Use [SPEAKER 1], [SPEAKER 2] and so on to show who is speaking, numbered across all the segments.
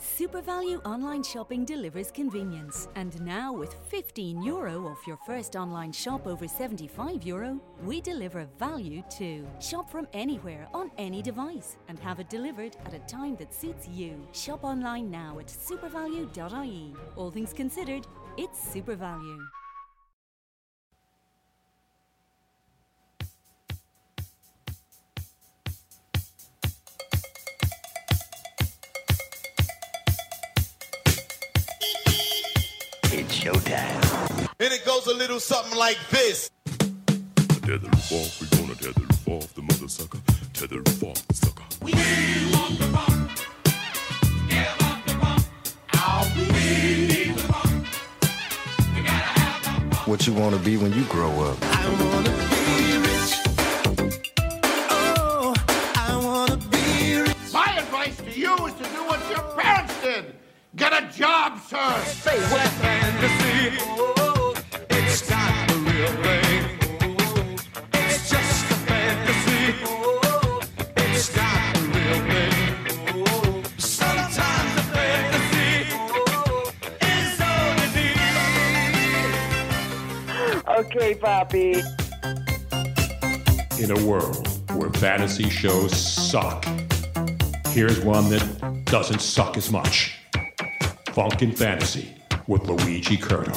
[SPEAKER 1] SuperValue online shopping delivers convenience. And now with 15 euro off your first online shop over 75 euro, we deliver value too. Shop from anywhere on any device and have it delivered at a time that suits you. Shop online now at supervalue.ie. E. All things considered, it's SuperValue.
[SPEAKER 2] It's showtime.
[SPEAKER 3] And it goes a little something like this.
[SPEAKER 4] Tear the roof off, we gonna tear the roof off the mother sucker. Tear the roof off the sucker.
[SPEAKER 5] what you want to be when you grow up.
[SPEAKER 6] My advice to you is to do what your parents did. Get a job, sir.
[SPEAKER 7] Okay, Bobby.
[SPEAKER 4] In a world where fantasy shows suck, here's one that doesn't suck as much Funkin' Fantasy with Luigi Curto.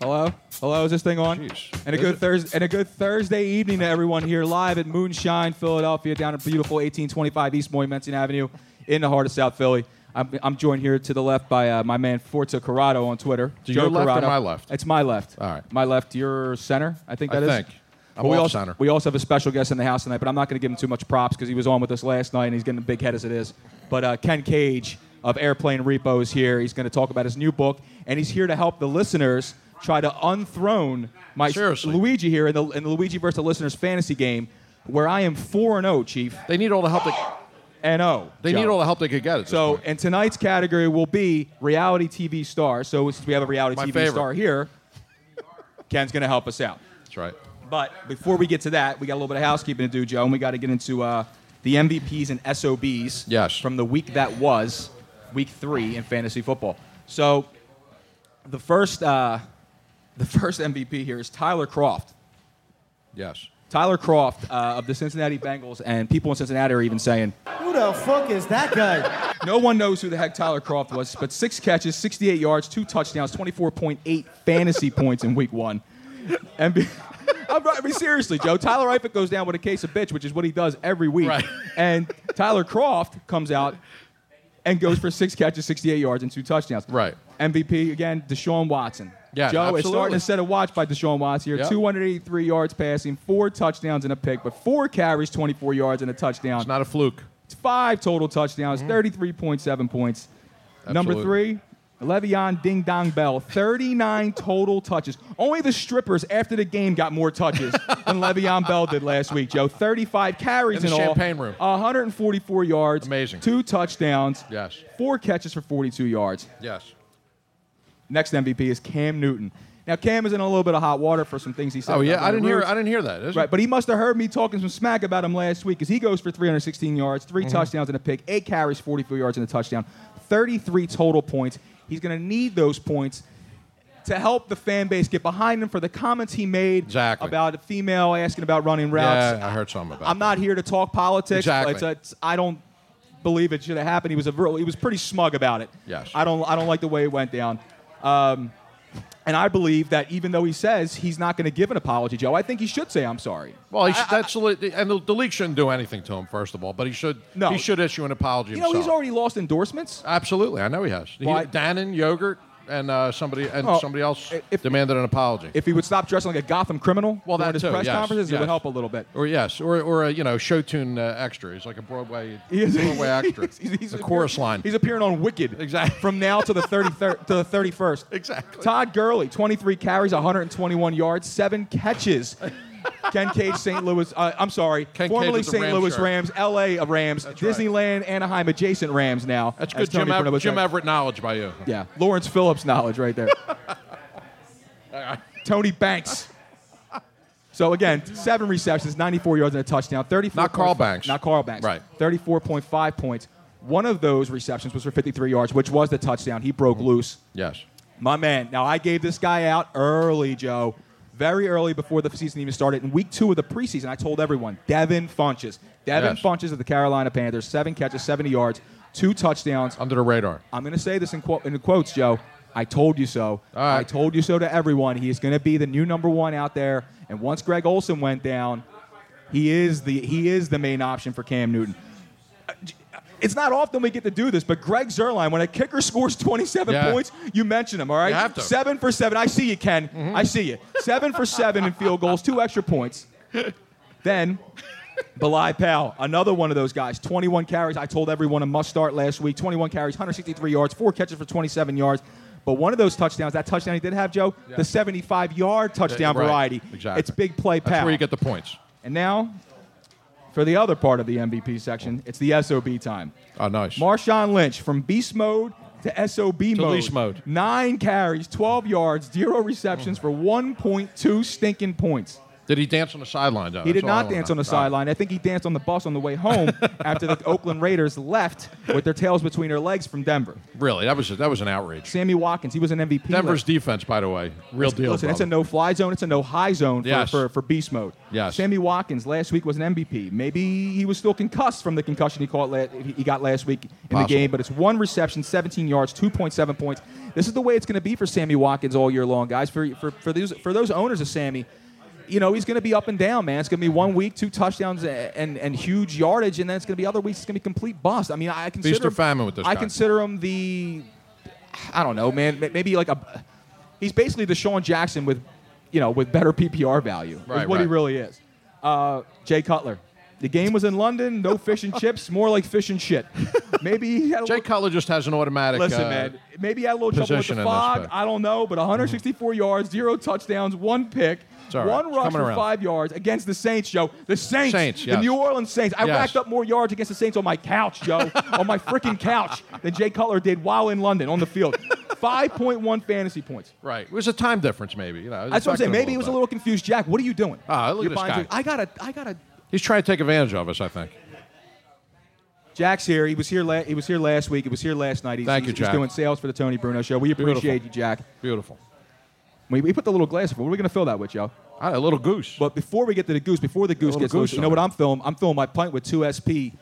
[SPEAKER 8] Hello? Hello, is this thing on? And a good Thursday and a good Thursday evening to everyone here live at Moonshine, Philadelphia, down at beautiful 1825 East Moymenton Avenue in the heart of South Philly. I'm, I'm joined here to the left by uh, my man Forza Corrado on Twitter.
[SPEAKER 9] To your left or my left?
[SPEAKER 8] It's my left.
[SPEAKER 9] All right.
[SPEAKER 8] My left, your center, I think
[SPEAKER 9] I
[SPEAKER 8] that is.
[SPEAKER 9] think. I'm
[SPEAKER 8] But we
[SPEAKER 9] off
[SPEAKER 8] also,
[SPEAKER 9] center.
[SPEAKER 8] We also have a special guest in the house tonight, but I'm not going to give him too much props because he was on with us last night and he's getting a big head as it is. But uh, Ken Cage of Airplane Repo is here. He's going to talk about his new book, and he's here to help the listeners try to unthrone my
[SPEAKER 9] Seriously.
[SPEAKER 8] Luigi here in the, in the Luigi versus the listeners fantasy game, where I am four and zero, Chief.
[SPEAKER 9] They need all the help they,
[SPEAKER 8] And oh,
[SPEAKER 9] they need all the help they could get. At this
[SPEAKER 8] So,
[SPEAKER 9] point.
[SPEAKER 8] and tonight's category will be reality TV star. So, since we have a reality
[SPEAKER 9] My
[SPEAKER 8] TV
[SPEAKER 9] favorite.
[SPEAKER 8] star here, Ken's going to help us out.
[SPEAKER 9] that's right.
[SPEAKER 8] But before we get to that, we got a little bit of housekeeping to do, Joe, and we got to get into uh, the MVPs and SOBs
[SPEAKER 9] Yes.
[SPEAKER 8] from the week that was, week three in fantasy football. So the first, uh, the first MVP here is Tyler Croft.
[SPEAKER 9] Yes.
[SPEAKER 8] Tyler Croft uh, of the Cincinnati Bengals, and people in Cincinnati are even saying,
[SPEAKER 10] Who the fuck is that guy?
[SPEAKER 8] no one knows who the heck Tyler Croft was, but six catches, 68 yards, two touchdowns, 24.8 fantasy points in week one. And be, I'm, I mean, seriously, Joe, Tyler Eifert goes down with a case of bitch, which is what he does every week.
[SPEAKER 9] Right.
[SPEAKER 8] And Tyler Croft comes out and goes for six catches, 68 yards, and two touchdowns.
[SPEAKER 9] Right.
[SPEAKER 8] MVP again, Deshaun Watson.
[SPEAKER 9] Yeah,
[SPEAKER 8] Joe, it's starting
[SPEAKER 9] absolutely.
[SPEAKER 8] to set a watch by Deshaun Watson here.
[SPEAKER 9] Yep.
[SPEAKER 8] 283 yards passing, four touchdowns and a pick, but four carries, 24 yards and a touchdown
[SPEAKER 9] It's not a fluke.
[SPEAKER 8] five total touchdowns, 33.7 points. Number
[SPEAKER 9] Mm-hmm. Absolutely.
[SPEAKER 8] three, Le'Veon Ding Dong Bell, 39 total touches. Only the strippers after the game got more touches than Le'Veon Bell did last week, Joe. 35 carries
[SPEAKER 9] In the
[SPEAKER 8] in all.
[SPEAKER 9] champagne room.
[SPEAKER 8] 144 yards. Amazing. Two touchdowns.
[SPEAKER 9] Yes.
[SPEAKER 8] Four catches for 42 yards.
[SPEAKER 9] Yes.
[SPEAKER 8] Next MVP is Cam Newton. Now Cam is in a little bit of hot water for some things he said.
[SPEAKER 9] Oh, yeah?
[SPEAKER 8] about
[SPEAKER 9] I didn't
[SPEAKER 8] Leonard
[SPEAKER 9] hear-
[SPEAKER 8] Rhodes.
[SPEAKER 9] I didn't hear that, is it?
[SPEAKER 8] right, but he must have heard me talking some smack about him last week because he goes for 316 yards, 3
[SPEAKER 9] Mhm.
[SPEAKER 8] touchdowns and a pick, eight carries, 44 yards and a touchdown, 33 total points. He's going to need those points to help the fan base get behind him for the comments he made about a female asking about running routes.
[SPEAKER 9] Yeah, I heard something about.
[SPEAKER 8] I'm not here to talk politics.
[SPEAKER 9] Exactly.
[SPEAKER 8] It's- it's- I don't believe it should have happened. He was a real, he was pretty smug about it.
[SPEAKER 9] Yes.
[SPEAKER 8] I don't I don't like the way it went down. Um, and I believe that even though he says he's not going to give an apology, Joe, I think he should say I'm sorry.
[SPEAKER 9] Well, he should, that's the li- and the, the league shouldn't do anything to him. First of all, but he should.
[SPEAKER 8] No.
[SPEAKER 9] he should issue an apology.
[SPEAKER 8] You know, he's
[SPEAKER 9] himself.
[SPEAKER 8] already lost endorsements.
[SPEAKER 9] Absolutely, I know he has. He-
[SPEAKER 8] Why-
[SPEAKER 9] Dannon, yogurt, and uh, somebody and
[SPEAKER 8] Well,
[SPEAKER 9] somebody else demanded an apology.
[SPEAKER 8] If he would stop dressing like a Gotham criminal
[SPEAKER 9] well,
[SPEAKER 8] during
[SPEAKER 9] that
[SPEAKER 8] his
[SPEAKER 9] too,
[SPEAKER 8] press
[SPEAKER 9] yes,
[SPEAKER 8] conferences, it
[SPEAKER 9] yes.
[SPEAKER 8] would help a little bit.
[SPEAKER 9] Or yes, or or a you know show tune uh, extra. He's like a Broadway
[SPEAKER 8] He is-
[SPEAKER 9] Broadway actor. a chorus line.
[SPEAKER 8] He's appearing on Wicked. Exactly. From now to the 33rd, to the 31st. Exactly. Todd Gurley, 23 carries, 121 yards, seven catches. Ken Cage, St. Louis. Uh, I'm sorry.
[SPEAKER 9] Ken Cage
[SPEAKER 8] formerly
[SPEAKER 9] with the
[SPEAKER 8] St.
[SPEAKER 9] Rams
[SPEAKER 8] Louis
[SPEAKER 9] shirt.
[SPEAKER 8] Rams, L.A. of Rams, Disneyland, Anaheim adjacent Rams. Now
[SPEAKER 9] That's
[SPEAKER 8] as
[SPEAKER 9] good
[SPEAKER 8] Tony
[SPEAKER 9] Jim, Ever-
[SPEAKER 8] Bruno was
[SPEAKER 9] Jim
[SPEAKER 8] saying.
[SPEAKER 9] Everett knowledge by you.
[SPEAKER 8] Yeah, Lawrence Phillips knowledge right there. Tony Banks. So again, seven receptions, 94 yards and a touchdown, 34.
[SPEAKER 9] Not Carl Banks.
[SPEAKER 8] Not Carl Banks.
[SPEAKER 9] Right.
[SPEAKER 8] 34.5 points. One of those receptions was for 53 yards, which was the touchdown. He broke loose.
[SPEAKER 9] Yes.
[SPEAKER 8] My man. Now I gave this guy out early, Joe. Very early before the season even started. In week two of the preseason, I told everyone, Devin Funches. Devin
[SPEAKER 9] Yes.
[SPEAKER 8] Funches of the Carolina Panthers, seven catches, 70 yards, two touchdowns.
[SPEAKER 9] Under the radar.
[SPEAKER 8] I'm going to say this in, quote in quotes, Joe. I told you so. I told you so to everyone. He is going to be the new number one out there. And once Greg Olson went down, he is the he is the main option for Cam Newton. Uh, It's not often we get to do this, but Greg Zerline, when a kicker scores 27
[SPEAKER 9] Yeah.
[SPEAKER 8] points, you mention him, all right?
[SPEAKER 9] You have to. Mm-hmm.
[SPEAKER 8] Seven for seven. I see you, Ken. I see you. Seven for seven in field goals, two extra points. Then Belai Powell, another one of those guys. 21 carries. I told everyone a must start last week. 21 carries, 163 yards, four catches for 27 yards. But one of those touchdowns, that touchdown he did have, Joe,
[SPEAKER 9] Yeah.
[SPEAKER 8] the 75 yard touchdown
[SPEAKER 9] Right,
[SPEAKER 8] variety.
[SPEAKER 9] exactly.
[SPEAKER 8] It's big play
[SPEAKER 9] That's
[SPEAKER 8] Powell.
[SPEAKER 9] where you get the points.
[SPEAKER 8] And now, for the other part of the MVP section, it's the SOB time.
[SPEAKER 9] Oh, nice.
[SPEAKER 8] Marshawn Lynch from beast mode to SOB mode.
[SPEAKER 9] leash mode. Oh.
[SPEAKER 8] Nine carries, 12 yards, zero receptions for 1.2 stinking points.
[SPEAKER 9] Did he dance on the sideline? though?
[SPEAKER 8] He
[SPEAKER 9] That's
[SPEAKER 8] did
[SPEAKER 9] all I
[SPEAKER 8] not
[SPEAKER 9] wanna
[SPEAKER 8] dance
[SPEAKER 9] know.
[SPEAKER 8] on the
[SPEAKER 9] Oh.
[SPEAKER 8] sideline. I think he danced on the bus on the way home after the Oakland Raiders left with their tails between their legs from Denver.
[SPEAKER 9] Really, that was that was an outrage.
[SPEAKER 8] Sammy Watkins, he was an MVP.
[SPEAKER 9] Denver's
[SPEAKER 8] last-
[SPEAKER 9] defense, by the way, real
[SPEAKER 8] Listen,
[SPEAKER 9] deal.
[SPEAKER 8] Listen, it's a
[SPEAKER 9] brother.
[SPEAKER 8] no-fly zone. It's a no-high zone for,
[SPEAKER 9] Yes.
[SPEAKER 8] for, for beast mode.
[SPEAKER 9] Yes.
[SPEAKER 8] Sammy Watkins last week was an MVP. Maybe he was still concussed from the concussion he caught la- he got last week in
[SPEAKER 9] Possible.
[SPEAKER 8] the game, but it's one reception, 17 yards, 2.7 points. This is the way it's going to be for Sammy Watkins all year long, guys. For for for those for those owners of Sammy. You know he's going to be up and down, man. It's going to be one week, two touchdowns, a- and and huge yardage, and then it's going to be other weeks. It's going to be complete bust. I mean, I consider
[SPEAKER 9] Feast or
[SPEAKER 8] him-
[SPEAKER 9] famine with this
[SPEAKER 8] I
[SPEAKER 9] guy.
[SPEAKER 8] consider him the, I don't know, man. ma- Maybe like a, he's basically the Deshaun Jackson with, you know, with better PPR value. is
[SPEAKER 9] Right,
[SPEAKER 8] what he
[SPEAKER 9] right.
[SPEAKER 8] really is. Uh, Jay Cutler. The game was in London. No fish and chips. More like fish and shit. Maybe he had a
[SPEAKER 9] Jay Cutler just has an automatic.
[SPEAKER 8] Listen,
[SPEAKER 9] uh,
[SPEAKER 8] man. Maybe he had a little trouble with
[SPEAKER 9] position
[SPEAKER 8] the
[SPEAKER 9] in this
[SPEAKER 8] fog.
[SPEAKER 9] play. Mm-hmm.
[SPEAKER 8] I don't know, but 164 yards, zero touchdowns, one pick,
[SPEAKER 9] It's all right.
[SPEAKER 8] one
[SPEAKER 9] It's
[SPEAKER 8] rush
[SPEAKER 9] coming
[SPEAKER 8] for
[SPEAKER 9] around.
[SPEAKER 8] five yards against the Saints, Joe. The Saints,
[SPEAKER 9] Saints,
[SPEAKER 8] the
[SPEAKER 9] yes.
[SPEAKER 8] New Orleans Saints. I
[SPEAKER 9] Yes.
[SPEAKER 8] racked up more yards against the Saints on my couch, Joe, on my freaking couch than Jay Cutler did while in London on the field. 5.1 fantasy points.
[SPEAKER 9] Right. It was a time difference, maybe. You know, it
[SPEAKER 8] That's what I'm
[SPEAKER 9] affected him
[SPEAKER 8] saying. Maybe he was a
[SPEAKER 9] bit.
[SPEAKER 8] little confused. Jack, what are you doing?
[SPEAKER 9] Ah, look
[SPEAKER 8] You're
[SPEAKER 9] at this
[SPEAKER 8] buying
[SPEAKER 9] guy.
[SPEAKER 8] drinks. I gotta, I gotta.
[SPEAKER 9] He's trying to take advantage of us, I think.
[SPEAKER 8] Jack's here. He was here. La- he was here last week. He was here last night. He's,
[SPEAKER 9] Thank
[SPEAKER 8] he's,
[SPEAKER 9] you,
[SPEAKER 8] he's
[SPEAKER 9] Jack.
[SPEAKER 8] doing sales for the Tony Bruno Show. We appreciate
[SPEAKER 9] Beautiful.
[SPEAKER 8] you, Jack.
[SPEAKER 9] Beautiful.
[SPEAKER 8] We, we put the little glass. What are we going to fill that with, yo?
[SPEAKER 9] A little goose.
[SPEAKER 8] But before we get to the goose, before the goose
[SPEAKER 9] little
[SPEAKER 8] gets
[SPEAKER 9] goose
[SPEAKER 8] loose, you know
[SPEAKER 9] on
[SPEAKER 8] what
[SPEAKER 9] it.
[SPEAKER 8] I'm filming? I'm filming my pint with 2SP.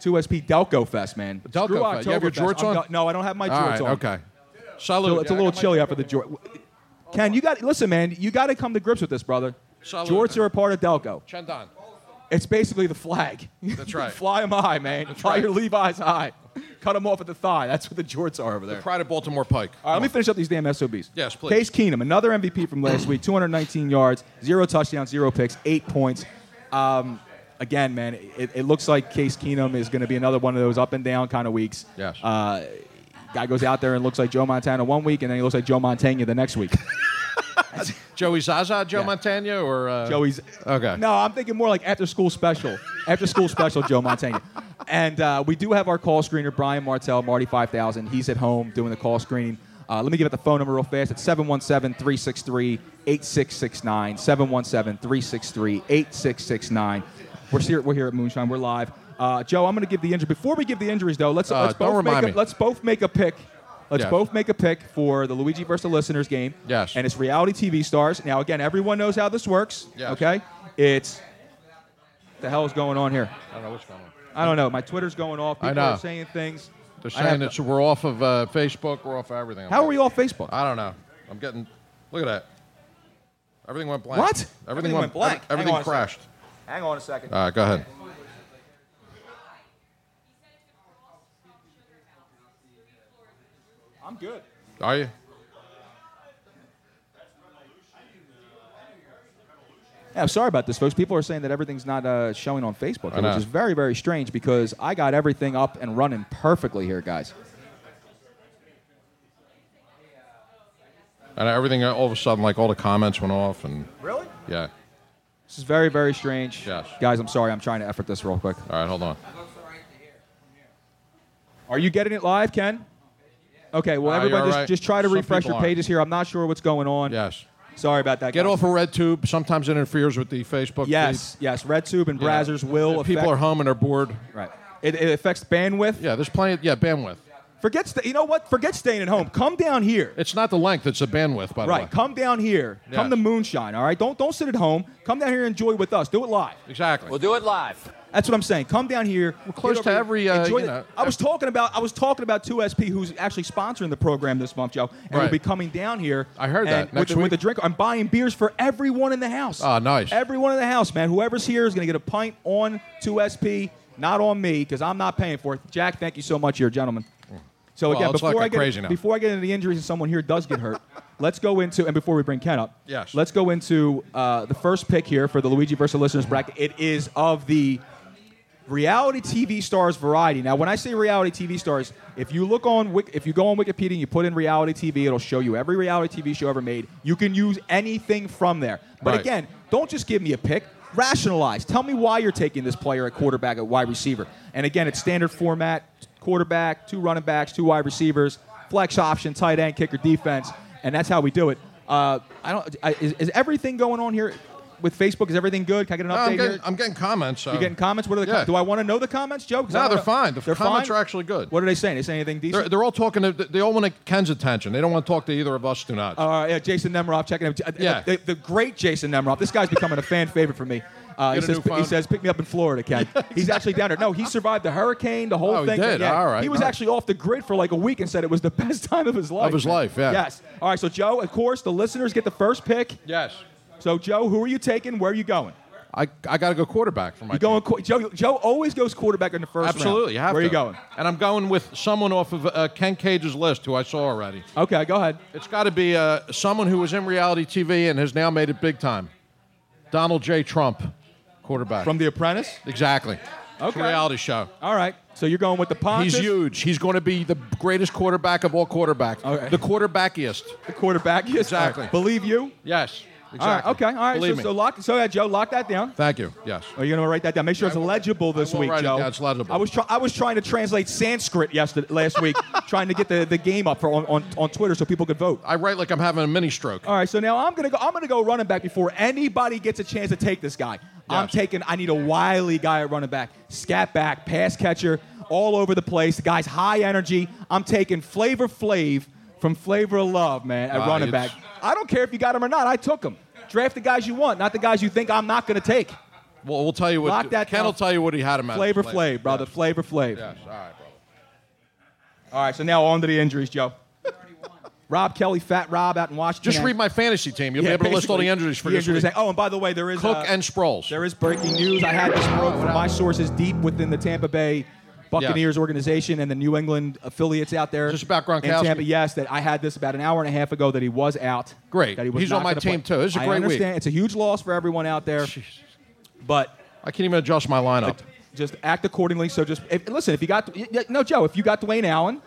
[SPEAKER 8] 2SP Delco Fest, man.
[SPEAKER 9] Delco
[SPEAKER 8] Screw
[SPEAKER 9] Fest. You have your
[SPEAKER 8] Oktoberfest.
[SPEAKER 9] jorts
[SPEAKER 8] I'm
[SPEAKER 9] on?
[SPEAKER 8] go- no, I don't have my
[SPEAKER 9] All
[SPEAKER 8] jorts
[SPEAKER 9] right,
[SPEAKER 8] on.
[SPEAKER 9] okay.
[SPEAKER 8] Salute. it's a little chilly after the jorts. Ken, you got listen, man. You got to come to grips with this, brother.
[SPEAKER 9] Salute.
[SPEAKER 8] Jorts are a part of Delco.
[SPEAKER 9] Chendan.
[SPEAKER 8] It's basically the flag.
[SPEAKER 9] That's right.
[SPEAKER 8] Fly them high, man. Fly
[SPEAKER 9] right.
[SPEAKER 8] your Levi's high. Cut them off at the thigh. That's what the jorts are over there.
[SPEAKER 9] The pride of Baltimore Pike.
[SPEAKER 8] All right, let me finish up these damn SOBs.
[SPEAKER 9] Yes, please.
[SPEAKER 8] Case Keenum, another MVP from last week, 219 yards, zero touchdowns, zero picks, eight points. Um, again, man, it, it looks like Case Keenum is going to be another one of those up and down kind of weeks.
[SPEAKER 9] Yes.
[SPEAKER 8] Uh, Guy goes out there and looks like Joe Montana one week, and then he looks like Joe Montana the next week.
[SPEAKER 9] Joey Zaza, Joe Montana, or uh,
[SPEAKER 8] Joey's.
[SPEAKER 9] Okay.
[SPEAKER 8] No, I'm thinking more like after school special. after school special, Joe Montana. And uh, we do have our call screener, Brian Martell, Marty 5000. He's at home doing the call screening. Uh, let me give out the phone number real fast. It's 717 363 8669. 717 363 8669. We're here, we're here at Moonshine. We're live. Uh, Joe, I'm going to give the injury. Before we give the injuries, though, let's,
[SPEAKER 9] Uh,
[SPEAKER 8] let's,
[SPEAKER 9] don't
[SPEAKER 8] both make
[SPEAKER 9] remind
[SPEAKER 8] a,
[SPEAKER 9] me.
[SPEAKER 8] let's both make a pick. Let's
[SPEAKER 9] Yes.
[SPEAKER 8] both make a pick for the Luigi versus the listeners game.
[SPEAKER 9] Yes.
[SPEAKER 8] And it's reality TV stars. Now, again, everyone knows how this works.
[SPEAKER 9] Yes.
[SPEAKER 8] Okay? It's. the hell is going on here?
[SPEAKER 9] I don't know what's going on.
[SPEAKER 8] I don't know. My Twitter's going off.
[SPEAKER 9] I
[SPEAKER 8] People are
[SPEAKER 9] know.
[SPEAKER 8] saying things.
[SPEAKER 9] They're
[SPEAKER 8] I
[SPEAKER 9] saying
[SPEAKER 8] have-
[SPEAKER 9] it's, we're off of uh, Facebook, we're off of everything.
[SPEAKER 8] How are we off Facebook?
[SPEAKER 9] I don't know. I'm getting. Look at that. Everything went blank.
[SPEAKER 8] What?
[SPEAKER 9] Everything, went, blank.
[SPEAKER 8] Hang
[SPEAKER 9] Everything
[SPEAKER 8] on a second.
[SPEAKER 9] crashed.
[SPEAKER 8] Hang on a second.
[SPEAKER 9] All right, go ahead.
[SPEAKER 8] I'm good.
[SPEAKER 9] Are you?
[SPEAKER 8] Yeah, I'm sorry about this, folks. People are saying that everything's not uh, showing on Facebook,
[SPEAKER 9] I
[SPEAKER 8] which
[SPEAKER 9] know.
[SPEAKER 8] is very, very strange because I got everything up and running perfectly here, guys.
[SPEAKER 9] And everything uh, all of a sudden, like all the comments went off, and
[SPEAKER 8] Really?
[SPEAKER 9] yeah.
[SPEAKER 8] This is very, very strange. Guys, I'm sorry. I'm trying to effort this real quick.
[SPEAKER 9] All right, hold on.
[SPEAKER 8] Are you getting it live, Ken? Okay, well,
[SPEAKER 9] Uh,
[SPEAKER 8] everybody
[SPEAKER 9] you're
[SPEAKER 8] just,
[SPEAKER 9] right.
[SPEAKER 8] just try to
[SPEAKER 9] Some
[SPEAKER 8] refresh
[SPEAKER 9] people
[SPEAKER 8] your
[SPEAKER 9] aren't.
[SPEAKER 8] pages here. I'm not sure what's going on.
[SPEAKER 9] Yes.
[SPEAKER 8] Sorry about that.
[SPEAKER 9] Get
[SPEAKER 8] guys.
[SPEAKER 9] off of RedTube. Sometimes it interferes with the Facebook.
[SPEAKER 8] Yes, yes. RedTube and
[SPEAKER 9] Yeah.
[SPEAKER 8] Brazzers will
[SPEAKER 9] If people
[SPEAKER 8] affect-
[SPEAKER 9] are home and are bored.
[SPEAKER 8] Right. It, it affects bandwidth.
[SPEAKER 9] Yeah, there's plenty. Yeah, bandwidth.
[SPEAKER 8] Forget sta- you know what? Forget staying at home. Come down here.
[SPEAKER 9] It's not the length; it's the bandwidth. By the
[SPEAKER 8] right.
[SPEAKER 9] way.
[SPEAKER 8] Come down here. Come
[SPEAKER 9] Yes.
[SPEAKER 8] to Moonshine. All right. Don't don't sit at home. Come down here and enjoy with us. Do it live.
[SPEAKER 9] Exactly.
[SPEAKER 11] We'll do it live.
[SPEAKER 8] That's what I'm saying. Come down here. We're
[SPEAKER 9] close to every, uh, you know,
[SPEAKER 8] I was talking about I was talking about 2SP, who's actually sponsoring the program this month, Joe, and will
[SPEAKER 9] Right.
[SPEAKER 8] be coming down here. I
[SPEAKER 9] heard that.
[SPEAKER 8] with,
[SPEAKER 9] Next
[SPEAKER 8] the,
[SPEAKER 9] week?
[SPEAKER 8] with the drink. I'm buying beers for everyone in the house.
[SPEAKER 9] Ah, nice.
[SPEAKER 8] Everyone in the house, man. Whoever's here is going to get a pint on 2SP, not on me, because I'm not paying for it. Jack, thank you so much, you're a gentleman. So
[SPEAKER 9] Well,
[SPEAKER 8] again,
[SPEAKER 9] it's
[SPEAKER 8] before
[SPEAKER 9] like
[SPEAKER 8] I
[SPEAKER 9] I'm
[SPEAKER 8] get
[SPEAKER 9] crazy now.
[SPEAKER 8] before I get into the injuries and someone here does get hurt, let's go into and before we bring Ken up,
[SPEAKER 9] Yes.
[SPEAKER 8] let's go into uh, the first pick here for the Luigi versus listeners bracket. It is of the reality TV stars variety. Now, when I say reality TV stars, if you look on Wik- if you go on Wikipedia and you put in reality TV, it'll show you every reality TV show ever made. You can use anything from there. But
[SPEAKER 9] Right.
[SPEAKER 8] again, don't just give me a pick. Rationalize. Tell me why you're taking this player at quarterback at wide receiver. And again, it's standard format: quarterback, two running backs, two wide receivers, flex option, tight end, kicker, defense, and that's how we do it. Uh, I don't. I, is, is everything going on here with Facebook? Is everything good? Can I get an
[SPEAKER 9] No,
[SPEAKER 8] update
[SPEAKER 9] I'm,
[SPEAKER 8] here?
[SPEAKER 9] getting, I'm getting comments. So.
[SPEAKER 8] You getting comments? What are the
[SPEAKER 9] Yeah.
[SPEAKER 8] com- do I want to know the comments, Joe? 'Cause I
[SPEAKER 9] No,
[SPEAKER 8] wanna-
[SPEAKER 9] they're fine. The
[SPEAKER 8] they're
[SPEAKER 9] comments
[SPEAKER 8] fine?
[SPEAKER 9] are actually good.
[SPEAKER 8] What are they saying? They saying anything
[SPEAKER 9] They're,
[SPEAKER 8] decent?
[SPEAKER 9] they're all talking. To, they all want Ken's attention. They don't want to talk to either of us. Do not.
[SPEAKER 8] Uh, yeah, Jason Nemiroff checking him.
[SPEAKER 9] Yeah.
[SPEAKER 8] The, the great Jason Nemiroff. This guy's becoming a fan favorite for me. Uh, he,
[SPEAKER 9] Get a
[SPEAKER 8] says,
[SPEAKER 9] new phone.
[SPEAKER 8] he says, pick me up in Florida, Ken. He's actually down there. No, he survived the hurricane, the whole
[SPEAKER 9] Oh, he
[SPEAKER 8] thing.
[SPEAKER 9] did? All right,
[SPEAKER 8] He was
[SPEAKER 9] nice.
[SPEAKER 8] actually off the grid for like a week and said it was the best time of his life.
[SPEAKER 9] his
[SPEAKER 8] man.
[SPEAKER 9] life, yeah.
[SPEAKER 8] Yes. All right, so Joe, of course, the listeners get the first pick.
[SPEAKER 9] yes.
[SPEAKER 8] So, Joe, who are you taking? Where are you going?
[SPEAKER 9] I, I got to go quarterback for my.
[SPEAKER 8] You going qu- Joe? Joe always goes quarterback in the first round.
[SPEAKER 9] Absolutely. You have
[SPEAKER 8] Where
[SPEAKER 9] to.
[SPEAKER 8] you going?
[SPEAKER 9] And I'm going with someone off of uh, Ken Cage's list who I saw already.
[SPEAKER 8] Okay, go ahead.
[SPEAKER 9] It's got to be uh, someone who was in reality TV and has now made it big time. Donald J. Trump, quarterback.
[SPEAKER 8] From The Apprentice.
[SPEAKER 9] Exactly. It's a
[SPEAKER 8] Okay.
[SPEAKER 9] reality show.
[SPEAKER 8] All right. So you're going with the Pontus.
[SPEAKER 9] He's huge. He's going to be the greatest quarterback of all quarterbacks.
[SPEAKER 8] Okay.
[SPEAKER 9] The quarterbackiest.
[SPEAKER 8] The quarterback. Yes.
[SPEAKER 9] Exactly.
[SPEAKER 8] Believe you.
[SPEAKER 9] Yes. Exactly.
[SPEAKER 8] All right. Okay. All right.
[SPEAKER 9] Believe
[SPEAKER 8] so,
[SPEAKER 9] me.
[SPEAKER 8] so lock. So yeah, Joe, lock that down.
[SPEAKER 9] Thank you. Yes.
[SPEAKER 8] Are you gonna write that down? Make sure it's legible this
[SPEAKER 9] will
[SPEAKER 8] week,
[SPEAKER 9] write it
[SPEAKER 8] Joe.
[SPEAKER 9] down. It's legible.
[SPEAKER 8] I was try- I was trying to translate Sanskrit yesterday last week, trying to get the, the game up for on, on, on Twitter so people could vote.
[SPEAKER 9] I write like I'm having a mini stroke.
[SPEAKER 8] All right. So now I'm gonna go. I'm gonna go running back before anybody gets a chance to take this guy. I'm
[SPEAKER 9] Yes.
[SPEAKER 8] taking. I need a wily guy at running back, scat back, pass catcher, all over the place. The guy's high energy. I'm taking Flavor Flav from Flavor of Love, man, at
[SPEAKER 9] Wow,
[SPEAKER 8] running
[SPEAKER 9] it's-
[SPEAKER 8] back. I don't care if you got him or not. I took him. Draft the guys you want, not the guys you think I'm not gonna take.
[SPEAKER 9] Well, we'll tell you what.
[SPEAKER 8] Lock that
[SPEAKER 9] Ken
[SPEAKER 8] down.
[SPEAKER 9] will tell you what he had him at.
[SPEAKER 8] Flavor Flav, brother. Flavor Flav.
[SPEAKER 9] Yes. All right, brother.
[SPEAKER 8] All right, so now on to the injuries, Joe. Rob Kelly, Fat Rob out in Washington.
[SPEAKER 9] Just read my fantasy team. You'll
[SPEAKER 8] Yeah,
[SPEAKER 9] be able to list all the
[SPEAKER 8] basically,
[SPEAKER 9] injuries for
[SPEAKER 8] the
[SPEAKER 9] this
[SPEAKER 8] injuries
[SPEAKER 9] week.
[SPEAKER 8] that- Oh, and by the way, there is
[SPEAKER 9] Cook
[SPEAKER 8] uh,
[SPEAKER 9] and Sproles.
[SPEAKER 8] there is breaking news. I had this broke from my sources deep within the Tampa Bay Buccaneers organization and the New England affiliates out there.
[SPEAKER 9] Just about Gronkowski?
[SPEAKER 8] in Tampa, yes, that I had this about an hour and a half ago that he was out.
[SPEAKER 9] Great.
[SPEAKER 8] That he was
[SPEAKER 9] He's
[SPEAKER 8] not
[SPEAKER 9] on my
[SPEAKER 8] gonna
[SPEAKER 9] team,
[SPEAKER 8] play.
[SPEAKER 9] too. This is a
[SPEAKER 8] I
[SPEAKER 9] great week.
[SPEAKER 8] understand. It's a huge loss for everyone out there. But
[SPEAKER 9] I can't even adjust my lineup.
[SPEAKER 8] just act accordingly. So just if, listen. If you got y- y- no Joe, if you got Dwayne Allen,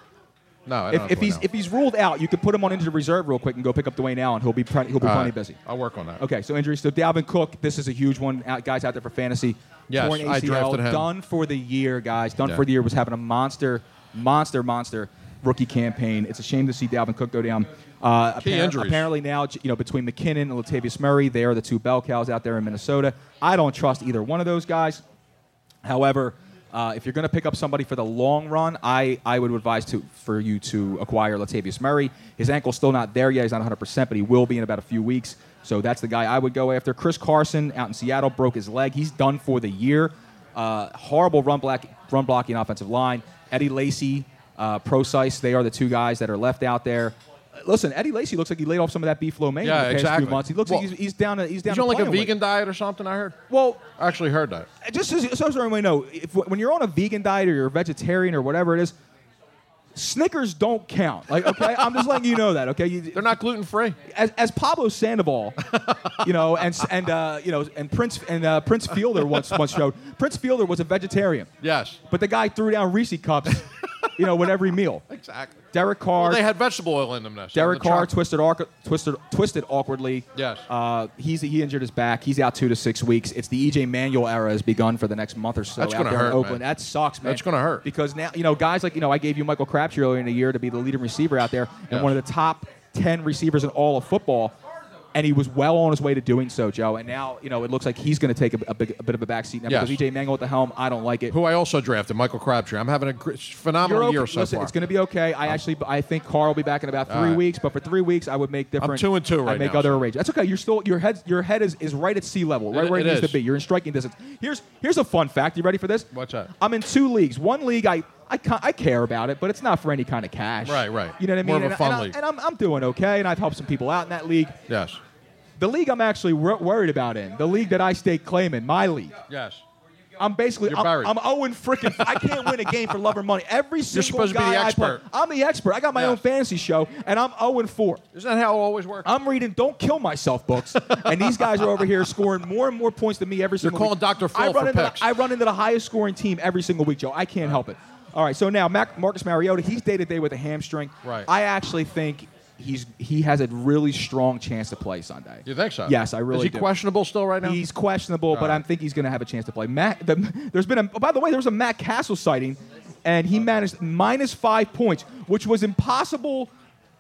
[SPEAKER 9] No, I don't
[SPEAKER 8] If,
[SPEAKER 9] have
[SPEAKER 8] if
[SPEAKER 9] one
[SPEAKER 8] he's
[SPEAKER 9] now.
[SPEAKER 8] if he's ruled out, you could put him on injured reserve real quick and go pick up Dwayne Allen. He'll be plenty, he'll be
[SPEAKER 9] All
[SPEAKER 8] plenty
[SPEAKER 9] right.
[SPEAKER 8] busy.
[SPEAKER 9] I'll work on that.
[SPEAKER 8] Okay, so injuries. So Dalvin Cook, this is a huge one. Out, guys out there for fantasy.
[SPEAKER 9] Yes,
[SPEAKER 8] Torn
[SPEAKER 9] I
[SPEAKER 8] ACL,
[SPEAKER 9] drafted him.
[SPEAKER 8] Done for the year, guys. Done
[SPEAKER 9] Yeah.
[SPEAKER 8] for the year was having a monster, monster, monster rookie campaign. It's a shame to see Dalvin Cook go down. Uh,
[SPEAKER 9] Key injuries.
[SPEAKER 8] Apparently now, you know, between McKinnon and Latavius Murray, they are the two bell cows out there in Minnesota. I don't trust either one of those guys. However, uh, if you're going to pick up somebody for the long run, I, I would advise to for you to acquire Latavius Murray. His ankle's still not there yet; he's not 100, percent but he will be in about a few weeks. So that's the guy I would go after. Chris Carson out in Seattle broke his leg; he's done for the year. Uh, horrible run block, run blocking offensive line. Eddie Lacy, uh, Procyse, they are the two guys that are left out there. Listen, Eddie Lacy looks like he laid off some of that beef lo mein in the
[SPEAKER 9] Yeah,
[SPEAKER 8] past
[SPEAKER 9] exactly.
[SPEAKER 8] few months. He looks
[SPEAKER 9] Well,
[SPEAKER 8] like he's, he's down. To, he's down.
[SPEAKER 9] He's
[SPEAKER 8] to
[SPEAKER 9] on like a
[SPEAKER 8] playing weight.
[SPEAKER 9] vegan diet or something. I heard.
[SPEAKER 8] Well,
[SPEAKER 9] I actually heard that.
[SPEAKER 8] just as, so so everyone know, if, when you're on a vegan diet or you're a vegetarian or whatever it is, Snickers don't count. Like, okay, I'm just letting you know that. Okay, they're
[SPEAKER 9] not gluten free.
[SPEAKER 8] As, as Pablo Sandoval, you know, and s- and uh, you know, and Prince and uh, Prince Fielder once once showed. Prince Fielder was a vegetarian.
[SPEAKER 9] Yes.
[SPEAKER 8] But the guy threw down Reese cups, you know, with every meal.
[SPEAKER 9] Exactly.
[SPEAKER 8] Derek Carr.
[SPEAKER 9] Well, they had vegetable oil in them. Now, so
[SPEAKER 8] Derek
[SPEAKER 9] the
[SPEAKER 8] Carr
[SPEAKER 9] chocolate-
[SPEAKER 8] twisted, arc- twisted, twisted awkwardly.
[SPEAKER 9] Yes.
[SPEAKER 8] Uh, he's he injured his back. He's out two to six weeks. It's the EJ Manuel era has begun for the next month or so
[SPEAKER 9] That's
[SPEAKER 8] out
[SPEAKER 9] gonna
[SPEAKER 8] there
[SPEAKER 9] hurt,
[SPEAKER 8] in
[SPEAKER 9] man.
[SPEAKER 8] Oakland. That sucks, man.
[SPEAKER 9] That's gonna hurt.
[SPEAKER 8] because now you know guys like you know I gave you Michael Crabtree earlier in the year to be the leading receiver out there and
[SPEAKER 9] Yes.
[SPEAKER 8] one of the top ten receivers in all of football. And he was well on his way to doing so, Joe. And now, you know, it looks like he's going to take a, a big, a bit of a backseat now
[SPEAKER 9] Yes.
[SPEAKER 8] because EJ Manuel at the helm, I don't like it.
[SPEAKER 9] who I also drafted, Michael Crabtree. I'm having a gr- phenomenal
[SPEAKER 8] You're okay.
[SPEAKER 9] year so
[SPEAKER 8] Listen,
[SPEAKER 9] far.
[SPEAKER 8] it's going to be okay. I actually, I think Carl will be back in about
[SPEAKER 9] All
[SPEAKER 8] three
[SPEAKER 9] right.
[SPEAKER 8] weeks. But for three weeks, I would make different.
[SPEAKER 9] two and two right
[SPEAKER 8] I make
[SPEAKER 9] now,
[SPEAKER 8] other
[SPEAKER 9] so.
[SPEAKER 8] arrangements. That's okay. You're still your head. Your head is, is right at sea level, right
[SPEAKER 9] It-
[SPEAKER 8] where it,
[SPEAKER 9] it
[SPEAKER 8] needs
[SPEAKER 9] is.
[SPEAKER 8] to be. You're in striking distance. Here's here's a fun fact. You ready for this?
[SPEAKER 9] What's that?
[SPEAKER 8] I'm in two leagues. One league, I I, ca- I care about it, but it's not for any kind of cash.
[SPEAKER 9] Right, right.
[SPEAKER 8] You know what I mean?
[SPEAKER 9] More of a
[SPEAKER 8] and, I-
[SPEAKER 9] fun
[SPEAKER 8] and I-
[SPEAKER 9] league.
[SPEAKER 8] and I'm I'm doing okay, and I've helped some people out in that league.
[SPEAKER 9] Yes.
[SPEAKER 8] The league I'm actually wor- worried about in the league that I stay claiming, my league.
[SPEAKER 9] Yes.
[SPEAKER 8] I'm basically
[SPEAKER 9] You're
[SPEAKER 8] I'm,
[SPEAKER 9] buried.
[SPEAKER 8] I'm Owen frickin' I can't win a game for love or money. Every single
[SPEAKER 9] supposed to be
[SPEAKER 8] guy
[SPEAKER 9] the
[SPEAKER 8] I play-
[SPEAKER 9] expert.
[SPEAKER 8] I'm the expert. I got my own fantasy show, and I'm 0 and 4.
[SPEAKER 9] Isn't that how it always works?
[SPEAKER 8] I'm reading "Don't Kill Myself" books, and these guys are over here scoring more and more points than me every single.
[SPEAKER 9] calling
[SPEAKER 8] week.
[SPEAKER 9] Dr. Phil
[SPEAKER 8] I
[SPEAKER 9] for
[SPEAKER 8] run into
[SPEAKER 9] picks.
[SPEAKER 8] The, I run into the highest scoring team every single week, Joe. I can't help it. All right, so now Mac, Marcus Mariota, he's day to day with a hamstring.
[SPEAKER 9] Right.
[SPEAKER 8] I actually think he's he has a really strong chance to play Sunday.
[SPEAKER 9] You think so?
[SPEAKER 8] Yes, I really
[SPEAKER 9] Is he
[SPEAKER 8] do.
[SPEAKER 9] questionable still right now?
[SPEAKER 8] He's questionable, but
[SPEAKER 9] All right.
[SPEAKER 8] I think he's going to have a chance to play. Matt, the, there's been a. By the way, there was a Matt Castle sighting, and he managed minus five points, which was impossible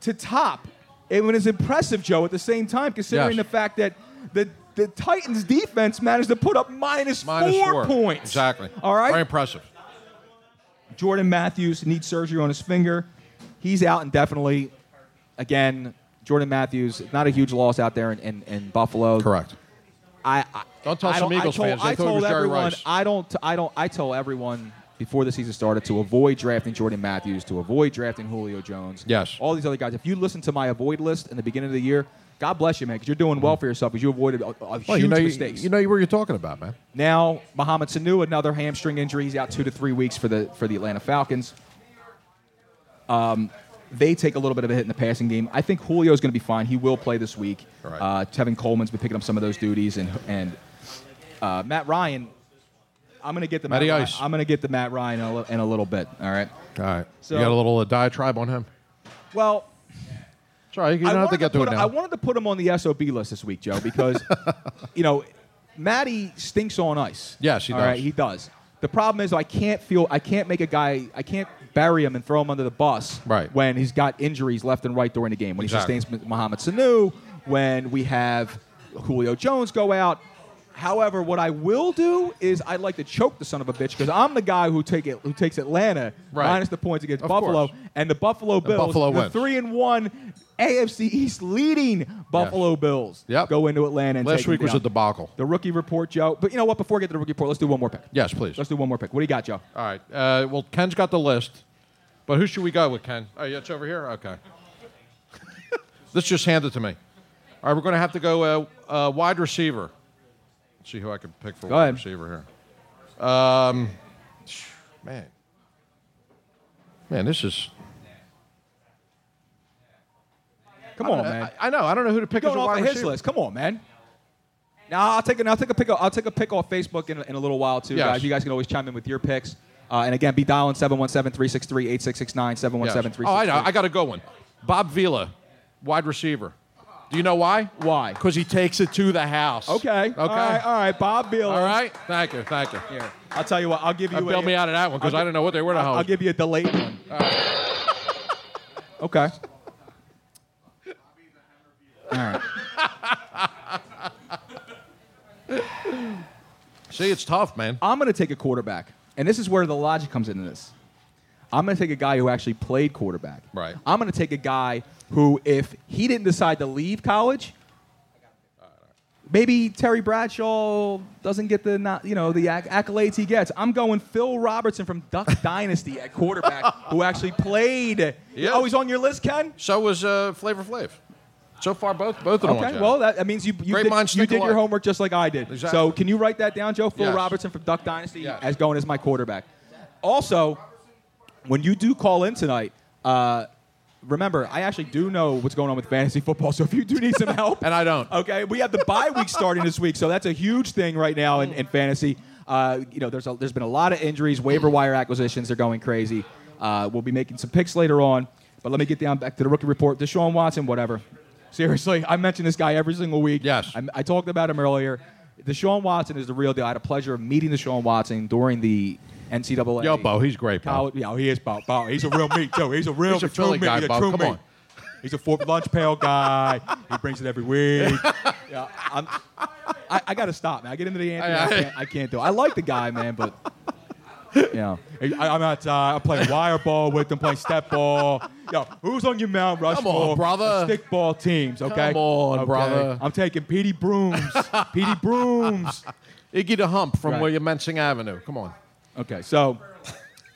[SPEAKER 8] to top. It was impressive, Joe. At the same time, considering
[SPEAKER 9] Yes.
[SPEAKER 8] the fact that the the Titans defense managed to put up minus,
[SPEAKER 9] Minus
[SPEAKER 8] four,
[SPEAKER 9] four.
[SPEAKER 8] points.
[SPEAKER 9] Exactly.
[SPEAKER 8] All right.
[SPEAKER 9] Very impressive.
[SPEAKER 8] Jordan Matthews needs surgery on his finger. He's out indefinitely. Again, Jordan Matthews, not a huge loss out there in, in, in Buffalo.
[SPEAKER 9] Correct.
[SPEAKER 8] I, I
[SPEAKER 9] Don't tell
[SPEAKER 8] I
[SPEAKER 9] some
[SPEAKER 8] don't-
[SPEAKER 9] Eagles
[SPEAKER 8] I told,
[SPEAKER 9] fans. They
[SPEAKER 8] I
[SPEAKER 9] thought it
[SPEAKER 8] told
[SPEAKER 9] was Jerry
[SPEAKER 8] everyone.
[SPEAKER 9] Rice.
[SPEAKER 8] I don't. t- I don't. I tell everyone before the season started to avoid drafting Jordan Matthews, to avoid drafting Julio Jones.
[SPEAKER 9] Yes.
[SPEAKER 8] All these other guys. If you listen to my avoid list in the beginning of the year, God bless you, man, because you're doing well for yourself because you avoided a, a
[SPEAKER 9] Mm-hmm. Well,
[SPEAKER 8] huge
[SPEAKER 9] you know, you,
[SPEAKER 8] mistakes.
[SPEAKER 9] you know what you're talking about, man.
[SPEAKER 8] Now, Mohamed Sanu, another hamstring injury. He's out two to three weeks for the for the Atlanta Falcons. Um, they take a little bit of a hit in the passing game. I think Julio's going to be fine. He will play this week.
[SPEAKER 9] All right.
[SPEAKER 8] Uh, Tevin Coleman's been picking up some of those duties, and and uh, Matt Ryan. I'm going to get the Matt
[SPEAKER 9] Matty
[SPEAKER 8] Ryan,
[SPEAKER 9] Ice.
[SPEAKER 8] I'm going to get the Matt Ryan in a, li- in a little bit. All right.
[SPEAKER 9] All right.
[SPEAKER 8] So-
[SPEAKER 9] you got a little uh, diatribe on him.
[SPEAKER 8] Well,
[SPEAKER 9] Sorry, you don't
[SPEAKER 8] I
[SPEAKER 9] have
[SPEAKER 8] wanted
[SPEAKER 9] to get to
[SPEAKER 8] put
[SPEAKER 9] it
[SPEAKER 8] him-
[SPEAKER 9] now.
[SPEAKER 8] I wanted to put him on the SOB list this week, Joe, because you know, Matty stinks on ice.
[SPEAKER 9] Yes, he
[SPEAKER 8] All
[SPEAKER 9] does.
[SPEAKER 8] right, he does. The problem is I can't feel I can't make a guy I can't bury him and throw him under the bus
[SPEAKER 9] Right.
[SPEAKER 8] when he's got injuries left and right during the game. When
[SPEAKER 9] Exactly.
[SPEAKER 8] he sustains M- Mohamed Sanu, when we have Julio Jones go out. However, what I will do is I'd like to choke the son of a bitch because I'm the guy who take it who takes Atlanta
[SPEAKER 9] Right.
[SPEAKER 8] minus the points against
[SPEAKER 9] Of
[SPEAKER 8] Buffalo
[SPEAKER 9] course.
[SPEAKER 8] and the Buffalo Bills,
[SPEAKER 9] Buffalo
[SPEAKER 8] the
[SPEAKER 9] wins.
[SPEAKER 8] three and one AFC East leading Buffalo Bills
[SPEAKER 9] Yep.
[SPEAKER 8] go into Atlanta. And
[SPEAKER 9] Last
[SPEAKER 8] take them
[SPEAKER 9] week was
[SPEAKER 8] down.
[SPEAKER 9] a debacle.
[SPEAKER 8] The rookie report, Joe. But you know what? Before we get to the rookie report, let's do one more pick.
[SPEAKER 9] Yes, please.
[SPEAKER 8] Let's do one more pick. What do you got, Joe?
[SPEAKER 9] All right. Uh, well, Ken's got the list, but who should we go with, Ken? Oh, yeah, it's over here? Okay. Let's just hand it to me. All right, we're going to have to go uh, uh, wide receiver. Let's see who I can pick for
[SPEAKER 8] Go
[SPEAKER 9] wide
[SPEAKER 8] ahead.
[SPEAKER 9] receiver here. Um, man. Man, this is.
[SPEAKER 8] Come
[SPEAKER 9] I don't-
[SPEAKER 8] on, man.
[SPEAKER 9] I, I know. I don't know who to pick
[SPEAKER 8] Going
[SPEAKER 9] as a
[SPEAKER 8] off
[SPEAKER 9] wide
[SPEAKER 8] of his
[SPEAKER 9] receiver.
[SPEAKER 8] list. Come on, man. Now I'll take a, I'll take a pick. I'll take a pick off Facebook in, a- in a little while too,
[SPEAKER 9] Yes.
[SPEAKER 8] guys. You guys can always chime in with your picks. Uh, and again, be dialing 717 363 8669 717
[SPEAKER 9] Oh, I know. I got a good one. Bob Vila, wide receiver. Do you know why?
[SPEAKER 8] Why?
[SPEAKER 9] Because he takes it to the house.
[SPEAKER 8] Okay.
[SPEAKER 9] Okay.
[SPEAKER 8] All right. All right. Bob Vila.
[SPEAKER 9] All right. Thank you. Thank you.
[SPEAKER 8] Here. I'll tell you what. I'll give you.
[SPEAKER 9] That bailed
[SPEAKER 8] a-
[SPEAKER 9] me out of that one 'cause
[SPEAKER 8] I'll
[SPEAKER 9] I didn't know what they were to
[SPEAKER 8] I'll,
[SPEAKER 9] house.
[SPEAKER 8] I'll give you a delayed one. okay. All right.
[SPEAKER 9] See, it's tough, man.
[SPEAKER 8] I'm going to take a quarterback, and this is where the logic comes into this. I'm going to take a guy who actually played quarterback.
[SPEAKER 9] Right.
[SPEAKER 8] I'm going to take a guy who, if he didn't decide to leave college, maybe Terry Bradshaw doesn't get the not, you know the acc- accolades he gets. I'm going Phil Robertson from Duck Dynasty at quarterback, who actually played.
[SPEAKER 9] Yeah.
[SPEAKER 8] Oh, he's on your list, Ken.
[SPEAKER 9] So was uh, Flavor Flav. So far, both both of them.
[SPEAKER 8] Okay,
[SPEAKER 9] went
[SPEAKER 8] well, that, that means you, you
[SPEAKER 9] Great
[SPEAKER 8] did,
[SPEAKER 9] minds
[SPEAKER 8] you
[SPEAKER 9] think
[SPEAKER 8] did your
[SPEAKER 9] alike.
[SPEAKER 8] homework just like I did.
[SPEAKER 9] Exactly.
[SPEAKER 8] So, can you write that down, Joe? Phil
[SPEAKER 9] Yes.
[SPEAKER 8] Robertson from Duck Dynasty as going as my quarterback. Also, when you do call in tonight, uh, remember, I actually do know what's going on with fantasy football. So, if you do need some help, uh,
[SPEAKER 9] and I don't.
[SPEAKER 8] Okay, we have the bye week starting this week, so that's a huge thing right now in, in fantasy. Uh, you know, there's a, there's been a lot of injuries, waiver wire acquisitions. They're going crazy. Uh, we'll be making some picks later on, but let me get down back to the rookie report. Deshaun Watson, whatever. Seriously, I mention this guy every single week. Yes, I, I talked about him earlier. Deshaun Watson is the real deal. I had a pleasure of meeting Deshaun Watson during the NCAA.
[SPEAKER 9] Yo, Bo, he's great, Bo.
[SPEAKER 8] College- yeah, he is Bo. Bo, he's a real meat too. He's a real
[SPEAKER 9] He's a
[SPEAKER 8] true
[SPEAKER 9] Philly
[SPEAKER 8] meat.
[SPEAKER 9] guy,
[SPEAKER 8] He's a
[SPEAKER 9] Bo.
[SPEAKER 8] true
[SPEAKER 9] Come
[SPEAKER 8] meat.
[SPEAKER 9] on.
[SPEAKER 8] He's a fourth lunch pail guy. He brings it every week. yeah, I'm, I, I got to stop, man. I get into the Anthony. I, can't, I can't do it. I like the guy, man, but. Yeah, I, I'm outside. I'm playing wire ball with them, playing step ball. Yo, who's on your Mount Rushmore?
[SPEAKER 9] brother.
[SPEAKER 8] Stick ball teams, okay?
[SPEAKER 9] Come on,
[SPEAKER 8] Okay.
[SPEAKER 9] brother.
[SPEAKER 8] I'm taking Petey Brooms. Petey Brooms.
[SPEAKER 9] Iggy the Hump from
[SPEAKER 8] Right.
[SPEAKER 9] William Mensing Avenue. Come on.
[SPEAKER 8] Okay, so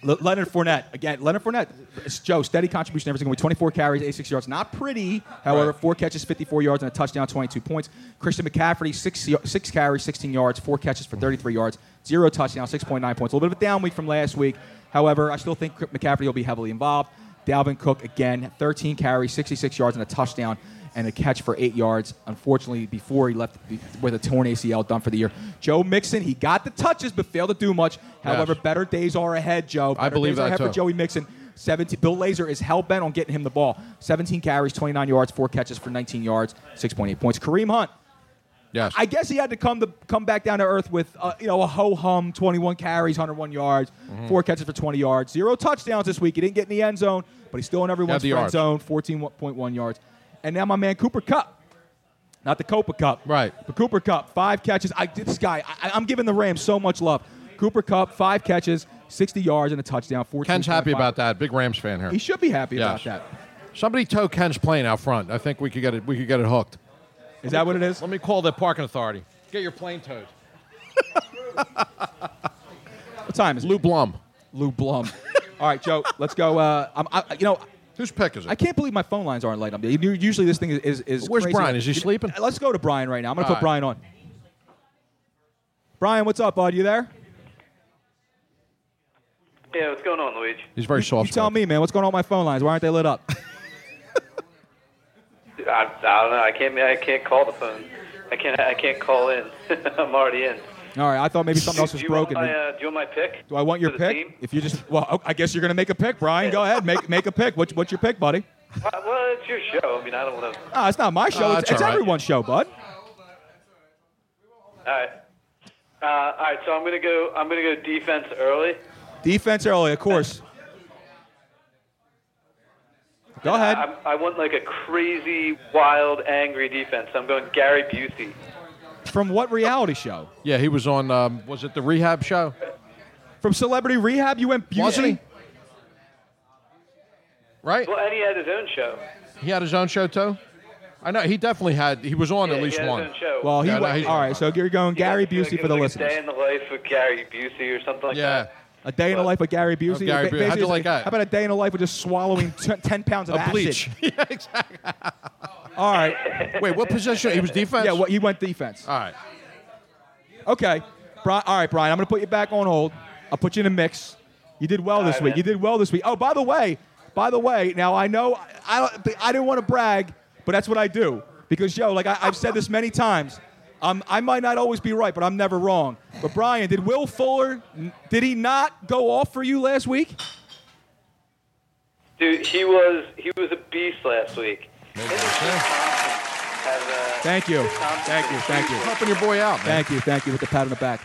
[SPEAKER 8] Le- Leonard Fournette again. Leonard Fournette, it's Joe, steady contribution every single week. 24 carries, 86 yards, not pretty. However,
[SPEAKER 9] Right.
[SPEAKER 8] four catches, 54 yards, and a touchdown, 22 points. Christian McCaffrey, six y- six carries, 16 yards, four catches for 33 yards, zero touchdowns, 6.9 points. A little bit of a down week from last week. However, I still think McCaffrey will be heavily involved. Dalvin Cook again, 13 carries, 66 yards, and a touchdown. And a catch for eight yards. Unfortunately, before he left be- with a torn ACL, done for the year. Joe Mixon, he got the touches but failed to do much. However, better days are ahead, Joe.
[SPEAKER 9] I
[SPEAKER 8] Better
[SPEAKER 9] believe
[SPEAKER 8] days are
[SPEAKER 9] that,
[SPEAKER 8] ahead for
[SPEAKER 9] too.
[SPEAKER 8] Joey Mixon. 17, Bill Lazor is hell bent on getting him the ball. 17 carries, 29 yards, four catches for 19 yards, 6.8 points. Kareem Hunt.
[SPEAKER 9] Yes.
[SPEAKER 8] I guess he had to come to come back down to earth with uh, you know a ho hum 21 carries, 101 yards,
[SPEAKER 9] Mhm.
[SPEAKER 8] four catches for 20 yards, zero touchdowns this week. He didn't get in the end zone, but he's still in everyone's
[SPEAKER 9] the
[SPEAKER 8] friend
[SPEAKER 9] yards.
[SPEAKER 8] zone, 14.1 yards. And now my man Cooper Cup, not the Copa Cup, right? But Cooper Cup, five catches. I this guy, I, I'm giving the Rams so much love. Cooper Cup, five catches, 60 yards and a touchdown. 14.
[SPEAKER 9] Ken's happy about that. Big Rams fan here.
[SPEAKER 8] He should be happy about
[SPEAKER 9] Yes.
[SPEAKER 8] that.
[SPEAKER 9] Somebody tow Ken's plane out front. I think we could get it. We could get it hooked.
[SPEAKER 8] Is that what it is?
[SPEAKER 9] Let me call the parking authority. Get your plane towed.
[SPEAKER 8] What time is it?
[SPEAKER 9] Lou Blum.
[SPEAKER 8] Lou Blum. All right, Joe, let's go. Uh, I'm, I, you know,
[SPEAKER 9] whose pick is it?
[SPEAKER 8] I can't believe my phone lines aren't light up. You- Usually this thing is is, is
[SPEAKER 9] Where's
[SPEAKER 8] crazy.
[SPEAKER 9] Brian? Is he
[SPEAKER 8] You-
[SPEAKER 9] sleeping?
[SPEAKER 8] Let's go to Brian right now. I'm gonna
[SPEAKER 9] All
[SPEAKER 8] put
[SPEAKER 9] right.
[SPEAKER 8] Brian on. Brian, what's up, bud? You there?
[SPEAKER 11] Yeah, what's going on, Luigi?
[SPEAKER 9] He's very
[SPEAKER 8] You
[SPEAKER 9] soft.
[SPEAKER 8] tell me, man. What's going on with my phone lines? Why aren't they lit up?
[SPEAKER 11] I, I don't know. I can't. I can't call the phone. I can't. I can't call in. I'm already in.
[SPEAKER 8] All right, I thought maybe something else
[SPEAKER 11] Do
[SPEAKER 8] was
[SPEAKER 11] you want
[SPEAKER 8] broken.
[SPEAKER 11] my, uh, do you want my pick?
[SPEAKER 8] Do I want your
[SPEAKER 11] for the
[SPEAKER 8] pick?
[SPEAKER 11] team?
[SPEAKER 8] If you just well, oh, I guess you're gonna make a pick, Brian. Go ahead, make make a pick. What, what's your pick, buddy?
[SPEAKER 11] Uh, well, it's your show. I mean, I don't want to.
[SPEAKER 8] Ah, it's not my show.
[SPEAKER 9] Uh,
[SPEAKER 8] it's
[SPEAKER 9] it's
[SPEAKER 8] it's
[SPEAKER 9] all right.
[SPEAKER 8] everyone's show, bud.
[SPEAKER 11] All right. Uh, all right. So I'm gonna go. I'm gonna go defense early.
[SPEAKER 8] Defense early, of course. Go ahead.
[SPEAKER 11] I, I want like a crazy, wild, angry defense. I'm going Gary Busey.
[SPEAKER 8] From what reality show?
[SPEAKER 9] Yeah, he was on. Um, was it the rehab show?
[SPEAKER 8] From Celebrity Rehab, you went Busey.
[SPEAKER 9] Wasn't he? Right.
[SPEAKER 11] Well, and he had his own show.
[SPEAKER 9] He had his own show too. I know he definitely had. He was on
[SPEAKER 11] Yeah,
[SPEAKER 9] at
[SPEAKER 11] he
[SPEAKER 9] least
[SPEAKER 11] had his
[SPEAKER 9] one.
[SPEAKER 11] own show.
[SPEAKER 8] Well, he
[SPEAKER 9] Yeah, no,
[SPEAKER 8] went.
[SPEAKER 9] he's
[SPEAKER 8] all right, so you're going Gary
[SPEAKER 11] Like,
[SPEAKER 8] Busey
[SPEAKER 11] it
[SPEAKER 8] for the
[SPEAKER 11] was like
[SPEAKER 8] listeners.
[SPEAKER 11] A day in the life of Gary Busey or something like that.
[SPEAKER 8] A day in the life of Gary Busey.
[SPEAKER 9] Gary
[SPEAKER 8] Ba-
[SPEAKER 9] Bu-
[SPEAKER 8] basically
[SPEAKER 9] how'd you
[SPEAKER 8] it's
[SPEAKER 9] like that?
[SPEAKER 8] How about a day in the life of just swallowing t- 10 pounds of
[SPEAKER 9] A
[SPEAKER 8] acid?
[SPEAKER 9] bleach. yeah, exactly.
[SPEAKER 8] All right.
[SPEAKER 9] Wait, what position? He was defense.
[SPEAKER 8] Yeah, what, he went defense.
[SPEAKER 9] All right.
[SPEAKER 8] Okay. Bri- all right, Brian, I'm going to put you back on hold. I'll put you in a mix. You did well this
[SPEAKER 11] right,
[SPEAKER 8] week.
[SPEAKER 11] man.
[SPEAKER 8] You did well this week. Oh, by the way, by the way, now I know I, I, don't- I didn't want to brag, but that's what I do. Because, yo, like I, I've said this many times, I'm, I might not always be right, but I'm never wrong. But Brian, did Will Fuller, did he not go off for you last week?
[SPEAKER 11] Dude, he was he was a beast last week.
[SPEAKER 8] Thank you. Thank you. Thank you.
[SPEAKER 9] Helping your boy out, man.
[SPEAKER 8] Thank you. Thank you with the pat on the back.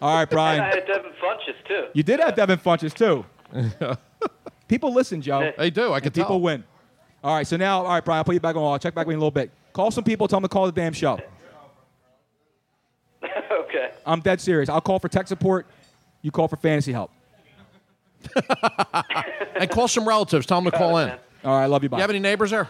[SPEAKER 8] All right, Brian.
[SPEAKER 11] And I had Devin Funches too.
[SPEAKER 8] You did have Devin Funches too. people listen, Joe.
[SPEAKER 9] They do. I can
[SPEAKER 8] and people
[SPEAKER 9] tell.
[SPEAKER 8] win. All right. So now, all right, Brian. I'll put you back on. I'll check back with you in a little bit. Call some people. Tell them to call the damn show.
[SPEAKER 11] okay.
[SPEAKER 8] I'm dead serious. I'll call for tech support. You call for fantasy help.
[SPEAKER 9] and call some relatives. Tell them to call in.
[SPEAKER 8] All right. I love you. Bye.
[SPEAKER 9] You have any neighbors there?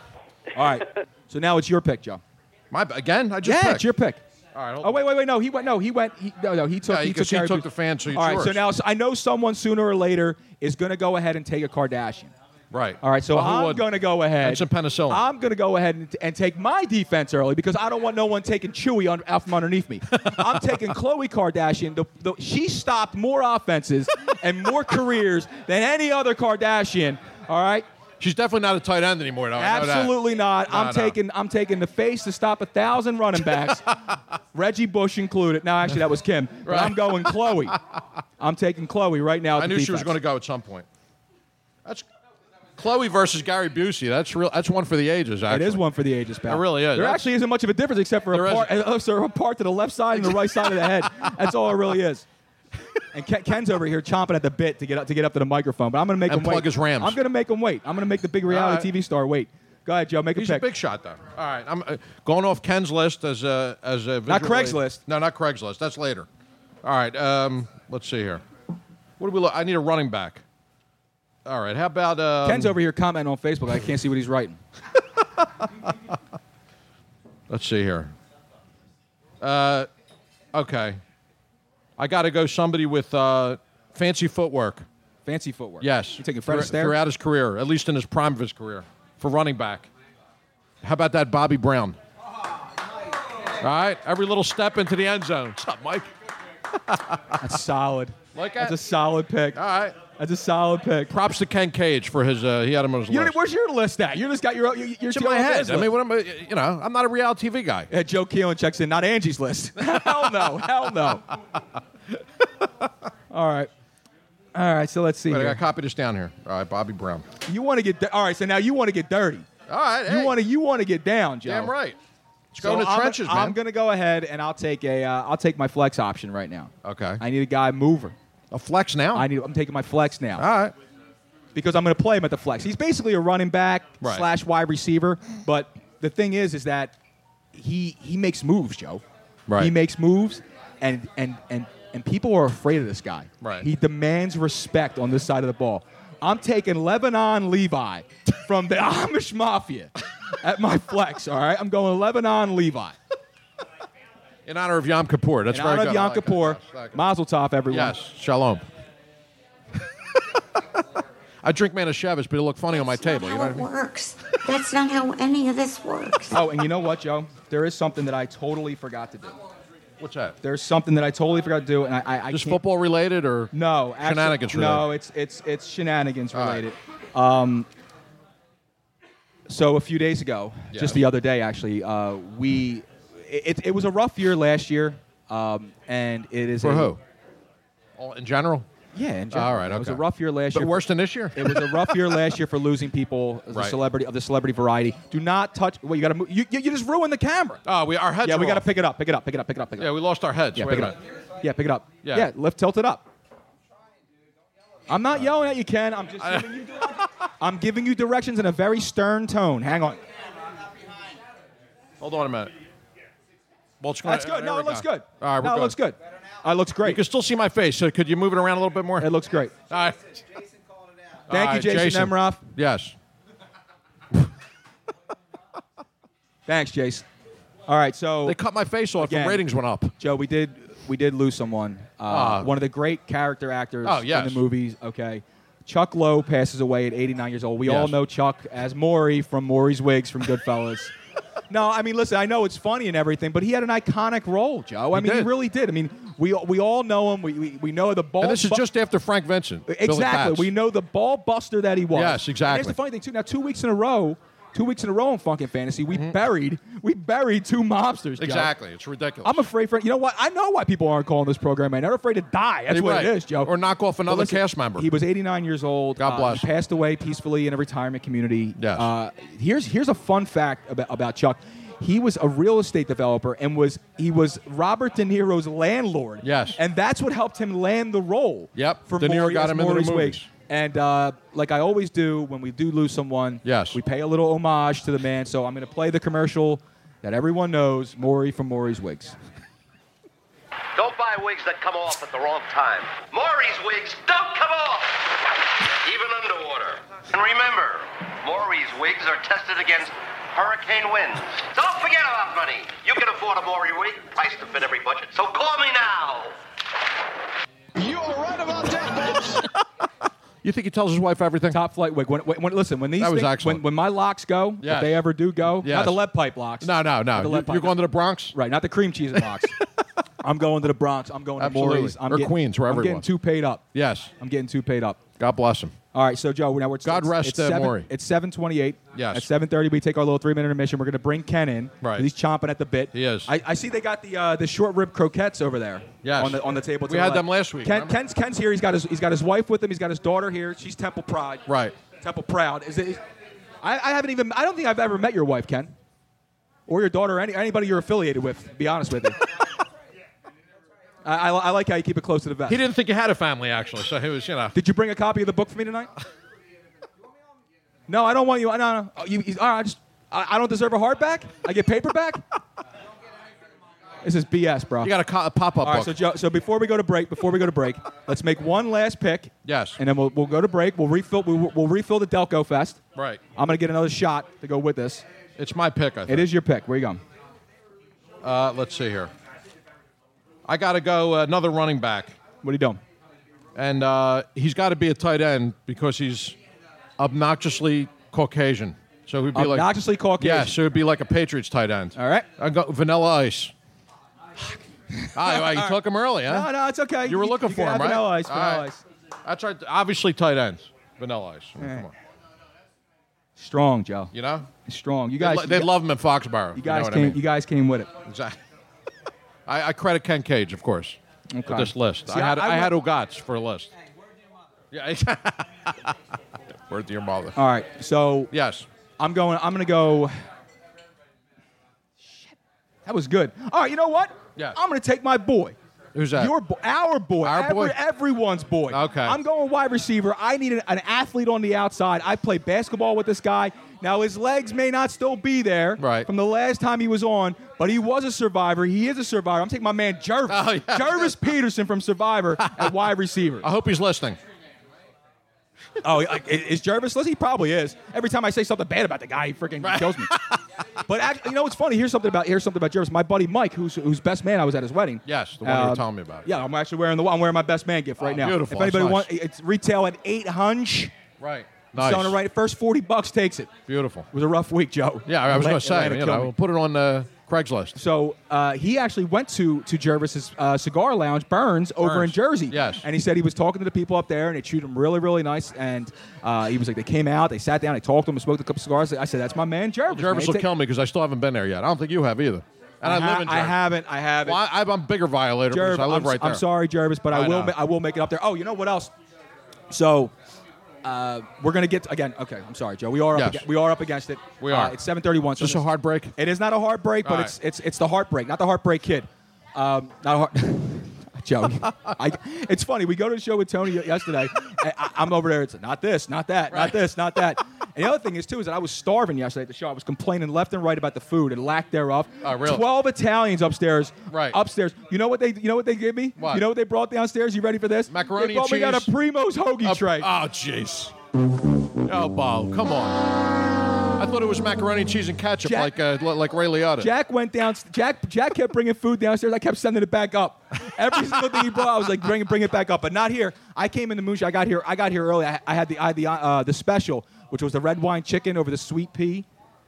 [SPEAKER 8] All right. So now it's your pick, Joe.
[SPEAKER 9] My again? I just
[SPEAKER 8] yeah,
[SPEAKER 9] picked.
[SPEAKER 8] it's your pick.
[SPEAKER 9] All right. hold
[SPEAKER 8] Oh wait, wait, wait! No, he went. No, he went. He, no, no, he took.
[SPEAKER 9] Yeah,
[SPEAKER 8] he
[SPEAKER 9] you
[SPEAKER 8] took,
[SPEAKER 9] can see he
[SPEAKER 8] Carrie
[SPEAKER 9] took
[SPEAKER 8] Bus-
[SPEAKER 9] the fan, so it's
[SPEAKER 8] All right. So
[SPEAKER 9] yours.
[SPEAKER 8] now so I know someone sooner or later is going to go ahead and take a Kardashian.
[SPEAKER 9] Right.
[SPEAKER 8] All right. So
[SPEAKER 9] Well, who
[SPEAKER 8] I'm
[SPEAKER 9] wouldn't?
[SPEAKER 8] going to go ahead.
[SPEAKER 9] And some penicillin.
[SPEAKER 8] I'm going to go ahead and, and take my defense early because I don't want no one taking Chewy on, out from underneath me. I'm taking Khloe Kardashian. The, the, she stopped more offenses and more careers than any other Kardashian. All right.
[SPEAKER 9] She's definitely not a tight end anymore, though. I know that.
[SPEAKER 8] Absolutely not.
[SPEAKER 9] No,
[SPEAKER 8] I'm
[SPEAKER 9] no.
[SPEAKER 8] taking I'm taking the face to stop a thousand running backs, Reggie Bush included. No, actually that was Kim. But
[SPEAKER 9] Right.
[SPEAKER 8] I'm going Chloe. I'm taking Chloe right now. at
[SPEAKER 9] I knew
[SPEAKER 8] the
[SPEAKER 9] she was
[SPEAKER 8] defense.
[SPEAKER 9] going to go at some point. That's Chloe versus Gary Busey. That's real. That's one for the ages. Actually,
[SPEAKER 8] It is one for the ages, pal.
[SPEAKER 9] It really is.
[SPEAKER 8] There
[SPEAKER 9] That's-
[SPEAKER 8] actually isn't much of a difference except for a
[SPEAKER 9] There
[SPEAKER 8] part,
[SPEAKER 9] isn't.
[SPEAKER 8] uh, sort of a part to the left side and the right side of the head. That's all it really is. And Ken, Ken's over here chomping at the bit to get up to get up to the microphone, but I'm going to make
[SPEAKER 9] And
[SPEAKER 8] him
[SPEAKER 9] plug
[SPEAKER 8] wait.
[SPEAKER 9] his Rams.
[SPEAKER 8] I'm going to make him wait. I'm going to make the big
[SPEAKER 9] right.
[SPEAKER 8] reality TV star wait. Go ahead, Joe. Make
[SPEAKER 9] He's
[SPEAKER 8] a
[SPEAKER 9] a
[SPEAKER 8] pick.
[SPEAKER 9] big shot, though. All right, I'm uh, going off Ken's list as a as a
[SPEAKER 8] Not
[SPEAKER 9] visual aid.
[SPEAKER 8] Craigslist.
[SPEAKER 9] No, not Craigslist. That's later. All right. Um, let's see here. What do we look? I need a running back. All right. How about um,
[SPEAKER 8] Ken's over here commenting on Facebook. I can't see what he's writing.
[SPEAKER 9] Let's see here. Uh, okay. I got to go somebody with uh, fancy footwork.
[SPEAKER 8] Fancy footwork.
[SPEAKER 9] Yes.
[SPEAKER 8] You taking
[SPEAKER 9] Thro-
[SPEAKER 8] Fred Astaire?
[SPEAKER 9] Throughout his career, at least in his prime of his career, for running back. How about that Bobby Brown? All right. Every little step into the end zone. What's up, Mike?
[SPEAKER 8] That's solid.
[SPEAKER 9] Like
[SPEAKER 8] That's
[SPEAKER 9] that?
[SPEAKER 8] a solid pick.
[SPEAKER 9] All right.
[SPEAKER 8] That's a solid pick.
[SPEAKER 9] Props to Ken Cage for his, uh, he had him on his
[SPEAKER 8] You
[SPEAKER 9] list.
[SPEAKER 8] where's your list at? You just got your own. you- You're
[SPEAKER 9] it's in my
[SPEAKER 8] dealing with
[SPEAKER 9] head.
[SPEAKER 8] his
[SPEAKER 9] I
[SPEAKER 8] list.
[SPEAKER 9] mean, what am I, you know, I'm not a reality TV guy.
[SPEAKER 8] Yeah, Uh, Joe Keelan checks in. Not Angie's list. hell no. Hell no. all right. All right. So let's see.
[SPEAKER 9] Wait, I
[SPEAKER 8] here.
[SPEAKER 9] got to copy this down here. All right, Bobby Brown.
[SPEAKER 8] You want to get di- all right. So now you want to get dirty.
[SPEAKER 9] All right.
[SPEAKER 8] You
[SPEAKER 9] hey,
[SPEAKER 8] want to you want to get down, Joe.
[SPEAKER 9] Damn right. Let's
[SPEAKER 8] So
[SPEAKER 9] go in the
[SPEAKER 8] I'm,
[SPEAKER 9] trenches, man.
[SPEAKER 8] I'm gonna go ahead and I'll take a uh, I'll take my flex option right now.
[SPEAKER 9] Okay.
[SPEAKER 8] I need a guy mover.
[SPEAKER 9] A flex now?
[SPEAKER 8] I need I'm taking my flex now.
[SPEAKER 9] All right.
[SPEAKER 8] because I'm going to play him at the flex. He's basically a running back
[SPEAKER 9] Right.
[SPEAKER 8] slash wide receiver. But the thing is, is that he he makes moves, Joe.
[SPEAKER 9] Right.
[SPEAKER 8] He makes moves, and and and and people are afraid of this guy.
[SPEAKER 9] Right.
[SPEAKER 8] He demands respect on this side of the ball. I'm taking Lebanon Levi from the Amish Mafia at my flex. All right, I'm going Lebanon Levi.
[SPEAKER 9] In honor of Yom Kippur. That's
[SPEAKER 8] In
[SPEAKER 9] very
[SPEAKER 8] honor
[SPEAKER 9] good.
[SPEAKER 8] of
[SPEAKER 9] I
[SPEAKER 8] Yom
[SPEAKER 9] like that.
[SPEAKER 8] Kippur,
[SPEAKER 9] Yes,
[SPEAKER 8] Mazel Tov, everyone.
[SPEAKER 9] Yes. Shalom. I drink Manischewitz, but it looked funny on my table. You know what I mean?
[SPEAKER 12] works. That's not how any of this works.
[SPEAKER 8] Oh, and you know what, Joe? There is something that I totally forgot to do.
[SPEAKER 9] What's that?
[SPEAKER 8] There's something that I totally forgot to do, and I, I, I
[SPEAKER 9] Just
[SPEAKER 8] can't-
[SPEAKER 9] football related or
[SPEAKER 8] No, actually,
[SPEAKER 9] shenanigans related?
[SPEAKER 8] No, it's it's it's shenanigans
[SPEAKER 9] All right.
[SPEAKER 8] related. Um, so a few days ago,
[SPEAKER 9] Yes.
[SPEAKER 8] just the other day, actually, uh, we it, it was a rough year last year, um, and it is
[SPEAKER 9] For
[SPEAKER 8] a,
[SPEAKER 9] who? All in general?
[SPEAKER 8] Yeah, in general.
[SPEAKER 9] All right,
[SPEAKER 8] It was a
[SPEAKER 9] okay.
[SPEAKER 8] rough year last
[SPEAKER 9] But
[SPEAKER 8] year.
[SPEAKER 9] worse than this year?
[SPEAKER 8] It was a rough year last year for losing people, the
[SPEAKER 9] Right.
[SPEAKER 8] celebrity of the celebrity variety. Do not touch. Well, you got to. You, you you just ruined the camera.
[SPEAKER 9] Oh, we, our heads
[SPEAKER 8] yeah,
[SPEAKER 9] are
[SPEAKER 8] we got to
[SPEAKER 9] off.
[SPEAKER 8] pick it up. Pick it up. Pick it up. Pick it up. Pick it up.
[SPEAKER 9] Yeah, we lost our heads.
[SPEAKER 8] Yeah,
[SPEAKER 9] Wait
[SPEAKER 8] pick it
[SPEAKER 9] a
[SPEAKER 8] up.
[SPEAKER 9] minute.
[SPEAKER 8] Yeah, pick it up.
[SPEAKER 9] Yeah.
[SPEAKER 8] Yeah, lift, tilt it up. I'm
[SPEAKER 9] Uh.
[SPEAKER 8] not yelling at you, Ken. I'm just giving you, I'm giving you directions in a very stern tone. Hang on.
[SPEAKER 9] Hold on a minute. Well, it's gonna,
[SPEAKER 8] That's good.
[SPEAKER 9] there
[SPEAKER 8] No,
[SPEAKER 9] we
[SPEAKER 8] it looks
[SPEAKER 9] go.
[SPEAKER 8] good.
[SPEAKER 9] All right, we're
[SPEAKER 8] no, it looks good. Uh, It looks
[SPEAKER 9] You
[SPEAKER 8] great.
[SPEAKER 9] can still see my face, so could you move it around a little bit more?
[SPEAKER 8] It looks great.
[SPEAKER 9] All right.
[SPEAKER 8] Thank
[SPEAKER 9] All
[SPEAKER 8] you,
[SPEAKER 9] right,
[SPEAKER 8] Jason, Nemiroff.
[SPEAKER 9] Yes.
[SPEAKER 8] Thanks, Jace. All right, so
[SPEAKER 9] They cut my face off
[SPEAKER 8] Again.
[SPEAKER 9] and ratings went up.
[SPEAKER 8] Joe, we did we did lose someone. Uh,
[SPEAKER 9] Ah.
[SPEAKER 8] one of the great character actors
[SPEAKER 9] Oh, yes.
[SPEAKER 8] in the movies. Okay. Chuck Lowe passes away at 89 years old. We all
[SPEAKER 9] Yes.
[SPEAKER 8] know Chuck as Maury from Maury's Wigs from Goodfellas. no, I mean, listen, I know it's funny and everything, but he had an iconic role, Joe. I
[SPEAKER 9] He
[SPEAKER 8] mean, he
[SPEAKER 9] did.
[SPEAKER 8] really did. I mean, we, we all know him. We, we, we know the ball.
[SPEAKER 9] And this is just after Frank Vincent. Billy
[SPEAKER 8] Exactly.
[SPEAKER 9] Batts.
[SPEAKER 8] We know the ball buster that he was.
[SPEAKER 9] Yes,
[SPEAKER 8] And here's
[SPEAKER 9] exactly.
[SPEAKER 8] the funny thing too. Now, two weeks in a row, Two weeks in a row in Funkin' Fantasy, we buried we buried two mobsters. Joe.
[SPEAKER 9] Mm-hmm. Exactly. It's ridiculous.
[SPEAKER 8] I'm afraid for you know what? I know why people aren't calling this program. right now. They're afraid to die. That's
[SPEAKER 9] You're
[SPEAKER 8] what
[SPEAKER 9] right.
[SPEAKER 8] it is, Joe.
[SPEAKER 9] Or knock off
[SPEAKER 8] But
[SPEAKER 9] another
[SPEAKER 8] listen,
[SPEAKER 9] cast member.
[SPEAKER 8] He was 89 years old.
[SPEAKER 9] God
[SPEAKER 8] Uh,
[SPEAKER 9] bless.
[SPEAKER 8] he passed away peacefully in a retirement community. Yes. Uh, here's here's a fun fact about, about Chuck. He was a real estate developer and was he was Robert De Niro's landlord.
[SPEAKER 9] Yes.
[SPEAKER 8] And that's what helped him land the role.
[SPEAKER 9] Yep.
[SPEAKER 8] For
[SPEAKER 9] De Niro
[SPEAKER 8] Maury-
[SPEAKER 9] got
[SPEAKER 8] as
[SPEAKER 9] him into the
[SPEAKER 8] Maury's
[SPEAKER 9] movies.
[SPEAKER 8] Wake. And uh, like I always do when we do lose someone, yes. we pay a little homage to the man. So I'm going to play the commercial that everyone knows, Maury from Maury's Wigs.
[SPEAKER 13] Don't buy wigs that come off at the wrong time. Maury's wigs don't come off, even underwater. And remember, Maury's wigs are tested against hurricane winds. Don't forget about money. You can afford a Maury wig, priced to fit every budget. So call me now.
[SPEAKER 6] You are right about that, boss.
[SPEAKER 8] You think he tells his wife everything? Top flight wig. When, when, when- listen, when these
[SPEAKER 9] That was
[SPEAKER 8] things-
[SPEAKER 9] excellent.
[SPEAKER 8] When, when my locks go,
[SPEAKER 9] Yes.
[SPEAKER 8] if they ever do go,
[SPEAKER 9] Yes.
[SPEAKER 8] not the lead pipe locks.
[SPEAKER 9] No, no, no.
[SPEAKER 8] Not the
[SPEAKER 9] You-
[SPEAKER 8] lead pipe
[SPEAKER 9] you're going
[SPEAKER 8] locks.
[SPEAKER 9] to the Bronx?
[SPEAKER 8] Right, not the cream cheese locks. I'm going to the Bronx. I'm going
[SPEAKER 9] Absolutely.
[SPEAKER 8] to Maury's. I'm
[SPEAKER 9] Or
[SPEAKER 8] getting-
[SPEAKER 9] Queens, wherever it
[SPEAKER 8] I'm getting
[SPEAKER 9] was.
[SPEAKER 8] too paid up.
[SPEAKER 9] Yes.
[SPEAKER 8] I'm getting too paid up.
[SPEAKER 9] God bless him.
[SPEAKER 8] All right, so Joe, now we're
[SPEAKER 9] God
[SPEAKER 8] it's-
[SPEAKER 9] rest,
[SPEAKER 8] it's
[SPEAKER 9] uh,
[SPEAKER 8] seven-
[SPEAKER 9] Maury.
[SPEAKER 8] It's seven twenty-eight.
[SPEAKER 9] Yes.
[SPEAKER 8] At seven thirty, we take our little three-minute intermission. We're going to bring Ken in.
[SPEAKER 9] Right.
[SPEAKER 8] He's chomping at the bit.
[SPEAKER 9] He is.
[SPEAKER 8] I, I see they got the uh, the short rib croquettes over there.
[SPEAKER 9] Yes.
[SPEAKER 8] On the on the table. to
[SPEAKER 9] We
[SPEAKER 8] the
[SPEAKER 9] had
[SPEAKER 8] left.
[SPEAKER 9] them last week,
[SPEAKER 8] Ken,
[SPEAKER 9] remember?
[SPEAKER 8] Ken's Ken's here. He's got his he's got his wife with him. He's got his daughter here. She's Temple Pride.
[SPEAKER 9] Right.
[SPEAKER 8] Temple Proud. Is it? Is, I, I haven't even. I don't think I've ever met your wife, Ken, or your daughter, or any, anybody you're affiliated with. To be honest with you. I, I, I like how you keep it close to the vest.
[SPEAKER 9] He didn't think he had a family, actually, so he was, you know.
[SPEAKER 8] Did you bring a copy of the book for me tonight? no, I don't want you. No, no. Oh, you, you- all right, I just. I, I don't deserve a hardback. I get paperback. this is BS, bro.
[SPEAKER 9] You got a, co- a pop-up
[SPEAKER 8] All right,
[SPEAKER 9] book.
[SPEAKER 8] so Joe, so before we go to break, before we go to break, let's make one last pick.
[SPEAKER 9] Yes.
[SPEAKER 8] And then we'll, we'll go to break. We'll refill. We'll, we'll refill the Delco Fest.
[SPEAKER 9] Right.
[SPEAKER 8] I'm gonna get another shot to go with this.
[SPEAKER 9] It's my pick, I think.
[SPEAKER 8] It is your pick. Where you going?
[SPEAKER 9] Uh, let's see here. I got to go uh, another running back.
[SPEAKER 8] What are you doing?
[SPEAKER 9] And uh, he's got to be a tight end because he's obnoxiously Caucasian. So he'd be like
[SPEAKER 8] Obnoxiously Caucasian.
[SPEAKER 9] Yeah, so it'd be like a Patriots tight end.
[SPEAKER 8] All right.
[SPEAKER 9] I go Vanilla Ice. Ah, you- you took him early, huh?
[SPEAKER 8] No, no, it's okay.
[SPEAKER 9] You were looking for
[SPEAKER 8] can
[SPEAKER 9] him,
[SPEAKER 8] have Vanilla
[SPEAKER 9] right?
[SPEAKER 8] ice.
[SPEAKER 9] All
[SPEAKER 8] Vanilla
[SPEAKER 9] right.
[SPEAKER 8] ice.
[SPEAKER 9] That's right. Obviously, tight ends. Vanilla Ice. I mean,
[SPEAKER 8] Yeah.
[SPEAKER 9] Come on.
[SPEAKER 8] Strong, Joe.
[SPEAKER 9] You know,
[SPEAKER 8] Strong. You
[SPEAKER 9] They
[SPEAKER 8] guys.
[SPEAKER 9] lo- they love him in Foxborough.
[SPEAKER 8] You guys
[SPEAKER 9] know what
[SPEAKER 8] came.
[SPEAKER 9] I mean?
[SPEAKER 8] You guys came with it.
[SPEAKER 9] Exactly. I, I credit Ken Cage, of course,
[SPEAKER 8] Okay.
[SPEAKER 9] for this list. I
[SPEAKER 8] See,
[SPEAKER 9] had I,
[SPEAKER 8] I- I
[SPEAKER 9] had
[SPEAKER 8] went-
[SPEAKER 9] Ugats for a list. Yeah. Word to your mother.
[SPEAKER 8] All right. So
[SPEAKER 9] Yes.
[SPEAKER 8] I'm going. I'm going to go. Shit. That was good. All right. You know what?
[SPEAKER 9] Yes.
[SPEAKER 8] I'm going to take my boy.
[SPEAKER 9] Who's that?
[SPEAKER 8] Your bo- our boy.
[SPEAKER 9] Our
[SPEAKER 8] Every-
[SPEAKER 9] boy?
[SPEAKER 8] Everyone's boy.
[SPEAKER 9] Okay.
[SPEAKER 8] I'm going wide receiver. I need an, an athlete on the outside. I played basketball with this guy. Now his legs may not still be there
[SPEAKER 9] Right.
[SPEAKER 8] from the last time he was on, but he was a survivor. He is a survivor. I'm taking my man Jervis.
[SPEAKER 9] Oh, yeah.
[SPEAKER 8] Jervis Peterson from Survivor at wide receiver.
[SPEAKER 9] I hope he's listening.
[SPEAKER 8] Oh, i- is Jervis listening? He probably is. Every time I say something bad about the guy, he freaking kills me. but actually, you know what's funny? Here's something about here's something about Jervis. My buddy Mike, who's who's best man, I was at his wedding.
[SPEAKER 9] Yes, the one you were
[SPEAKER 8] Um,
[SPEAKER 9] telling me about.
[SPEAKER 8] Yeah, I'm actually wearing the I'm wearing my best man gift right
[SPEAKER 9] Oh,
[SPEAKER 8] now.
[SPEAKER 9] beautiful.
[SPEAKER 8] If anybody
[SPEAKER 9] That's
[SPEAKER 8] wants,
[SPEAKER 9] nice.
[SPEAKER 8] it's retail at eight hunch.
[SPEAKER 9] Right.
[SPEAKER 8] Nice.
[SPEAKER 9] Nice.
[SPEAKER 8] Selling it right. First forty bucks takes it.
[SPEAKER 9] Beautiful.
[SPEAKER 8] It was a rough week, Joe.
[SPEAKER 9] Yeah, I was
[SPEAKER 8] Atla-
[SPEAKER 9] going to say,
[SPEAKER 8] Atlanta
[SPEAKER 9] you
[SPEAKER 8] killed
[SPEAKER 9] know,
[SPEAKER 8] me.
[SPEAKER 9] we'll put it on uh, Craigslist.
[SPEAKER 8] So uh, he actually went to to Jervis's uh, cigar lounge, Burns, over in
[SPEAKER 9] Burns.
[SPEAKER 8] Jersey.
[SPEAKER 9] Yes.
[SPEAKER 8] And he said he was talking to the people up there, and it treated him really, really nice. And uh, he was like, they came out, they sat down, they talked to him, and smoked a couple cigars. I said, that's my man, Jervis.
[SPEAKER 9] Jervis
[SPEAKER 8] man.
[SPEAKER 9] will
[SPEAKER 8] Take-
[SPEAKER 9] kill me because I still haven't been there yet. I don't think you have either. And I,
[SPEAKER 8] I,
[SPEAKER 9] live
[SPEAKER 8] ha-
[SPEAKER 9] in
[SPEAKER 8] I
[SPEAKER 9] Jersey.
[SPEAKER 8] haven't. I haven't.
[SPEAKER 9] Well, I, I'm a bigger violator because I
[SPEAKER 8] Jervis,
[SPEAKER 9] live
[SPEAKER 8] I'm,
[SPEAKER 9] right there.
[SPEAKER 8] I'm sorry, Jervis, but I,
[SPEAKER 9] I
[SPEAKER 8] will.
[SPEAKER 9] know.
[SPEAKER 8] ma- I will make it up there. Oh, you know what else? So uh, we're gonna get again. Okay, I'm sorry, Joe. We are up.
[SPEAKER 9] Yes.
[SPEAKER 8] aga- we are up against it.
[SPEAKER 9] We
[SPEAKER 8] Uh,
[SPEAKER 9] are.
[SPEAKER 8] it's 7:31. So
[SPEAKER 9] Is this a heartbreak?
[SPEAKER 8] It is not a heartbreak, but
[SPEAKER 9] All
[SPEAKER 8] it's it's it's the heartbreak, not the heartbreak kid. Um, not a heart. Joe, I, it's funny. We go to the show with Tony yesterday. and I, I'm over there. It's like, not this, not that, not this, not that. And the other thing is too is that I was starving yesterday at the show. I was complaining left and right about the food and lack thereof.
[SPEAKER 9] Oh, really?
[SPEAKER 8] Twelve Italians upstairs.
[SPEAKER 9] Right.
[SPEAKER 8] Upstairs. You know what they? You know what they give me?
[SPEAKER 9] What?
[SPEAKER 8] You know what they brought downstairs? You ready for this?
[SPEAKER 9] Macaroni
[SPEAKER 8] They
[SPEAKER 9] and
[SPEAKER 8] brought me down a
[SPEAKER 9] cheese.
[SPEAKER 8] Primo's hoagie
[SPEAKER 9] Uh,
[SPEAKER 8] tray.
[SPEAKER 9] Oh, jeez. Oh, Bo, come on. I thought it was macaroni and cheese and ketchup,
[SPEAKER 8] Jack-
[SPEAKER 9] like uh, li- like Ray Liotta.
[SPEAKER 8] Jack went down. Jack Jack kept bringing food downstairs. I kept sending it back up. Every single thing he brought, I was like, bring it, bring it back up. But not here. I came in the moonshine. I got here. I got here early. I, I had the I, had the uh, the special, which was the red wine chicken over the sweet pea.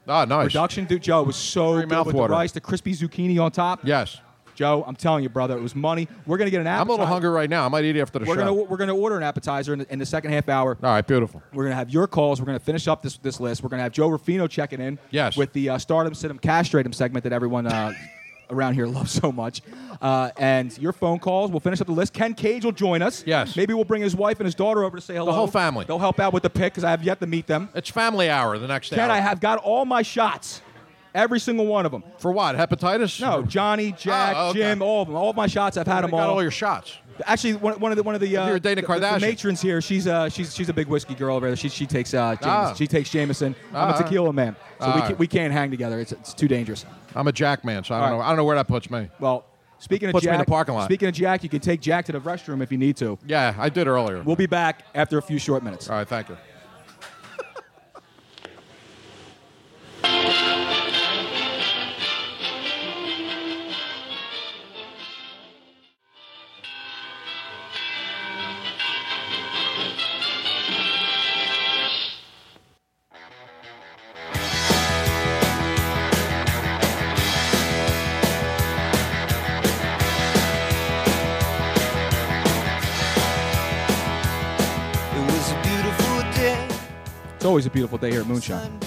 [SPEAKER 9] Ah, nice.
[SPEAKER 8] Production, dude, Joe it was so
[SPEAKER 9] Very
[SPEAKER 8] good with the
[SPEAKER 9] mouthwatering.
[SPEAKER 8] rice, the crispy zucchini on top.
[SPEAKER 9] Yes.
[SPEAKER 8] Joe, I'm telling you, brother, it was money. We're gonna get an appetizer.
[SPEAKER 9] I'm a little hungry right now. I might eat after the
[SPEAKER 8] we're
[SPEAKER 9] show.
[SPEAKER 8] gonna we're gonna order an appetizer in the, in the second half hour.
[SPEAKER 9] All right, beautiful.
[SPEAKER 8] We're gonna have your calls. We're gonna finish up this this list. We're gonna have Joe Rufino checking in.
[SPEAKER 9] Yes.
[SPEAKER 8] With the uh, Stardom, Sit 'em, Castrate 'em segment that everyone. Uh, Around here, loves so much, uh, and your phone calls. We'll finish up the list. Ken Cage will join us.
[SPEAKER 9] Yes.
[SPEAKER 8] Maybe we'll bring his wife and his daughter over to say hello.
[SPEAKER 9] whole family.
[SPEAKER 8] They'll help out with the pick because I have yet to meet them.
[SPEAKER 9] It's family hour the next
[SPEAKER 8] Ken,
[SPEAKER 9] hour.
[SPEAKER 8] I have got all my shots, every single one of them.
[SPEAKER 9] For what? Hepatitis?
[SPEAKER 8] No, Johnny, Jack,
[SPEAKER 9] Oh, okay.
[SPEAKER 8] Jim, all of them. All of my shots, I've had them
[SPEAKER 9] You got
[SPEAKER 8] all.
[SPEAKER 9] all your shots.
[SPEAKER 8] Actually, one, one of the one of the uh,
[SPEAKER 9] You were dating
[SPEAKER 8] the- the- the
[SPEAKER 9] Kardashian.
[SPEAKER 8] matrons here. She's uh she's she's a big whiskey girl over there. She she takes uh James,
[SPEAKER 9] Ah.
[SPEAKER 8] she takes Jameson. I'm
[SPEAKER 9] Ah.
[SPEAKER 8] a tequila man, so we,
[SPEAKER 9] Ah.
[SPEAKER 8] can, we can't hang together. It's it's too dangerous.
[SPEAKER 9] I'm a Jack man, so I don't
[SPEAKER 8] All right.
[SPEAKER 9] know. I don't know where that puts me.
[SPEAKER 8] Well, speaking of
[SPEAKER 9] Puts me
[SPEAKER 8] Jack,
[SPEAKER 9] in the parking lot.
[SPEAKER 8] Speaking of Jack, you can take Jack to the restroom if you need to.
[SPEAKER 9] Yeah, I did earlier.
[SPEAKER 8] We'll be back after a few short minutes.
[SPEAKER 9] All right, thank you.
[SPEAKER 2] It was a beautiful day.
[SPEAKER 8] It's always a beautiful day here at Moonshine.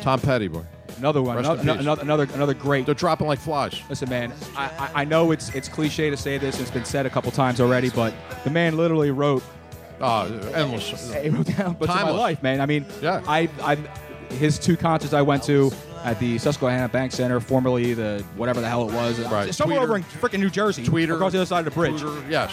[SPEAKER 9] Tom Petty, boy.
[SPEAKER 8] Another one,
[SPEAKER 9] Rest
[SPEAKER 8] another,
[SPEAKER 9] in peace.
[SPEAKER 8] another another another great.
[SPEAKER 9] They're dropping like flies.
[SPEAKER 8] Listen, man, I, I- I know it's it's cliche to say this. It's been said a couple times already, but the man literally wrote
[SPEAKER 9] Oh, endless.
[SPEAKER 8] it wrote down books of my
[SPEAKER 9] Timeless.
[SPEAKER 8] life, man. I mean,
[SPEAKER 9] Yeah.
[SPEAKER 8] I, I, his two concerts I went to at the Susquehanna Bank Center, formerly the whatever the hell it was, Uh,
[SPEAKER 9] Right.
[SPEAKER 8] somewhere
[SPEAKER 9] Tweeter.
[SPEAKER 8] over in freaking New Jersey,
[SPEAKER 9] Tweeter.
[SPEAKER 8] across the other side of the bridge.
[SPEAKER 9] Yes.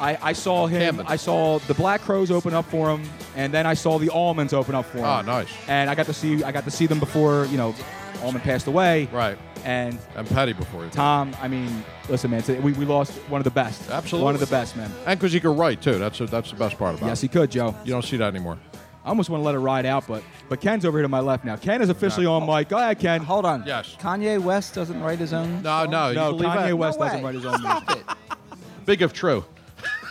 [SPEAKER 8] I, I saw him.
[SPEAKER 9] Camden.
[SPEAKER 8] I saw the Black Crows open up for him, and then I saw the Almonds open up for him.
[SPEAKER 9] Ah, nice.
[SPEAKER 8] And I got to see I got to see them before you know, Almond passed away,
[SPEAKER 9] Right.
[SPEAKER 8] and
[SPEAKER 9] And Petty before you.
[SPEAKER 8] Tom. I mean, listen, man, today- we, we lost one of the best.
[SPEAKER 9] Absolutely.
[SPEAKER 8] one of the best, man.
[SPEAKER 9] And because he could write, too. That's, that's the best part about
[SPEAKER 8] Yes,
[SPEAKER 9] it.
[SPEAKER 8] he could, Joe.
[SPEAKER 9] You don't see that anymore.
[SPEAKER 8] I almost want to let it ride out, but but Ken's over here to my left now. Ken is officially on mic. Go ahead, Ken.
[SPEAKER 14] Hold on.
[SPEAKER 9] Yes.
[SPEAKER 14] Kanye West doesn't write his own.
[SPEAKER 9] No, no.
[SPEAKER 8] No,
[SPEAKER 9] you believe
[SPEAKER 8] Kanye
[SPEAKER 9] that?
[SPEAKER 8] West
[SPEAKER 14] No
[SPEAKER 8] doesn't
[SPEAKER 14] way.
[SPEAKER 8] write his own music.
[SPEAKER 14] Stop it.
[SPEAKER 9] Big if true,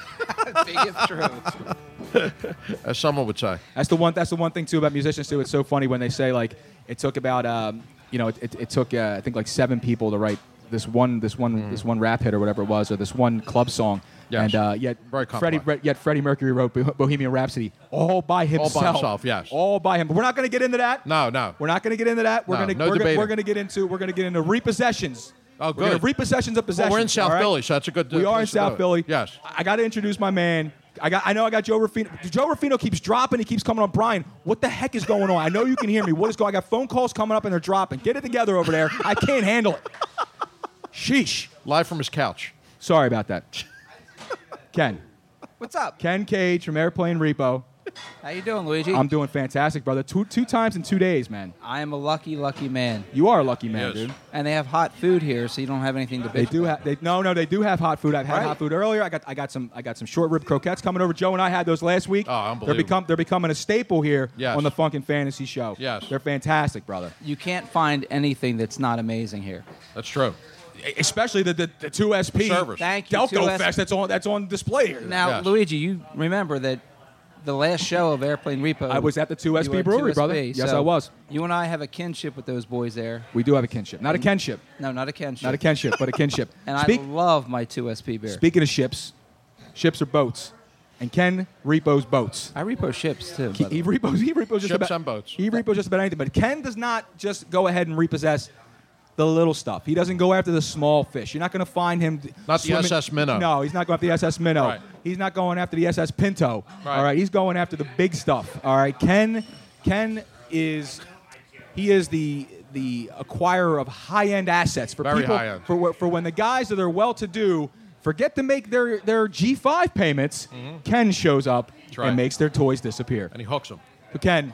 [SPEAKER 14] Big if true.
[SPEAKER 9] as someone would say.
[SPEAKER 8] That's the one. That's the one thing too about musicians too. It's so funny when they say like it took about um, you know it, it, it took uh, I think like seven people to write this one this one this one rap hit or whatever it was or this one club song.
[SPEAKER 9] Mm-hmm. Yes.
[SPEAKER 8] And uh, yet
[SPEAKER 9] Very
[SPEAKER 8] Freddie
[SPEAKER 9] complex.
[SPEAKER 8] yet Freddie Mercury wrote Bo- Bohemian Rhapsody all by himself.
[SPEAKER 9] himself, yes.
[SPEAKER 8] All by him. But we're not going to get into that.
[SPEAKER 9] No, no.
[SPEAKER 8] We're not going to get into that. We're
[SPEAKER 9] No,
[SPEAKER 8] going
[SPEAKER 9] no
[SPEAKER 8] we're, gonna-
[SPEAKER 9] debating.
[SPEAKER 8] we're going to get into we're going to get into repossessions.
[SPEAKER 9] Oh,
[SPEAKER 8] We're gonna
[SPEAKER 9] good.
[SPEAKER 8] repossessions of possessions.
[SPEAKER 9] Well, we're in South
[SPEAKER 8] all right?
[SPEAKER 9] Philly, so that's a good. uh,
[SPEAKER 8] We are in
[SPEAKER 9] place to do
[SPEAKER 8] South
[SPEAKER 9] it.
[SPEAKER 8] Philly.
[SPEAKER 9] Yes.
[SPEAKER 8] I got to introduce my man. I got. I know I got Joe Rufino. Joe Rufino keeps dropping. He keeps coming on. Brian, what the heck is going on? I know you can hear me. What is going? I got phone calls coming up and they're dropping. Get it together over there. I can't handle it. Sheesh.
[SPEAKER 9] Live from his couch.
[SPEAKER 8] Sorry about that. Ken.
[SPEAKER 14] What's up?
[SPEAKER 8] Ken Cage from Airplane Repo.
[SPEAKER 14] How you doing, Luigi?
[SPEAKER 8] I'm doing fantastic, brother. Two two times in two days, man.
[SPEAKER 14] I am a lucky, lucky man.
[SPEAKER 8] You are a lucky man,
[SPEAKER 9] Yes.
[SPEAKER 8] dude.
[SPEAKER 14] And they have hot food here, so you don't have anything to bitch.
[SPEAKER 8] They do have. They, no, no, they do have hot food. I've had
[SPEAKER 14] Right.
[SPEAKER 8] hot food earlier. I got. I got some. I got some short rib croquettes coming over. Joe and I had those last week.
[SPEAKER 9] Oh, unbelievable.
[SPEAKER 8] They're become. They're becoming a staple here
[SPEAKER 9] Yes.
[SPEAKER 8] on the Funkin' Fantasy Show.
[SPEAKER 9] Yes.
[SPEAKER 8] They're fantastic, brother.
[SPEAKER 14] You can't find anything that's not amazing here.
[SPEAKER 9] That's true.
[SPEAKER 8] E, Especially the the, the two SP
[SPEAKER 9] Servers.
[SPEAKER 14] Thank you,
[SPEAKER 8] Delco
[SPEAKER 14] 2SP.
[SPEAKER 8] Fest that's on that's on display here.
[SPEAKER 14] Now,
[SPEAKER 9] Yes.
[SPEAKER 14] Luigi, you remember that the last show of Airplane Repo.
[SPEAKER 8] I was at the 2
[SPEAKER 14] you
[SPEAKER 8] SB
[SPEAKER 14] were at
[SPEAKER 8] brewery,
[SPEAKER 14] 2SB,
[SPEAKER 8] brother. Yes,
[SPEAKER 14] so
[SPEAKER 8] I was.
[SPEAKER 14] You and I have a kinship with those boys there.
[SPEAKER 8] we do have a kinship, not a kinship,
[SPEAKER 14] No, not a kinship.
[SPEAKER 8] not a kinship, but a kinship.
[SPEAKER 14] And
[SPEAKER 8] Speak-
[SPEAKER 14] I love my 2SP beer.
[SPEAKER 8] speaking of ships, ships are boats, and Ken repos boats.
[SPEAKER 14] I repo ships too. by the
[SPEAKER 8] He, he
[SPEAKER 14] way.
[SPEAKER 8] repos. He repos just
[SPEAKER 9] Ships
[SPEAKER 8] about.
[SPEAKER 9] and boats.
[SPEAKER 8] He repos just about anything. But Ken does not just go ahead and repossess the little stuff. He doesn't go after the small fish. You're not going to find him.
[SPEAKER 9] Not the SS Minnow.
[SPEAKER 8] No, he's not going after the SS Minnow.
[SPEAKER 9] Right.
[SPEAKER 8] He's not going after the SS Pinto.
[SPEAKER 9] Right.
[SPEAKER 8] All right, he's going after the big stuff. All right, Ken. Ken is he is the the acquirer of high end assets for
[SPEAKER 9] Very
[SPEAKER 8] people
[SPEAKER 9] high-end.
[SPEAKER 8] for wh- for when the guys that are well to do. Forget to make their, their G5 payments. Ken shows up
[SPEAKER 9] Mm-hmm. right.
[SPEAKER 8] and makes their toys disappear.
[SPEAKER 9] And he hooks them.
[SPEAKER 8] But Ken,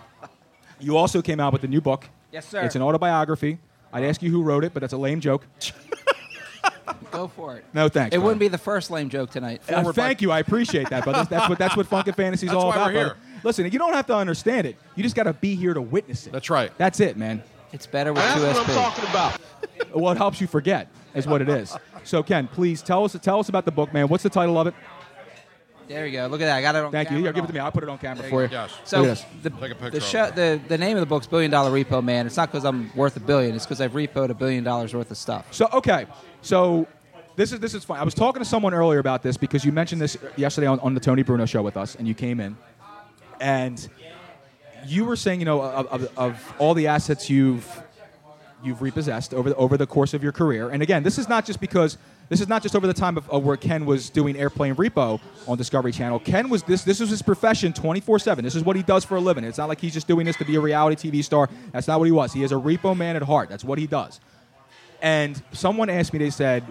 [SPEAKER 8] you also came out with a new book.
[SPEAKER 14] Yes, sir.
[SPEAKER 8] It's an autobiography. I'd ask you who wrote it, but that's a lame joke.
[SPEAKER 14] Go for it.
[SPEAKER 8] No, thanks,
[SPEAKER 14] It
[SPEAKER 8] brother.
[SPEAKER 14] wouldn't be the first lame joke tonight.
[SPEAKER 8] Uh, thank you. I appreciate that, brother. That's what that's what Funkin' Fantasy's
[SPEAKER 9] That's
[SPEAKER 8] all
[SPEAKER 9] why
[SPEAKER 8] about.
[SPEAKER 9] we're here.
[SPEAKER 8] brother. Listen, you don't have to understand it. You just got to be here to witness it.
[SPEAKER 9] That's right.
[SPEAKER 8] That's it, man.
[SPEAKER 14] It's better with
[SPEAKER 3] That's what I'm
[SPEAKER 14] 2SP.
[SPEAKER 3] talking about.
[SPEAKER 8] Well, it helps you forget is what it is. So, Ken, please tell us tell us about the book, man. What's the title of it?
[SPEAKER 14] There we go. Look at that. I got it on
[SPEAKER 8] Thank you.
[SPEAKER 14] camera
[SPEAKER 8] Here, give it to
[SPEAKER 14] and
[SPEAKER 8] me.
[SPEAKER 14] all.
[SPEAKER 8] I'll put it on camera
[SPEAKER 14] There
[SPEAKER 8] for
[SPEAKER 14] you
[SPEAKER 8] you.
[SPEAKER 14] go.
[SPEAKER 9] Yes.
[SPEAKER 14] So
[SPEAKER 8] Look at
[SPEAKER 14] the,
[SPEAKER 9] Take a picture
[SPEAKER 14] the,
[SPEAKER 9] of
[SPEAKER 14] show, the, the name of the book's Billion Dollar Repo Man. It's not because I'm worth a billion. It's because I've repoed a billion dollars worth of stuff.
[SPEAKER 8] So okay, so This is this is fun. I was talking to someone earlier about this because you mentioned this yesterday on, on the Tony Bruno show with us, and you came in, and you were saying, you know, of, of, of all the assets you've you've repossessed over the, over the course of your career, and again, this is not just because this is not just over the time of, of where Ken was doing airplane repo on Discovery Channel. Ken was this this was his profession, twenty four seven. This is what he does for a living. It's not like he's just doing this to be a reality TV star. That's not what he was. He is a repo man at heart. That's what he does. And someone asked me, they said,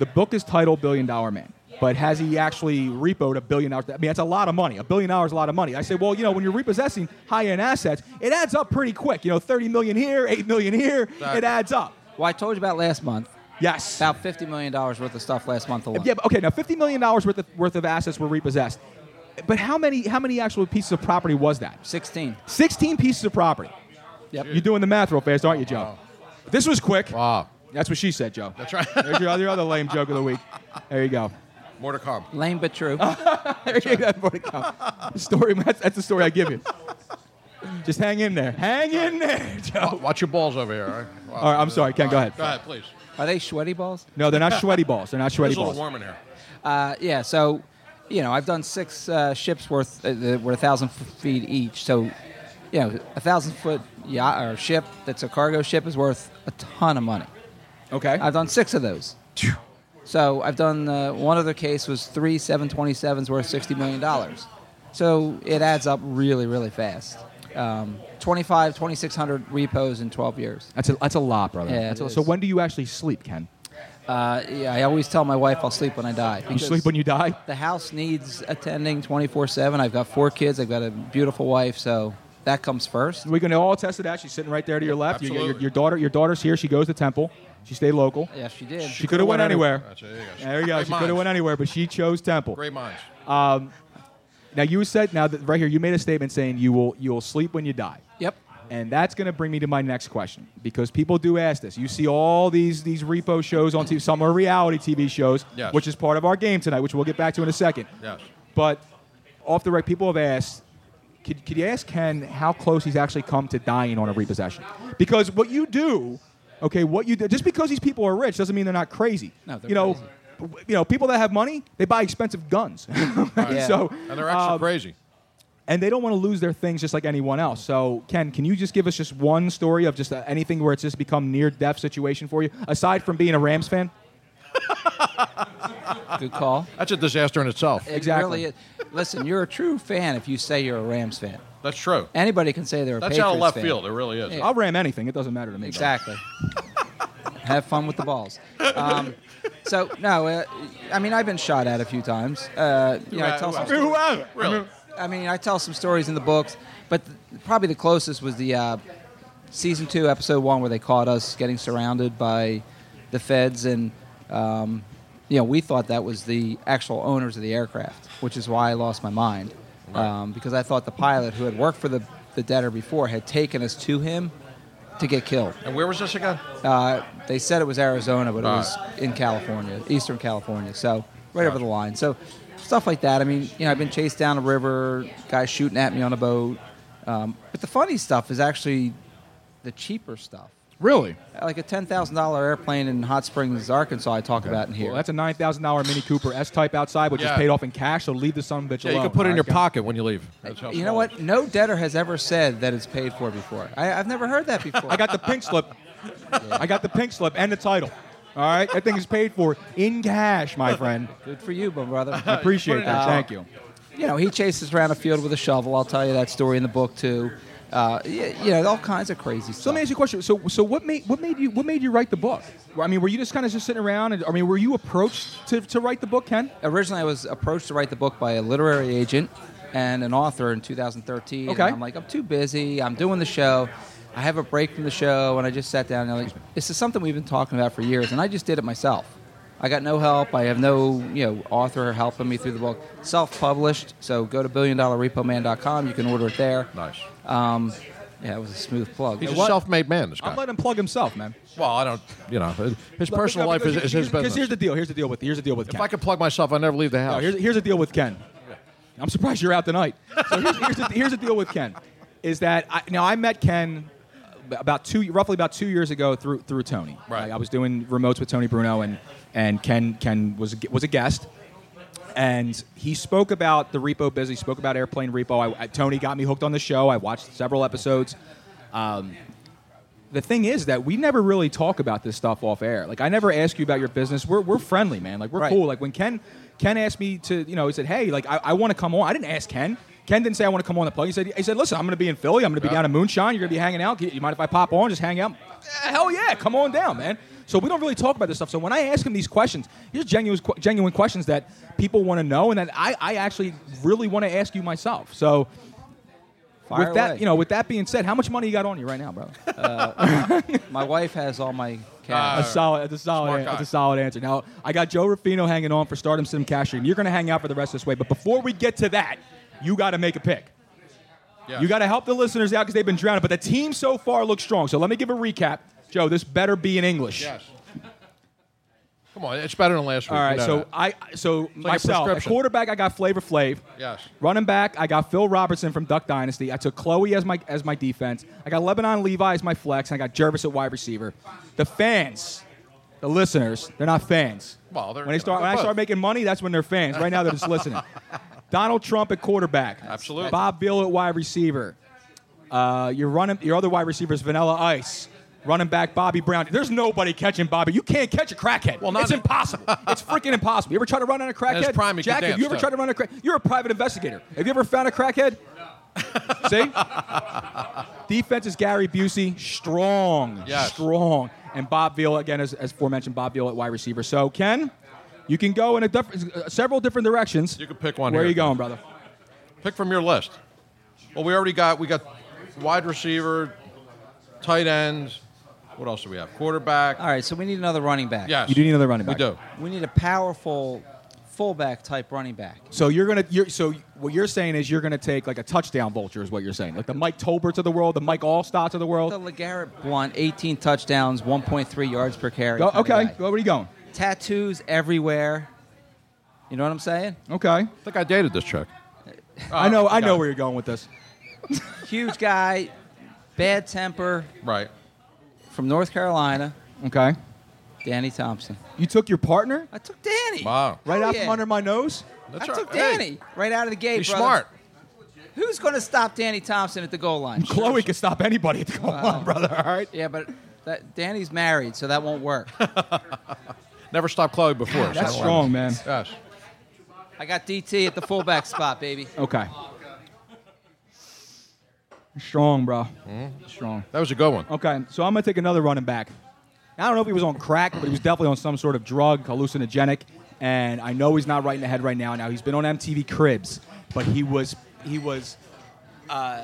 [SPEAKER 8] the book is titled Billion Dollar Man, but has he actually repoed a billion dollars? I mean, that's a lot of money. A billion dollars is a lot of money. I say, well, you know, when you're repossessing high-end assets, it adds up pretty quick. You know, 30 million here, 8 million here,
[SPEAKER 14] Exactly.
[SPEAKER 8] it adds up.
[SPEAKER 14] Well, I told you about last month.
[SPEAKER 8] Yes.
[SPEAKER 14] About $50 million worth of stuff last month alone.
[SPEAKER 8] Yeah, but okay, now 50 million dollars worth of, worth of assets were repossessed. But how many how many actual pieces of property was that?
[SPEAKER 14] 16.
[SPEAKER 8] 16 pieces of property. Yep. You're doing the math real fast, aren't you, Joe? This was quick.
[SPEAKER 9] Wow.
[SPEAKER 8] That's what she said, Joe.
[SPEAKER 9] That's right.
[SPEAKER 8] There's your other, your other lame joke of the week. There you go.
[SPEAKER 9] More to come.
[SPEAKER 14] Lame but true.
[SPEAKER 8] There you go, more to come. Story, that's, that's the story I give you. Just hang in there. Hang in there, Joe.
[SPEAKER 9] Oh, Watch your balls over here. All right, Wow.
[SPEAKER 8] All right, I'm sorry, Ken, go
[SPEAKER 9] All
[SPEAKER 8] ahead.
[SPEAKER 9] Go ahead, please.
[SPEAKER 14] Are they sweaty balls?
[SPEAKER 8] No, they're not sweaty balls. They're not sweaty
[SPEAKER 9] It's a little
[SPEAKER 8] balls.
[SPEAKER 9] warm in here.
[SPEAKER 14] Uh, yeah, so you know, I've done six uh, ships worth uh, that were a thousand f- feet each. So, you know, a thousand foot yacht or ship that's a cargo ship is worth a ton of money.
[SPEAKER 8] Okay.
[SPEAKER 14] I've done six of those. So I've done uh, one other case was three 727s worth sixty million dollars. So it adds up really, really fast. Um, 25, 2,600 repos in 12 years.
[SPEAKER 8] That's a, that's a lot, brother.
[SPEAKER 14] Yeah,
[SPEAKER 8] That's
[SPEAKER 14] it
[SPEAKER 8] a- so
[SPEAKER 14] is.
[SPEAKER 8] when do you actually sleep, Ken?
[SPEAKER 14] Uh, yeah, I always tell my wife I'll sleep when I die.
[SPEAKER 8] You sleep when you die?
[SPEAKER 14] The house needs attending 24 7. I've got four kids, I've got a beautiful wife, so that comes first.
[SPEAKER 8] We're going to all test it out. She's sitting right there to your left. Your, your-
[SPEAKER 14] Absolutely.
[SPEAKER 8] your daughter, your daughter's here. She goes to Temple. She stayed local.
[SPEAKER 14] Yeah, she did.
[SPEAKER 8] She, could have went anywhere.
[SPEAKER 9] Gotcha, there you go.
[SPEAKER 8] There you go.
[SPEAKER 9] Great
[SPEAKER 8] She could have
[SPEAKER 9] minds.
[SPEAKER 8] went anywhere, but she chose Temple.
[SPEAKER 9] Great minds.
[SPEAKER 8] Um, now you said now that right here you made a statement saying you will you will sleep when you die.
[SPEAKER 14] Yep.
[SPEAKER 8] And that's going to bring me to my next question because people do ask this. You see all these these repo shows on TV. Some are reality TV shows,
[SPEAKER 9] Yes.
[SPEAKER 8] which is part of our game tonight, which we'll get back to in a second.
[SPEAKER 9] Yes.
[SPEAKER 8] But off the record, people have asked. Could, could you ask Ken how close he's actually come to dying on a repossession? Because what you do, okay, what you do, just because these people are rich doesn't mean they're not crazy.
[SPEAKER 14] No, they're
[SPEAKER 8] you know, w- you know, people that have money, they buy expensive guns.
[SPEAKER 9] Yeah.
[SPEAKER 8] So
[SPEAKER 9] And they're actually
[SPEAKER 8] um,
[SPEAKER 9] crazy.
[SPEAKER 8] and they don't want to lose their things just like anyone else. So, Ken, can you just give us just one story of just uh, anything where it's just become near death situation for you, aside from being a Rams fan?
[SPEAKER 14] Good call.
[SPEAKER 9] That's a disaster in itself.
[SPEAKER 14] It really is. Listen, you're a true fan if you say you're a Rams fan.
[SPEAKER 9] That's true.
[SPEAKER 14] Anybody can say they're a
[SPEAKER 9] That's
[SPEAKER 14] Patriots
[SPEAKER 9] out of left
[SPEAKER 14] fan.
[SPEAKER 9] field. It really is.
[SPEAKER 8] I'll ram anything. It doesn't matter to me.
[SPEAKER 14] Exactly. Have fun with the balls. Um, so no, uh, I mean I've been shot at a few times. Uh, you know, I tell some stories-
[SPEAKER 9] Really?
[SPEAKER 14] I mean, I tell some stories in the books, but th- probably the closest was the uh, season two, episode one, where they caught us getting surrounded by the feds, and um, you know, we thought that was the actual owners of the aircraft, which is why I lost my mind, um, because I thought the pilot who had worked for the the debtor before had taken us to him to get killed.
[SPEAKER 9] And where was this again?
[SPEAKER 14] Uh, they said it was Arizona, but it
[SPEAKER 9] All
[SPEAKER 14] was in California, Eastern California. So right over the line. So stuff like that. I mean, you know, I've been chased down a river, guys shooting at me on a boat. Um, but the funny stuff is actually the cheaper stuff.
[SPEAKER 9] Really?
[SPEAKER 14] Like a ten thousand dollar airplane in Hot Springs, Arkansas. I talk about in here.
[SPEAKER 8] Well, that's a nine thousand dollar Mini Cooper S Type outside, which
[SPEAKER 14] Yeah.
[SPEAKER 8] is paid off in cash. So leave the son of a bitch
[SPEAKER 9] Yeah, you
[SPEAKER 8] alone.
[SPEAKER 9] can put it in
[SPEAKER 8] All
[SPEAKER 9] your
[SPEAKER 8] right, Ken?
[SPEAKER 9] pocket when you leave. That's how
[SPEAKER 14] you know
[SPEAKER 9] small.
[SPEAKER 14] what? No debtor has ever said that it's paid for before. I, I've never heard that before.
[SPEAKER 8] I got the pink slip. I got the pink slip and the title. All right, that thing is paid for in cash, my friend.
[SPEAKER 14] Good for you, my brother.
[SPEAKER 8] I appreciate that. Thank you.
[SPEAKER 14] you know, he chases around a field with a shovel. I'll tell you that story in the book too. Uh, y- you know, all kinds of crazy stuff.
[SPEAKER 8] So let me ask you a question. So, so what made what made you what made you write the book? I mean, were you just kind of just sitting around? And, I mean, were you approached to, to write the book, Ken?
[SPEAKER 14] Originally, I was approached to write the book by a literary agent and an author in 2013. and
[SPEAKER 8] Okay.
[SPEAKER 14] I'm like, I'm too busy. I'm doing the show. I have a break from the show, and I just sat down and I'm like, this is something we've been talking about for years, and I just did it myself. I got no help. I have no, you know, author helping me through the book. Self-published, so go to billiondollarrepoman.com. You can order it there.
[SPEAKER 9] Nice.
[SPEAKER 14] Um, yeah, it was a smooth plug.
[SPEAKER 9] He's
[SPEAKER 14] It
[SPEAKER 9] a
[SPEAKER 14] wa-
[SPEAKER 9] self-made man. This
[SPEAKER 8] I'm
[SPEAKER 9] guy.
[SPEAKER 8] letting him plug himself, man.
[SPEAKER 9] well, I don't. You know, his personal life is, is his
[SPEAKER 8] Because
[SPEAKER 9] business.
[SPEAKER 8] here's the deal. Here's the deal with here's the deal with
[SPEAKER 9] if
[SPEAKER 8] Ken.
[SPEAKER 9] I could plug myself, I never leave the house.
[SPEAKER 8] No, here's, here's the deal with Ken. I'm surprised you're out tonight. So here's, here's, the, here's the deal with Ken, is that I, now I met Ken about two, roughly about two years ago through through Tony. Right. Like, I was doing remotes with Tony Bruno, and and Ken Ken was a- was a guest, and he spoke about the repo business. He spoke about airplane repo. I, I- Tony got me hooked on the show. I watched several episodes. Um, the thing is that we never really talk about this stuff off air. Like I never ask you about your business. We're, we're friendly, man. Like we're cool. Like when Ken Ken asked me to, you know, he said, "Hey, like I, I want to come on." I didn't ask Ken. Ken didn't say I want to come on the plug. He said, "He said, listen, I'm going to be in Philly. I'm going to be down in Moonshine. You're going to be hanging out. You mind if I pop on? Just hang out." Yeah, hell yeah, come on down, man. So we don't really talk about this stuff. So when I ask him these questions, these are genuine genuine questions that people want to know, and that I, I actually really want to ask you myself. So.
[SPEAKER 14] Fire
[SPEAKER 8] with that,
[SPEAKER 14] away.
[SPEAKER 8] you know, with that being said, how much money you got on you right now, bro?
[SPEAKER 14] Uh, my wife has all my cash.
[SPEAKER 8] a solid, that's a solid,
[SPEAKER 14] Uh, smart
[SPEAKER 8] that's
[SPEAKER 14] guy.
[SPEAKER 8] a solid answer. Now I got Joe Ruffino hanging on for Stardom Sim Cash, and you're going to hang out for the rest of this way. But before we get to that, you got to make a pick. You got to help the listeners out because they've been drowning. But the team so far looks strong. So let me give a recap, Joe. This better be in English.
[SPEAKER 9] Yes. Come on, it's better than last week.
[SPEAKER 8] All right,
[SPEAKER 9] you know
[SPEAKER 8] so
[SPEAKER 9] that.
[SPEAKER 8] I so
[SPEAKER 9] It's like a
[SPEAKER 8] myself at
[SPEAKER 9] prescription.
[SPEAKER 8] quarterback I got Flavor Flav.
[SPEAKER 9] Yes.
[SPEAKER 8] Running back I got Phil Robertson from Duck Dynasty. I took Chloe as my as my defense. I got Lebanon Levi as my flex. And I got Jervis at wide receiver. The fans, the listeners, they're not fans.
[SPEAKER 9] Well, they're-
[SPEAKER 8] when they start
[SPEAKER 9] they're
[SPEAKER 8] when I
[SPEAKER 9] both.
[SPEAKER 8] start making money, that's when they're fans. Right now they're just listening. Donald Trump at quarterback.
[SPEAKER 9] Absolutely.
[SPEAKER 8] Bob Beal at wide receiver. Uh, your running your other wide receiver is Vanilla Ice. Running back Bobby Brown. There's nobody catching Bobby. You can't catch a crackhead. Well, it's impossible. it's freaking impossible. You ever try to run on a
[SPEAKER 9] his
[SPEAKER 8] crackhead?
[SPEAKER 9] prime, he could
[SPEAKER 8] Jack, have
[SPEAKER 9] dance,
[SPEAKER 8] you ever
[SPEAKER 9] too.
[SPEAKER 8] tried to run a crack? You're a private investigator. Have you ever found a crackhead? See? Defense is Gary Busey. Strong.
[SPEAKER 9] Yes.
[SPEAKER 8] Strong. And Bob Veal, again, as, as aforementioned, Bob Veal at wide receiver. So, Ken, you can go in a diff- uh, several different directions. You
[SPEAKER 9] can pick one
[SPEAKER 8] Where
[SPEAKER 9] here.
[SPEAKER 8] are you going, brother?
[SPEAKER 9] Pick from your list. Well, we already got we got wide receiver, tight end. What else do we have? Quarterback.
[SPEAKER 14] All right, so we need another running back.
[SPEAKER 9] Yes.
[SPEAKER 8] You do need another running
[SPEAKER 9] We
[SPEAKER 8] back.
[SPEAKER 9] do.
[SPEAKER 14] We need a powerful fullback type running back.
[SPEAKER 8] So you're gonna you're so what you're saying is you're gonna take like a touchdown vulture is what you're saying like the Mike Tolbert of the world the Mike Allstott of the world.
[SPEAKER 14] The LeGarrette Blunt, 18 touchdowns, 1.3 yards per carry.
[SPEAKER 8] Go-
[SPEAKER 14] kind of
[SPEAKER 8] Oh, okay,
[SPEAKER 14] guy.
[SPEAKER 8] where are you going?
[SPEAKER 14] Tattoos everywhere. You know what I'm saying?
[SPEAKER 8] Okay, I
[SPEAKER 9] think I dated this chick. Ah,
[SPEAKER 8] I know I
[SPEAKER 14] got
[SPEAKER 8] know
[SPEAKER 14] it.
[SPEAKER 8] where you're going with this.
[SPEAKER 14] Huge guy, bad temper.
[SPEAKER 9] Right.
[SPEAKER 14] From North Carolina,
[SPEAKER 8] Okay,
[SPEAKER 14] Danny Thompson.
[SPEAKER 8] you took your partner
[SPEAKER 14] I took Danny.
[SPEAKER 9] Wow.
[SPEAKER 8] right
[SPEAKER 14] Hell
[SPEAKER 8] out
[SPEAKER 14] yeah.
[SPEAKER 8] from under my nose.
[SPEAKER 9] That's
[SPEAKER 14] I
[SPEAKER 9] all
[SPEAKER 14] took
[SPEAKER 9] right. Hey,
[SPEAKER 14] Danny right out of the gate.
[SPEAKER 9] He's
[SPEAKER 14] brother.
[SPEAKER 9] smart.
[SPEAKER 14] Who's going to stop Danny Thompson at the goal line?
[SPEAKER 8] Chloe could stop anybody at the goal line, brother. All right.
[SPEAKER 14] Yeah, but that, Danny's married, so that won't work.
[SPEAKER 9] Never stopped Chloe before. so
[SPEAKER 8] That's
[SPEAKER 9] I learned.
[SPEAKER 8] strong, man.
[SPEAKER 9] Yes.
[SPEAKER 14] I got DT at the fullback spot, baby.
[SPEAKER 8] Okay. Strong, bro. Strong.
[SPEAKER 9] That was a good one.
[SPEAKER 8] Okay, so I'm gonna take another running back. I don't know if he was on crack, but he was definitely on some sort of drug, hallucinogenic, and I know he's not right in the head right now. Now he's been on MTV Cribs, but he was he was uh,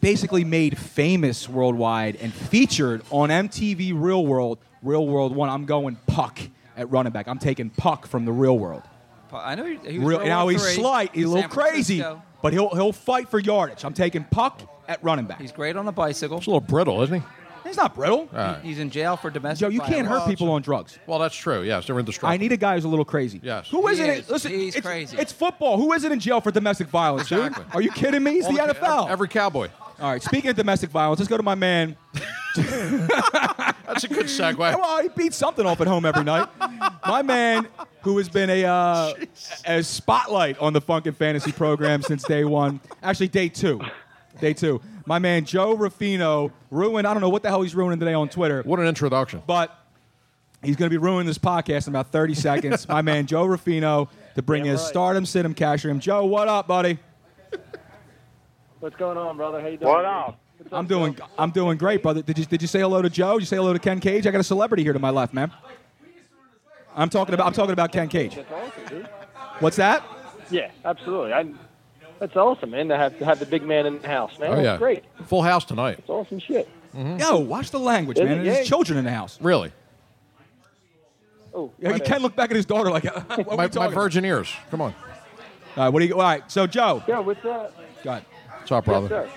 [SPEAKER 8] basically made famous worldwide and featured on MTV Real World, Real World One. I'm going Puck at running back. I'm taking Puck from the Real World.
[SPEAKER 14] I know he, he was
[SPEAKER 8] Real,
[SPEAKER 14] throwing
[SPEAKER 8] now he's
[SPEAKER 14] three
[SPEAKER 8] slight, he's a
[SPEAKER 14] in
[SPEAKER 8] little
[SPEAKER 14] San
[SPEAKER 8] crazy,
[SPEAKER 14] Francisco.
[SPEAKER 8] but he'll he'll fight for yardage. I'm taking Puck at running back.
[SPEAKER 14] He's great on a bicycle.
[SPEAKER 9] He's a little brittle, isn't he?
[SPEAKER 8] He's not brittle.
[SPEAKER 9] All right.
[SPEAKER 14] He's in jail for domestic.
[SPEAKER 8] Joe, you can't hurt
[SPEAKER 14] violence.
[SPEAKER 8] people on drugs.
[SPEAKER 9] Well, that's true. Yes, they're indestructible.
[SPEAKER 8] I need a guy who's a little crazy.
[SPEAKER 9] Yes.
[SPEAKER 8] Who isn't
[SPEAKER 14] He
[SPEAKER 8] it?
[SPEAKER 14] is.
[SPEAKER 8] Listen,
[SPEAKER 14] He's
[SPEAKER 8] it's,
[SPEAKER 14] crazy.
[SPEAKER 8] It's football. Who isn't in jail for domestic violence, dude?
[SPEAKER 9] Exactly.
[SPEAKER 8] Are you kidding me? He's
[SPEAKER 9] All
[SPEAKER 8] the
[SPEAKER 9] the-
[SPEAKER 8] NFL.
[SPEAKER 9] Every cowboy.
[SPEAKER 8] All right. Speaking of domestic violence, let's go to my man.
[SPEAKER 9] That's a good segue.
[SPEAKER 8] Well, he beats something off at home every night. My man, who has been a uh, a spotlight on the Funk and Fantasy program since day one. Actually, day two. Day two. My man Joe Ruffino ruined. I don't know what the hell he's ruining today on Twitter.
[SPEAKER 9] What an introduction.
[SPEAKER 8] But he's going to be ruining this podcast in about 30 seconds. My man Joe Ruffino to bring his stardom, sit him, cash him. Joe, what up, buddy?
[SPEAKER 15] What's going on, brother? How you doing?
[SPEAKER 16] What up?
[SPEAKER 8] I'm doing I'm doing great, brother. Did you did you say hello to Joe? Did you say hello to Ken Cage? I got a celebrity here to my left, man. I'm talking about I'm talking about Ken Cage.
[SPEAKER 15] That's awesome, dude.
[SPEAKER 8] What's that?
[SPEAKER 15] Yeah, absolutely. i that's awesome, man. To have to have the big man in the house, man.
[SPEAKER 9] Oh,
[SPEAKER 15] That's
[SPEAKER 9] yeah.
[SPEAKER 15] great.
[SPEAKER 9] Full house tonight.
[SPEAKER 15] It's awesome shit.
[SPEAKER 8] Mm-hmm. Yo, watch the language,
[SPEAKER 15] Is
[SPEAKER 8] man.
[SPEAKER 15] it?
[SPEAKER 8] There's
[SPEAKER 15] Yay.
[SPEAKER 8] children in the house.
[SPEAKER 9] Really?
[SPEAKER 15] Oh,
[SPEAKER 8] Yeah,
[SPEAKER 15] my bad.
[SPEAKER 8] Ken looked back at his daughter like, what are we
[SPEAKER 9] My, my
[SPEAKER 8] talking about?
[SPEAKER 9] virgin ears. Come on.
[SPEAKER 8] All right, what do you? All right, so Joe,
[SPEAKER 15] yeah, what's up?
[SPEAKER 8] go ahead.
[SPEAKER 9] What's up,
[SPEAKER 15] Yes,
[SPEAKER 9] brother?
[SPEAKER 15] sir.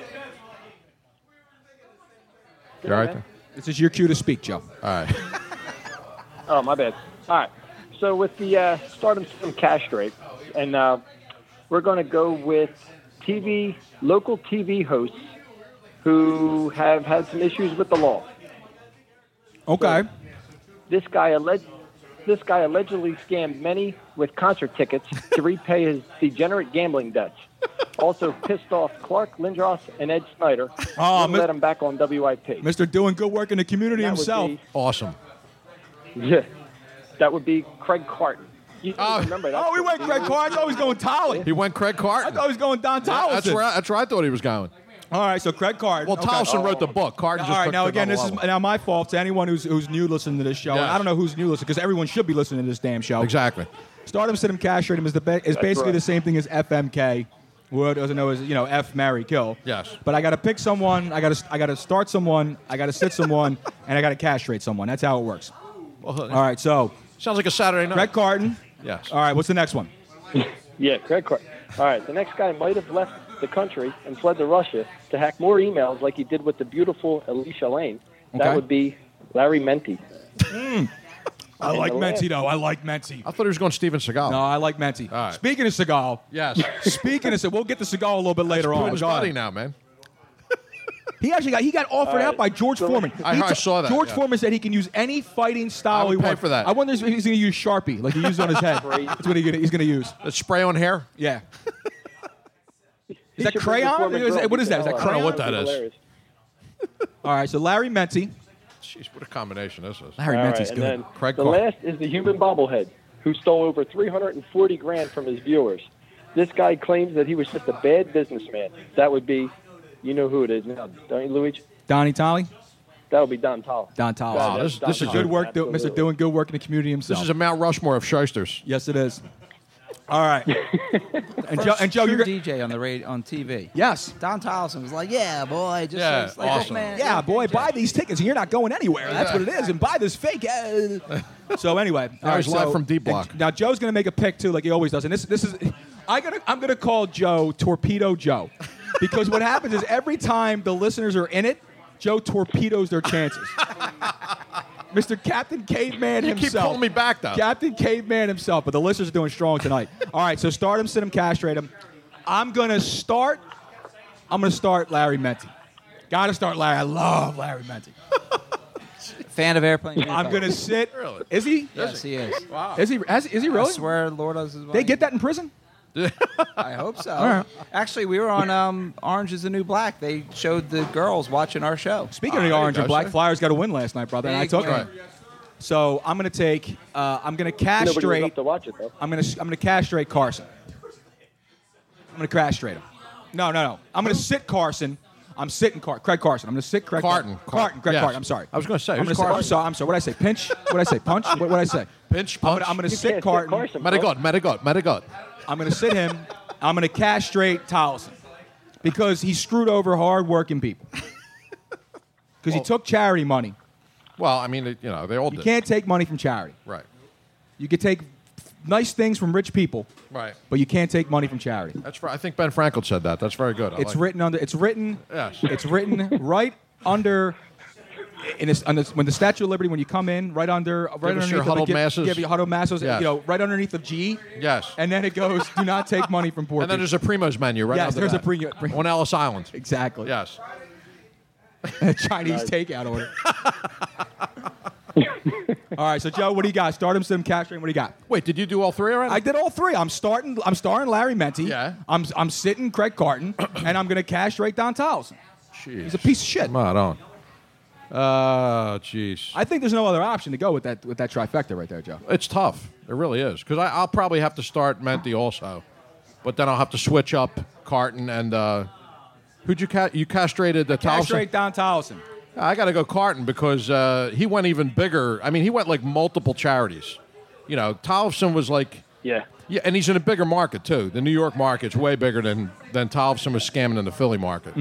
[SPEAKER 9] You all right
[SPEAKER 15] man.
[SPEAKER 9] there?
[SPEAKER 8] This is your cue to speak, Joe.
[SPEAKER 9] All right.
[SPEAKER 15] Oh, my bad. All right. So with the uh, stardom system cash rate, and uh, we're going to go with TV local TV hosts who have had some issues with the law.
[SPEAKER 8] Okay.
[SPEAKER 15] This guy alleged. This guy allegedly scammed many with concert tickets to repay his degenerate gambling debts. Also pissed off Clark Lindros and Ed Snyder.
[SPEAKER 8] Oh,
[SPEAKER 15] and
[SPEAKER 8] Mis-
[SPEAKER 15] let him back on WIP.
[SPEAKER 8] Mr. Doing good work in the community
[SPEAKER 15] That would
[SPEAKER 8] himself.
[SPEAKER 15] be-
[SPEAKER 9] Awesome.
[SPEAKER 15] Yeah, that would be Craig Carton. You
[SPEAKER 9] Oh.
[SPEAKER 15] remember that?
[SPEAKER 8] Oh, we went Craig Carr. I thought he was going Tolly.
[SPEAKER 9] He went Craig
[SPEAKER 8] I
[SPEAKER 9] Carton.
[SPEAKER 8] thought he was going Don Tolleson.
[SPEAKER 9] That's where, I, that's where I thought he was going.
[SPEAKER 8] All right, so Craig Card.
[SPEAKER 9] Well, Tolleson wrote
[SPEAKER 15] Oh.
[SPEAKER 9] the book. Carton
[SPEAKER 8] Oh. All
[SPEAKER 9] just
[SPEAKER 8] right,
[SPEAKER 9] took
[SPEAKER 8] now
[SPEAKER 9] the
[SPEAKER 8] again, this
[SPEAKER 9] double
[SPEAKER 8] is
[SPEAKER 9] level.
[SPEAKER 8] now my fault to anyone who's who's new listening to this show. And
[SPEAKER 9] Yes.
[SPEAKER 8] I don't know who's new listening because everyone should be listening to this damn
[SPEAKER 9] Oh.
[SPEAKER 8] show.
[SPEAKER 9] Exactly.
[SPEAKER 8] Stardom Cinem Cash Ratum is the ba- is
[SPEAKER 9] That's
[SPEAKER 8] basically
[SPEAKER 9] right.
[SPEAKER 8] the same thing as FMK. Who doesn't know is you know F Marry Kill.
[SPEAKER 9] Yes.
[SPEAKER 8] But I got to pick someone. I got to I got to start someone. I got to sit someone, and I got to castrate someone. That's how it works. All right, so
[SPEAKER 9] uh, Sounds like a Saturday night.
[SPEAKER 8] Craig Carton.
[SPEAKER 9] Yes.
[SPEAKER 8] All right, what's the next one?
[SPEAKER 15] Yeah, Craig Carton. All right, the next guy might have left the country and fled to Russia to hack more emails like he did with the beautiful Alicia Lane. That
[SPEAKER 8] Okay. Hmm.
[SPEAKER 15] would be Larry Menti.
[SPEAKER 8] I like
[SPEAKER 15] the last-
[SPEAKER 8] Menti though. I like Menti.
[SPEAKER 9] I thought he was going Steven Seagal.
[SPEAKER 8] No, I like Menti.
[SPEAKER 9] All right.
[SPEAKER 8] Speaking of Seagal,
[SPEAKER 9] Yes.
[SPEAKER 8] Speaking of, Se- we'll get to Seagal a little bit later
[SPEAKER 9] Put
[SPEAKER 8] on.
[SPEAKER 9] in his
[SPEAKER 8] Go ahead.
[SPEAKER 9] body now, man.
[SPEAKER 8] He actually got he got offered
[SPEAKER 9] All
[SPEAKER 8] out
[SPEAKER 9] right.
[SPEAKER 8] by George
[SPEAKER 9] So-
[SPEAKER 8] Foreman.
[SPEAKER 9] I-
[SPEAKER 8] He
[SPEAKER 9] I
[SPEAKER 8] t-
[SPEAKER 9] saw that,
[SPEAKER 8] George
[SPEAKER 9] yeah.
[SPEAKER 8] Foreman said he can use any fighting style
[SPEAKER 9] I would
[SPEAKER 8] he
[SPEAKER 9] pay
[SPEAKER 8] wants.
[SPEAKER 9] for that.
[SPEAKER 8] I wonder if he's going to use Sharpie like he used on his head.
[SPEAKER 15] Crazy.
[SPEAKER 8] That's what he gonna, he's going to use.
[SPEAKER 9] The spray on hair.
[SPEAKER 8] Yeah.
[SPEAKER 15] He
[SPEAKER 8] Is that
[SPEAKER 15] should bring the
[SPEAKER 8] crayon?
[SPEAKER 15] Foreman
[SPEAKER 8] Is that-
[SPEAKER 15] grill.
[SPEAKER 8] what is that? Is that
[SPEAKER 15] I
[SPEAKER 9] I don't know what
[SPEAKER 15] That
[SPEAKER 9] that
[SPEAKER 15] would be
[SPEAKER 9] is.
[SPEAKER 15] hilarious.
[SPEAKER 8] All right, so Larry Menti.
[SPEAKER 9] Jeez, what a combination this is.
[SPEAKER 8] Larry
[SPEAKER 15] All
[SPEAKER 8] Menti's
[SPEAKER 15] right, and
[SPEAKER 8] good.
[SPEAKER 15] then
[SPEAKER 9] Craig
[SPEAKER 15] the
[SPEAKER 9] Carton.
[SPEAKER 15] last is the human bobblehead who stole over 340 grand from his viewers. This guy claims that he was just a bad businessman. That would be, you know who it is now, don't you, Luigi?
[SPEAKER 8] Donnie Tolly.
[SPEAKER 15] That would be Don Tall.
[SPEAKER 8] Don Tolly.
[SPEAKER 9] Wow, this- this is
[SPEAKER 8] good work, do,
[SPEAKER 15] Absolutely.
[SPEAKER 8] Mr. Doing good work in the community himself.
[SPEAKER 9] This is a Mount Rushmore of shysters.
[SPEAKER 8] yes, it is. All right. and, Joe, and Joe,
[SPEAKER 14] True
[SPEAKER 8] you're gonna-
[SPEAKER 14] DJ on the radio, on TV.
[SPEAKER 8] yes.
[SPEAKER 14] Don Tolleson was like, "Yeah, boy, just
[SPEAKER 9] Yeah,
[SPEAKER 14] like, like,
[SPEAKER 9] awesome.
[SPEAKER 14] man,
[SPEAKER 8] Yeah, boy, buy these tickets and you're not going anywhere. That's
[SPEAKER 9] Yeah.
[SPEAKER 8] what it is. And buy this fake. uh, So anyway, all
[SPEAKER 9] he's live from D Block.
[SPEAKER 8] and Now Joe's gonna make a pick too, like he always does. And this this is I gonna I'm gonna call Joe Torpedo Joe, because what happens is every time the listeners are in it, Joe torpedoes their chances. Mr. Captain Caveman
[SPEAKER 9] You keep
[SPEAKER 8] himself.
[SPEAKER 9] pulling me back, though.
[SPEAKER 8] Captain Caveman himself, but the listeners are doing strong tonight. All right, so start him, sit him, castrate him. I'm gonna start. I'm gonna start Larry Menti. Gotta start Larry. I love Larry Menti.
[SPEAKER 14] fan of airplane."
[SPEAKER 8] I'm gonna sit.
[SPEAKER 9] Really?
[SPEAKER 8] Is he?
[SPEAKER 14] Yes, he is.
[SPEAKER 8] Is he? Has, is he really?
[SPEAKER 14] I swear, Lord knows his
[SPEAKER 8] They
[SPEAKER 14] mind.
[SPEAKER 8] get that in prison?
[SPEAKER 14] I hope so.
[SPEAKER 8] All right.
[SPEAKER 14] Actually, we were on um, Orange is the New Black. They showed the girls watching our show.
[SPEAKER 8] Oh, Speaking of the
[SPEAKER 9] Ah,
[SPEAKER 8] orange
[SPEAKER 9] there
[SPEAKER 8] and
[SPEAKER 9] you go,
[SPEAKER 8] black,
[SPEAKER 9] sir.
[SPEAKER 8] Flyers got a win last night, brother, and I
[SPEAKER 14] Big
[SPEAKER 8] took
[SPEAKER 14] win.
[SPEAKER 8] them. So I'm gonna take. Uh, I'm gonna
[SPEAKER 15] Nobody was
[SPEAKER 8] castrate.
[SPEAKER 15] up to watch it though.
[SPEAKER 8] I'm gonna. I'm gonna castrate Carson. I'm gonna castrate him. No, no, no. I'm gonna sit Carson. I'm sitting Car- Craig Carson. I'm gonna sit Craig
[SPEAKER 9] Carton.
[SPEAKER 8] Carton. Carton. Craig
[SPEAKER 9] Yes.
[SPEAKER 8] Carton. I'm sorry.
[SPEAKER 9] I was gonna say,
[SPEAKER 8] I'm
[SPEAKER 9] who's
[SPEAKER 8] gonna sit- I'm
[SPEAKER 9] Carton?
[SPEAKER 8] sorry. I'm sorry. What I say? Pinch. What I say? Punch. What I say?
[SPEAKER 9] Pinch,
[SPEAKER 8] I'm
[SPEAKER 9] punch.
[SPEAKER 8] gonna, I'm gonna
[SPEAKER 15] You
[SPEAKER 8] sit
[SPEAKER 15] can't sit
[SPEAKER 8] Carton.
[SPEAKER 15] Carson.
[SPEAKER 9] Metagot, Metagot, Metagot.
[SPEAKER 8] I'm going to sit him. I'm going to castrate Tolleson because he screwed over hard-working people. Because he took charity money.
[SPEAKER 9] Well, I mean, it- you know, they all
[SPEAKER 8] You
[SPEAKER 9] did.
[SPEAKER 8] can't take money from charity.
[SPEAKER 9] Right.
[SPEAKER 8] You can take nice things from rich people,
[SPEAKER 9] Right.
[SPEAKER 8] but you can't take money from charity.
[SPEAKER 9] That's right. I think Ben Franklin said that. That's very good. I
[SPEAKER 8] It's
[SPEAKER 9] like
[SPEAKER 8] written under. It's written.
[SPEAKER 9] Yes.
[SPEAKER 8] It's written right under. In this, on this, when the Statue of Liberty, when you come in, right under, right
[SPEAKER 9] Give us
[SPEAKER 8] underneath
[SPEAKER 9] your
[SPEAKER 8] of
[SPEAKER 9] huddled
[SPEAKER 8] give,
[SPEAKER 9] masses.
[SPEAKER 8] give you huddled masses,
[SPEAKER 9] Yes.
[SPEAKER 8] you know, right underneath of G,
[SPEAKER 9] Yes.
[SPEAKER 8] and then it goes, do not take money from
[SPEAKER 9] it.
[SPEAKER 8] poor
[SPEAKER 9] And then
[SPEAKER 8] people.
[SPEAKER 9] there's a Primo's menu right
[SPEAKER 8] Yes,
[SPEAKER 9] after
[SPEAKER 8] there's a
[SPEAKER 9] that.
[SPEAKER 8] Primo- Primo-
[SPEAKER 9] on Ellis Island.
[SPEAKER 8] exactly,
[SPEAKER 9] Yes.
[SPEAKER 8] Chinese takeout order. all right, so Joe, what do you got? Stardom, Sim, Capturing, what do you got?
[SPEAKER 9] Wait, did you do all three already?
[SPEAKER 8] I did all three. I'm starting. I'm starring Larry Menti.
[SPEAKER 9] Yeah.
[SPEAKER 8] I'm I'm sitting Craig Carton, and I'm gonna cash right Don Towles.
[SPEAKER 9] Jeez.
[SPEAKER 8] He's a piece of shit.
[SPEAKER 9] Come on. Oh, jeez.
[SPEAKER 8] I think there's no other option to go with that with that trifecta right there, Joe.
[SPEAKER 9] It's tough. It really is. Because I'll probably have to start Menti also. But then I'll have to switch up Carton and. Uh, who'd you ca- You castrated the
[SPEAKER 8] Cash
[SPEAKER 9] Towson?
[SPEAKER 8] right Don Towleson.
[SPEAKER 9] I got to go Carton because uh, he went even bigger. I mean, he went like multiple charities. You know, Tolleson was like,
[SPEAKER 15] Yeah.
[SPEAKER 9] yeah, and he's in a bigger market too. The New York market's way bigger than than Tolleson was scamming in the Philly market.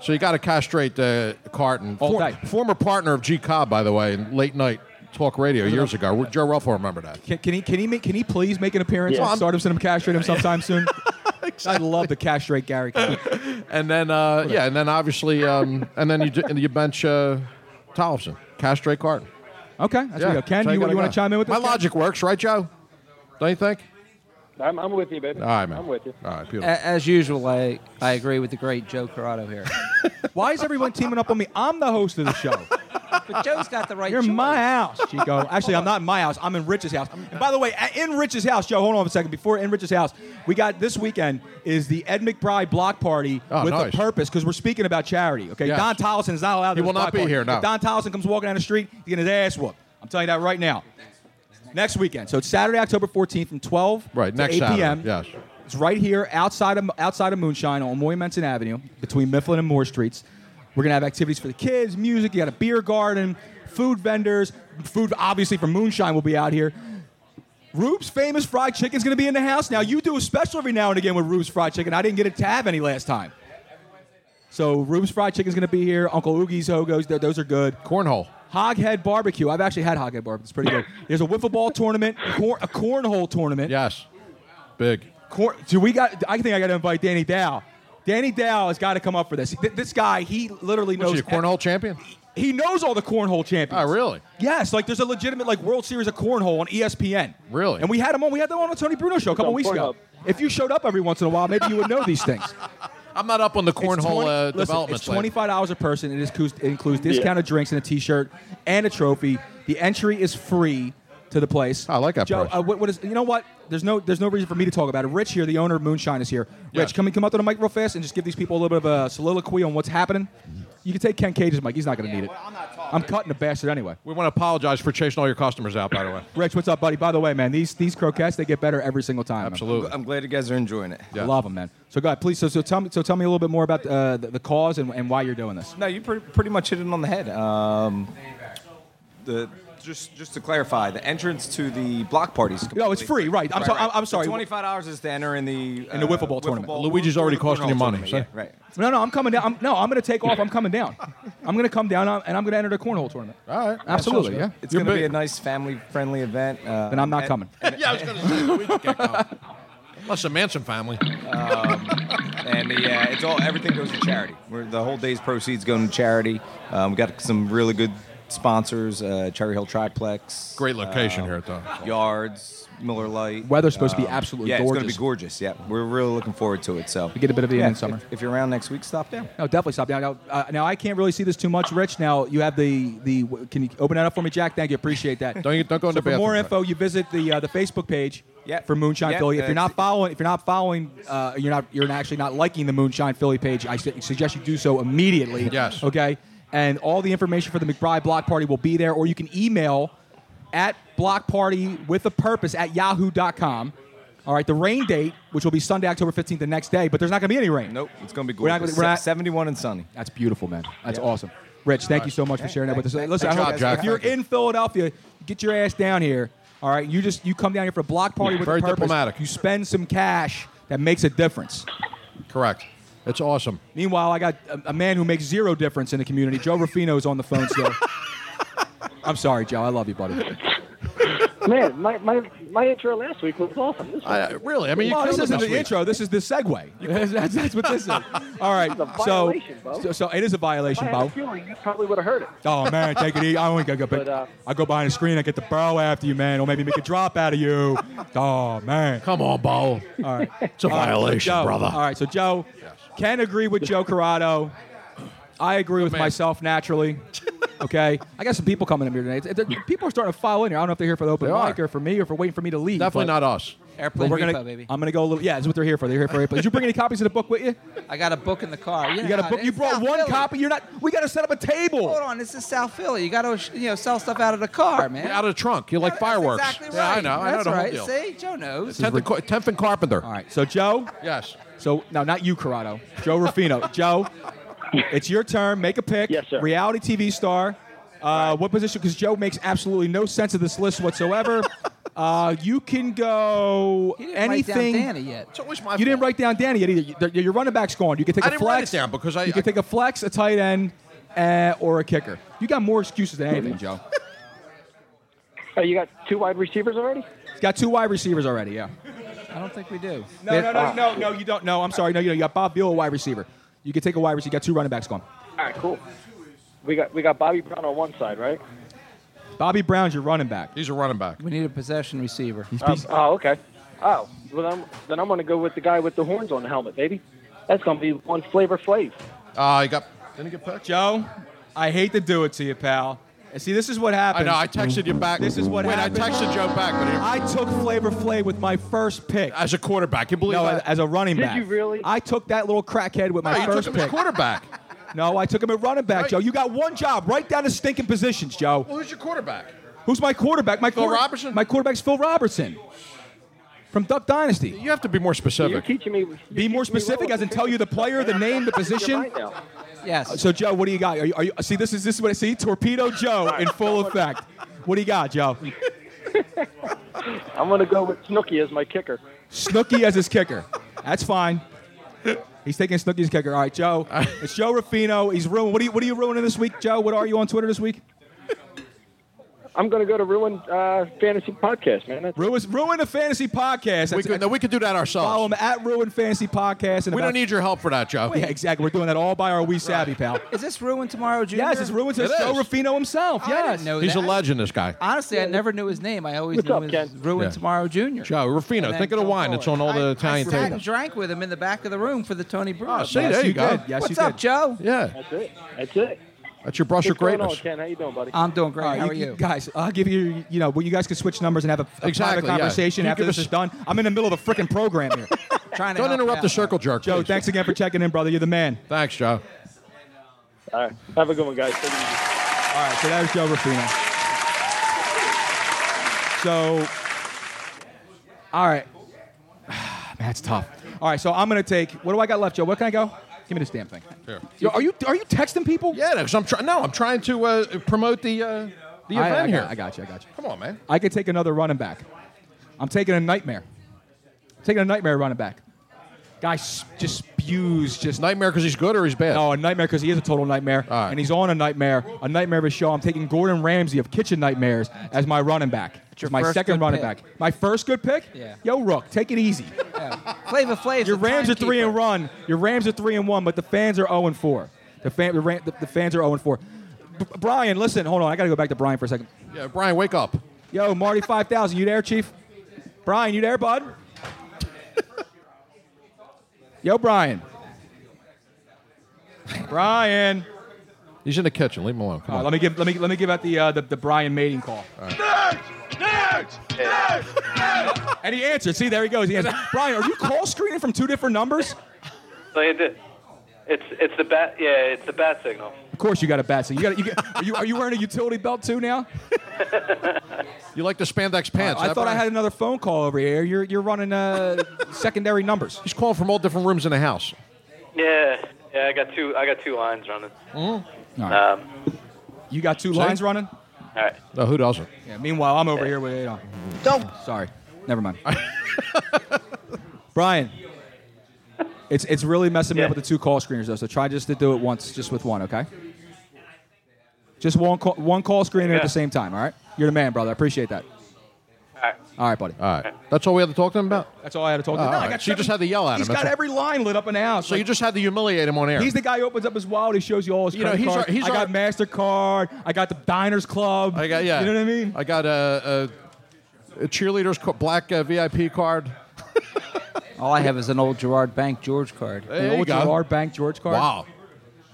[SPEAKER 9] So you got to castrate uh, Carton,
[SPEAKER 8] Mm-hmm. All day.
[SPEAKER 9] former partner of G Cobb, by the way, in late night talk radio years ago. Joe Ruff will remember that.
[SPEAKER 8] Can, can he can he make can he please make an appearance
[SPEAKER 15] Yeah.
[SPEAKER 8] on Stardom, Sim, Castrate him sometime soon? I'd love to castrate Gary. Cohen.
[SPEAKER 9] And then, uh, yeah, and then obviously, um, and then you ju- and you bench uh, Tolleson, castrate Carton.
[SPEAKER 8] Okay,
[SPEAKER 9] Yeah,
[SPEAKER 8] that's where we go. Ken,
[SPEAKER 9] so
[SPEAKER 8] you,
[SPEAKER 9] gotta
[SPEAKER 8] you want
[SPEAKER 9] go.
[SPEAKER 8] to chime in with
[SPEAKER 9] My
[SPEAKER 8] this? Ken?
[SPEAKER 9] logic works, right, Joe? Don't you think?
[SPEAKER 15] I'm, I'm with you, baby.
[SPEAKER 9] All right, man.
[SPEAKER 15] I'm with you.
[SPEAKER 9] All right,
[SPEAKER 14] A- as usual, I, I agree with the great Joe Corrado here.
[SPEAKER 8] Why is everyone teaming up on me? I'm the host of the show.
[SPEAKER 14] but Joe's got the right.
[SPEAKER 8] You're in my house, Chico. Actually, I'm not in my house. I'm in Rich's house. And by the way, at- in Rich's house, Joe, hold on a second. Before in Rich's house, we got this weekend is the Ed McBride block party
[SPEAKER 9] Oh,
[SPEAKER 8] with
[SPEAKER 9] nice.
[SPEAKER 8] a purpose because we're speaking about charity. Okay,
[SPEAKER 9] Yes.
[SPEAKER 8] Don Tolleson is not allowed.
[SPEAKER 9] He
[SPEAKER 8] to
[SPEAKER 9] will
[SPEAKER 8] this
[SPEAKER 9] not
[SPEAKER 8] block
[SPEAKER 9] be
[SPEAKER 8] party.
[SPEAKER 9] here, no.
[SPEAKER 8] If Don Tolleson comes walking down the street, he's getting his ass whooped. I'm telling you that right now. Next weekend, so it's Saturday, October 14th, from 12
[SPEAKER 9] Right,
[SPEAKER 8] to
[SPEAKER 9] next
[SPEAKER 8] 8
[SPEAKER 9] Saturday,
[SPEAKER 8] p.m.
[SPEAKER 9] yes.
[SPEAKER 8] It's right here outside of outside of Moonshine on Moy Menson Avenue between Mifflin and Moore Streets. We're gonna have activities for the kids, music. You got a beer garden, food vendors, food obviously from Moonshine will be out here. Rube's famous fried chicken's gonna be in the house. Now you do a special every now and again with Rube's fried chicken. I didn't get it to have any last time. So Rube's fried chicken's gonna be here. Uncle Oogie's hogos, th- those are good.
[SPEAKER 9] Cornhole.
[SPEAKER 8] Hoghead barbecue. I've actually had hoghead barbecue. It's pretty good. There's a wiffle ball tournament, a, cor- a cornhole tournament.
[SPEAKER 9] Yes, big.
[SPEAKER 8] Cor- do we got? I think I got to invite Danny Dow. Danny Dow has got to come up for this. Th- This guy, he literally
[SPEAKER 9] Was
[SPEAKER 8] knows.
[SPEAKER 9] he a cornhole champion?
[SPEAKER 8] He knows all the cornhole champions.
[SPEAKER 9] Oh, really?
[SPEAKER 8] Yes, like there's a legitimate like World Series of Cornhole on E ESPN.
[SPEAKER 9] Really?
[SPEAKER 8] And we had him on. We had them on the Tony Bruno show a couple
[SPEAKER 9] on
[SPEAKER 8] weeks ago.
[SPEAKER 9] Pornhub.
[SPEAKER 8] If you showed up every once in a while, maybe you would know these things.
[SPEAKER 9] I'm not up on the
[SPEAKER 8] It's
[SPEAKER 9] cornhole
[SPEAKER 8] 20
[SPEAKER 9] uh,
[SPEAKER 8] listen,
[SPEAKER 9] development.
[SPEAKER 8] It's twenty five dollars a person. It, is, it includes
[SPEAKER 9] Yeah.
[SPEAKER 8] discounted drinks and a t shirt and a trophy. The entry is free to the place. I like that. Joe,
[SPEAKER 9] price.
[SPEAKER 8] uh, what, what is? You know what? There's no there's no reason for me to talk about it. Rich here, the owner of Moonshine, is here. Rich,
[SPEAKER 9] Yes.
[SPEAKER 8] come come up to the mic real fast and just give these people a little bit of a soliloquy on what's happening. You can take Ken Cage's mic. He's not going to need it. I'm, cutting the bastard anyway.
[SPEAKER 9] We want to apologize for chasing all your customers out, by the way.
[SPEAKER 8] Rich, what's up, buddy? By the way, man, these these croquettes they get better every single time. man.
[SPEAKER 9] Absolutely.
[SPEAKER 16] I'm glad you guys are enjoying it.
[SPEAKER 8] I love them, man. So, go ahead, please. So, so tell me, so tell me a little bit more about uh, the, the cause and, and why you're doing this.
[SPEAKER 16] No, you pretty, pretty much hit it on the head. Um, the just just to clarify, the entrance to the block parties.
[SPEAKER 8] No, it's free, right? I'm, so- I'm, I'm sorry.
[SPEAKER 16] Twenty five dollars is to enter in the
[SPEAKER 8] In the wiffle ball tournament.
[SPEAKER 9] Luigi's already costing you money,
[SPEAKER 16] Yeah,
[SPEAKER 9] so-
[SPEAKER 16] right.
[SPEAKER 8] No, no, I'm coming down. I'm, no, I'm going to take off. I'm coming down. I'm going to come down I'm- and I'm going to enter the cornhole tournament.
[SPEAKER 9] All right.
[SPEAKER 8] Absolutely, yeah.
[SPEAKER 16] It's
[SPEAKER 8] You're
[SPEAKER 16] going
[SPEAKER 8] big.
[SPEAKER 16] to be a nice family friendly event. Uh,
[SPEAKER 8] Then I'm not coming.
[SPEAKER 9] yeah, I was going to say, we can't come. Unless the Manson family.
[SPEAKER 16] and the, uh, it's all everything goes to charity. We're, the whole day's proceeds go to charity. Um, we got some really good sponsors: uh, Cherry Hill Triplex.
[SPEAKER 9] Great location here at the
[SPEAKER 16] Yards, Miller Light.
[SPEAKER 8] Weather's supposed to be absolutely
[SPEAKER 16] yeah, it's going
[SPEAKER 8] gorgeous.
[SPEAKER 16] to be gorgeous. Yeah, we're really looking forward to it. So
[SPEAKER 8] We get a bit of the
[SPEAKER 16] yeah,
[SPEAKER 8] end summer.
[SPEAKER 16] If, if you're around next week, stop down.
[SPEAKER 8] No, definitely stop down. Now, uh, now I can't really see this too much, Rich. Now you have the the. Can you open that up for me, Jack? Thank you. Appreciate that.
[SPEAKER 9] Don't you- don't go in
[SPEAKER 8] so
[SPEAKER 9] the bathroom,
[SPEAKER 8] For more
[SPEAKER 9] Jack.
[SPEAKER 8] info, you visit the uh, the Facebook page.
[SPEAKER 16] Yeah.
[SPEAKER 8] For Moonshine
[SPEAKER 16] Yeah,
[SPEAKER 8] Philly, if
[SPEAKER 16] uh,
[SPEAKER 8] you're not following, if you're not following, uh, you're not you're actually not liking the Moonshine Philly page. I su- suggest you do so immediately. Yes. Okay. And all the information for the McBride Block Party will be there, or you can email at block party with a purpose at yahoo.com. All right, the rain date, which will be Sunday, October 15th, the next day, but there's not going to be any rain.
[SPEAKER 16] Nope, it's going to be
[SPEAKER 8] We're not
[SPEAKER 16] gorgeous.
[SPEAKER 8] gonna- we're not-
[SPEAKER 16] 71 and sunny.
[SPEAKER 8] That's beautiful, man. That's awesome. Rich, thank you so much for sharing that with us. Listen, I
[SPEAKER 16] Good
[SPEAKER 8] hope
[SPEAKER 16] job, Jack.
[SPEAKER 8] if you're in Philadelphia, get your ass down here. All right, you just you come down here for a block party with
[SPEAKER 9] Very
[SPEAKER 8] a purpose.
[SPEAKER 9] diplomatic.
[SPEAKER 8] You spend some cash that makes a difference.
[SPEAKER 9] Correct. It's awesome.
[SPEAKER 8] Meanwhile, I got a, a man who makes zero difference in the community. Joe Rufino's on the phone still. I'm sorry, Joe. I love you, buddy.
[SPEAKER 15] Man, my, my, my intro last week was awesome. This
[SPEAKER 9] I, really? I mean, you
[SPEAKER 8] well, this
[SPEAKER 9] killed it
[SPEAKER 8] isn't
[SPEAKER 9] this
[SPEAKER 8] the
[SPEAKER 9] week.
[SPEAKER 8] intro. This is the segue. that's, that's what this is. All right.
[SPEAKER 15] This is a
[SPEAKER 8] so,
[SPEAKER 15] violation, Bo.
[SPEAKER 8] so, so it is a
[SPEAKER 15] if I
[SPEAKER 8] violation,
[SPEAKER 15] had a
[SPEAKER 8] Bo.
[SPEAKER 15] feeling you probably would have heard it.
[SPEAKER 8] Oh man, take it easy. I only go go,
[SPEAKER 15] But, uh,
[SPEAKER 8] I go behind the screen. I get the bow after you, man. Or maybe make a drop out of you. Oh man,
[SPEAKER 9] Come on, Bo. All
[SPEAKER 8] right,
[SPEAKER 9] It's a
[SPEAKER 8] All right, so
[SPEAKER 9] violation,
[SPEAKER 8] Joe-
[SPEAKER 9] brother.
[SPEAKER 8] All right, so Joe can agree with Joe Corrado. I agree with myself naturally. Okay, I got some people coming in here tonight. It's- they're- People are starting to file in here. I don't know if they're here for the open
[SPEAKER 9] They
[SPEAKER 8] mic or for me or for waiting for me to leave.
[SPEAKER 9] Definitely
[SPEAKER 8] but-
[SPEAKER 9] not us.
[SPEAKER 8] but
[SPEAKER 14] Airplane
[SPEAKER 8] we're gonna,
[SPEAKER 14] repo, baby.
[SPEAKER 8] I'm gonna go a little. Yeah, that's what they're here for. They're here for. Did you bring any copies of the book with you?
[SPEAKER 14] I got a book in the car.
[SPEAKER 8] You got a book. You brought one copy. You're not. We got to set up a table.
[SPEAKER 14] Hold on, this is South Philly. You got to you know sell stuff out of the car, man.
[SPEAKER 9] Out of the trunk. You like
[SPEAKER 14] That's
[SPEAKER 9] fireworks.
[SPEAKER 14] Exactly
[SPEAKER 9] Yeah,
[SPEAKER 14] right.
[SPEAKER 9] I know. I know
[SPEAKER 14] That's
[SPEAKER 9] the whole
[SPEAKER 14] right.
[SPEAKER 9] deal.
[SPEAKER 14] See, Joe knows.
[SPEAKER 9] Tenth and, Car- Tenth and Carpenter. All
[SPEAKER 8] right. So Joe.
[SPEAKER 9] Yes.
[SPEAKER 8] So no, not you, Corrado. Joe Rufino. Joe, it's your turn. Make a pick. Yes, sir. Reality TV star. Uh, what position? Because Joe makes absolutely no sense of this list whatsoever. uh, you can go
[SPEAKER 14] He didn't write down
[SPEAKER 8] anything.
[SPEAKER 14] Danny yet. It's
[SPEAKER 9] always
[SPEAKER 8] you didn't write down Danny yet either. You- the- Your running back's gone. You can take
[SPEAKER 9] I
[SPEAKER 8] a
[SPEAKER 9] didn't write
[SPEAKER 8] flex
[SPEAKER 9] it down because I-
[SPEAKER 8] You can
[SPEAKER 9] I-
[SPEAKER 8] take a flex, a tight end, uh, or a kicker. You got more excuses than anything, Joe.
[SPEAKER 15] Oh, you got two wide receivers already?
[SPEAKER 8] Got two wide receivers already. Yeah.
[SPEAKER 14] I don't think we do.
[SPEAKER 8] No, no, no, no, no. You don't. No, I'm sorry. No, you don't. You got Bob Beal, a wide receiver. You can take a wide receiver. You got two running backs gone.
[SPEAKER 15] All right, cool. We got we got Bobby Brown on one side, right?
[SPEAKER 8] Bobby Brown's your running back.
[SPEAKER 9] He's a running back.
[SPEAKER 14] We need a possession receiver.
[SPEAKER 8] He's
[SPEAKER 15] Um, oh, okay. Oh, well, I'm, then I'm going to go with the guy with the horns on the helmet, baby. That's going to be one flavor flav.
[SPEAKER 9] Ah, you got. Didn't he get picked?
[SPEAKER 8] Joe, I hate to do it to you, pal. And see, this is what happened.
[SPEAKER 9] I know. I texted you back.
[SPEAKER 8] This is what
[SPEAKER 9] Wait,
[SPEAKER 8] happened.
[SPEAKER 9] I texted Joe back, but he-
[SPEAKER 8] I took Flavor Flav with my first pick.
[SPEAKER 9] as a quarterback, you believe
[SPEAKER 8] no,
[SPEAKER 9] that?
[SPEAKER 8] as a running
[SPEAKER 9] Did
[SPEAKER 8] back.
[SPEAKER 9] you really?
[SPEAKER 8] I took that little crackhead with my
[SPEAKER 9] No, you took
[SPEAKER 8] first
[SPEAKER 9] him as
[SPEAKER 8] pick.
[SPEAKER 9] quarterback.
[SPEAKER 8] No, I took him at running back, Joe. You got one job. Write down the stinking positions, Joe.
[SPEAKER 9] Well, who's your quarterback?
[SPEAKER 8] Who's my quarterback? My
[SPEAKER 9] Phil
[SPEAKER 8] quarter-
[SPEAKER 9] Robertson?
[SPEAKER 8] My quarterback's Phil Robertson from Duck Dynasty.
[SPEAKER 9] You have to be more
[SPEAKER 15] You're
[SPEAKER 9] specific.
[SPEAKER 15] teaching me.
[SPEAKER 8] Be more specific. As in, tell you the player, the name, the position.
[SPEAKER 14] Yes.
[SPEAKER 8] So, Joe, what do you got? Are you, are you see? This is this is what I see. Torpedo Joe in full effect. What do you got, Joe?
[SPEAKER 15] I'm going to go with Snooky as my kicker.
[SPEAKER 8] Snooky as his kicker. That's fine. He's taking Snooky's kicker. All right, Joe. It's Joe Ruffino. He's ruined. What are you What are you ruining this week, Joe? What are you on Twitter this week?
[SPEAKER 15] I'm going to go to Ruin uh, Fantasy Podcast, man. That's
[SPEAKER 8] Ruin Ruin a fantasy podcast.
[SPEAKER 9] We
[SPEAKER 8] That's-
[SPEAKER 9] could, no, we could do that ourselves.
[SPEAKER 8] Follow him at Ruin Fantasy Podcast. And
[SPEAKER 9] we
[SPEAKER 8] about-
[SPEAKER 9] don't need your help for that, Joe.
[SPEAKER 8] Yeah, exactly. We're doing that all by our wee savvy pal.
[SPEAKER 14] Is this ruined tomorrow, Junior?
[SPEAKER 8] Yes, it's ruined to
[SPEAKER 9] It
[SPEAKER 8] Joe
[SPEAKER 9] is.
[SPEAKER 8] Ruffino himself.
[SPEAKER 14] I
[SPEAKER 8] yes. Oh,
[SPEAKER 14] didn't know
[SPEAKER 9] He's a
[SPEAKER 14] that.
[SPEAKER 9] legend, this guy.
[SPEAKER 14] Honestly, I never knew his name. I always
[SPEAKER 15] What's
[SPEAKER 14] knew
[SPEAKER 15] up,
[SPEAKER 14] him as
[SPEAKER 15] Ken?
[SPEAKER 14] Ruin
[SPEAKER 9] Yeah.
[SPEAKER 14] Tomorrow Junior.
[SPEAKER 9] Joe Rufino, think of the wine. It's on all the Italian
[SPEAKER 14] I sat and
[SPEAKER 9] tables.
[SPEAKER 14] drank with him in the back of the room for the Tony Brewer.
[SPEAKER 9] Oh, see,
[SPEAKER 14] Yes,
[SPEAKER 9] there you
[SPEAKER 14] you
[SPEAKER 9] go.
[SPEAKER 14] did.
[SPEAKER 8] Yes,
[SPEAKER 14] What's
[SPEAKER 8] you
[SPEAKER 14] up,
[SPEAKER 8] did.
[SPEAKER 14] Joe?
[SPEAKER 9] Yeah,
[SPEAKER 15] That's it. That's it.
[SPEAKER 9] that's your brush of
[SPEAKER 15] What's going on,
[SPEAKER 9] greatness.
[SPEAKER 15] Ken? How you doing, buddy?
[SPEAKER 14] I'm doing great.
[SPEAKER 8] All right,
[SPEAKER 14] How are
[SPEAKER 8] you,
[SPEAKER 14] you?
[SPEAKER 8] guys? I'll give you. You know, well, you guys can switch numbers and have a, a
[SPEAKER 9] Exactly,
[SPEAKER 8] private
[SPEAKER 9] yeah.
[SPEAKER 8] conversation
[SPEAKER 9] You
[SPEAKER 8] after
[SPEAKER 9] give
[SPEAKER 8] this
[SPEAKER 9] us-
[SPEAKER 8] is done. I'm in the middle of a freaking program here.
[SPEAKER 14] Trying to
[SPEAKER 9] Don't
[SPEAKER 14] help
[SPEAKER 9] interrupt
[SPEAKER 14] out.
[SPEAKER 9] the circle jerk.
[SPEAKER 8] Joe,
[SPEAKER 9] please.
[SPEAKER 8] thanks again for checking in, brother. You're the man.
[SPEAKER 9] Thanks, Joe.
[SPEAKER 15] All right. Have a good one, guys. Take it easy.
[SPEAKER 8] All right, so that was Joe Rufino. So, all right, man, that's tough. All right, so I'm gonna take. What do I got left, Joe? What can I go? Give me this damn thing.
[SPEAKER 9] Here.
[SPEAKER 8] Yo, are you are you texting people?
[SPEAKER 9] Yeah, because I'm trying. No, I'm trying to uh, promote the uh, the
[SPEAKER 8] I,
[SPEAKER 9] event
[SPEAKER 8] I got-
[SPEAKER 9] here.
[SPEAKER 8] I got you. I got you.
[SPEAKER 9] Come on, man.
[SPEAKER 8] I could take another running back. I'm taking a nightmare. I'm taking a nightmare running back. Guy s- just spews just.
[SPEAKER 9] Nightmare because he's good or he's bad.
[SPEAKER 8] No, a nightmare because he is a total nightmare,
[SPEAKER 9] All right.
[SPEAKER 8] and he's on a nightmare, a nightmare of a show. I'm taking Gordon Ramsay of Kitchen Nightmares as my running back.
[SPEAKER 14] your
[SPEAKER 8] my
[SPEAKER 14] first
[SPEAKER 8] second
[SPEAKER 14] good
[SPEAKER 8] running
[SPEAKER 14] pick.
[SPEAKER 8] back. My first good pick.
[SPEAKER 14] Yeah.
[SPEAKER 8] Yo, Rook, take it easy.
[SPEAKER 14] Flavor Flav's
[SPEAKER 8] Your
[SPEAKER 14] the
[SPEAKER 8] Rams are three and
[SPEAKER 14] timekeeper.
[SPEAKER 8] one. Your Rams are three and one, but the fans are zero and four. The fan, the, Ram, the, the fans are zero and four. B- Brian, listen, hold on. I got to go back to Brian for a second.
[SPEAKER 9] Yeah, Brian, wake up.
[SPEAKER 8] Yo, Marty 5000, you there, Chief? Brian, you there, bud? Yo, Brian. Brian.
[SPEAKER 9] He's in the kitchen. Leave him alone. Come
[SPEAKER 8] All
[SPEAKER 9] on.
[SPEAKER 8] right, Uh, let me give let me let me give out the uh, the, the Brian mating call. And he answered. See, there he goes. He answered. Brian, are you call screening from two different numbers?
[SPEAKER 11] No, you did. It's it's the bat. Yeah, it's the bat signal.
[SPEAKER 8] Of course, you got a bat signal. You got you got, are you are you wearing a utility belt too now?
[SPEAKER 9] You like the spandex pants?
[SPEAKER 8] I
[SPEAKER 9] huh,
[SPEAKER 8] thought I
[SPEAKER 9] Brian?
[SPEAKER 8] had another phone call over here. You're you're running uh, secondary numbers.
[SPEAKER 9] He's calling from all different rooms in the house.
[SPEAKER 11] Yeah, yeah. I got two. I got two lines running.
[SPEAKER 8] All right.
[SPEAKER 11] Um,
[SPEAKER 8] You got two lines running.
[SPEAKER 11] all right.
[SPEAKER 9] No, who doesn't?
[SPEAKER 8] Yeah, meanwhile, I'm over here with it on. Don't. Sorry. Never mind. Brian. It's, it's really messing me
[SPEAKER 11] Yeah.
[SPEAKER 8] up with the two call screeners, though, so try just to do it once, just with one, okay? Just one call, one call screener at
[SPEAKER 11] Yeah.
[SPEAKER 8] the same time, all right? You're the man, brother. I appreciate that.
[SPEAKER 11] All right.
[SPEAKER 8] All right, buddy.
[SPEAKER 9] All right. That's all we had to talk to him about.
[SPEAKER 8] That's all I had to talk to
[SPEAKER 9] Oh, All
[SPEAKER 8] you.
[SPEAKER 9] right.
[SPEAKER 8] I got
[SPEAKER 9] So you just had to yell at him,
[SPEAKER 8] He's
[SPEAKER 9] that's
[SPEAKER 8] got
[SPEAKER 9] all.
[SPEAKER 8] every line lit up in the house.
[SPEAKER 9] So
[SPEAKER 8] Like,
[SPEAKER 9] you just had to humiliate him on air.
[SPEAKER 8] He's the guy who opens up his wallet. He shows you all his
[SPEAKER 9] You know,
[SPEAKER 8] credit
[SPEAKER 9] he's
[SPEAKER 8] cards.
[SPEAKER 9] our- he's
[SPEAKER 8] I got
[SPEAKER 9] our-
[SPEAKER 8] Mastercard. I got the Diners Club.
[SPEAKER 9] I got yeah.
[SPEAKER 8] You know what I mean?
[SPEAKER 9] I got a, a, a cheerleader's co- black uh, VIP card.
[SPEAKER 14] All I have is an old Gerard Bank George card.
[SPEAKER 9] There
[SPEAKER 8] the
[SPEAKER 9] you
[SPEAKER 8] old
[SPEAKER 9] go.
[SPEAKER 8] Gerard Bank George card.
[SPEAKER 9] Wow,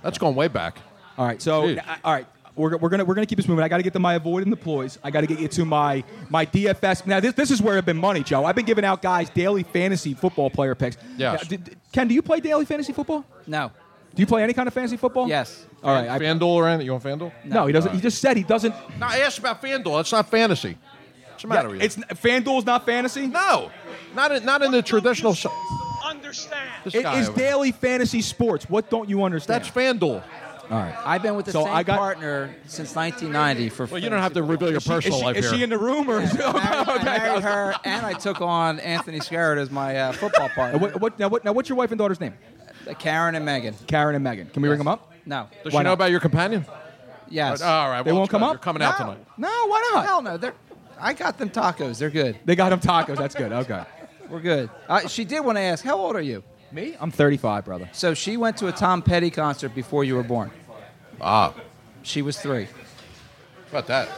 [SPEAKER 9] that's going way back.
[SPEAKER 8] All right, so
[SPEAKER 9] Jeez.
[SPEAKER 8] I- all right, we're, we're gonna we're gonna keep this moving. I got to get to my avoid and deploys. I got to get you to my my DFS. Now this this is where I've been money, Joe. I've been giving out guys daily fantasy football player picks.
[SPEAKER 9] Yes.
[SPEAKER 8] Now, did- Ken, do you play daily fantasy football?
[SPEAKER 14] No.
[SPEAKER 8] Do you play any kind of fantasy football?
[SPEAKER 14] Yes.
[SPEAKER 8] All right. I,
[SPEAKER 9] FanDuel or anything? You want FanDuel?
[SPEAKER 8] no, he doesn't. He just said he doesn't.
[SPEAKER 9] No, I asked about FanDuel. That's not fantasy. What's the matter with you?
[SPEAKER 8] It's FanDuel's not fantasy.
[SPEAKER 9] no, not in, not in the traditional. s-
[SPEAKER 17] Understand.
[SPEAKER 9] This
[SPEAKER 8] It
[SPEAKER 9] guy
[SPEAKER 8] is
[SPEAKER 9] over-
[SPEAKER 8] daily fantasy sports. What don't you understand?
[SPEAKER 9] That's FanDuel.
[SPEAKER 8] all right.
[SPEAKER 14] I've been with the
[SPEAKER 8] So
[SPEAKER 14] same
[SPEAKER 8] I got-
[SPEAKER 14] partner since 1990 for.
[SPEAKER 9] Well, you don't have to reveal your
[SPEAKER 8] Is she,
[SPEAKER 9] personal life
[SPEAKER 8] is she
[SPEAKER 9] here.
[SPEAKER 8] in the room or?
[SPEAKER 14] I married, I married her, and I took on Anthony Scarrett as my uh, football partner.
[SPEAKER 8] Now, what, what, now, what, now, what's your wife and daughter's name?
[SPEAKER 14] Uh, Karen and Megan.
[SPEAKER 8] Karen and Megan. Can we ring them up?
[SPEAKER 14] No.
[SPEAKER 9] Does
[SPEAKER 8] Why
[SPEAKER 9] she know
[SPEAKER 8] not?
[SPEAKER 9] about your companion?
[SPEAKER 14] Yes.
[SPEAKER 9] All right.
[SPEAKER 8] They
[SPEAKER 9] well,
[SPEAKER 8] won't
[SPEAKER 9] it's
[SPEAKER 8] come
[SPEAKER 9] good.
[SPEAKER 8] up?
[SPEAKER 9] You're coming out
[SPEAKER 14] No.
[SPEAKER 9] tonight.
[SPEAKER 8] No, why not?
[SPEAKER 14] Hell no. They're, I got them tacos. They're good.
[SPEAKER 8] They got him tacos. That's good. Okay.
[SPEAKER 14] We're good. Uh, she did want to ask, how old are you?
[SPEAKER 8] Me? I'm 35, brother.
[SPEAKER 14] So she went to a Tom Petty concert before you were born.
[SPEAKER 9] Ah,
[SPEAKER 14] She was three.
[SPEAKER 9] about that.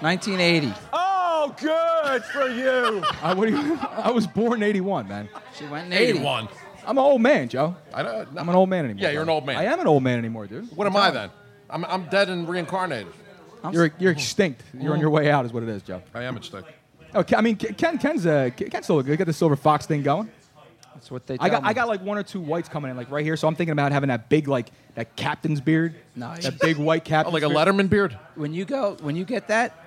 [SPEAKER 14] 1980.
[SPEAKER 8] Oh,
[SPEAKER 17] Oh, good for you.
[SPEAKER 8] I, what do you- I was born in 81, man.
[SPEAKER 14] She went in 80.
[SPEAKER 9] 81.
[SPEAKER 8] I'm an old man, Joe.
[SPEAKER 9] I don't,
[SPEAKER 8] I'm an old man anymore.
[SPEAKER 9] Yeah, you're an
[SPEAKER 8] bro.
[SPEAKER 9] old man.
[SPEAKER 8] I am an old man anymore, dude.
[SPEAKER 9] What am I then? I'm, I'm dead and reincarnated.
[SPEAKER 8] You're, you're extinct. You're on your way out, is what it is, Joe.
[SPEAKER 9] I am extinct.
[SPEAKER 8] Oh, Ken- I mean, Ken, Ken's, uh, Ken's still good. Got the silver fox thing going.
[SPEAKER 14] That's what they.
[SPEAKER 8] I got,
[SPEAKER 14] tell me.
[SPEAKER 8] I got like one or two whites coming in, like right here. So I'm thinking about having that big, like that captain's beard.
[SPEAKER 14] Nice.
[SPEAKER 8] That big white
[SPEAKER 9] Oh,
[SPEAKER 8] captain.
[SPEAKER 9] like a Letterman beard.
[SPEAKER 14] When you go, when you get that,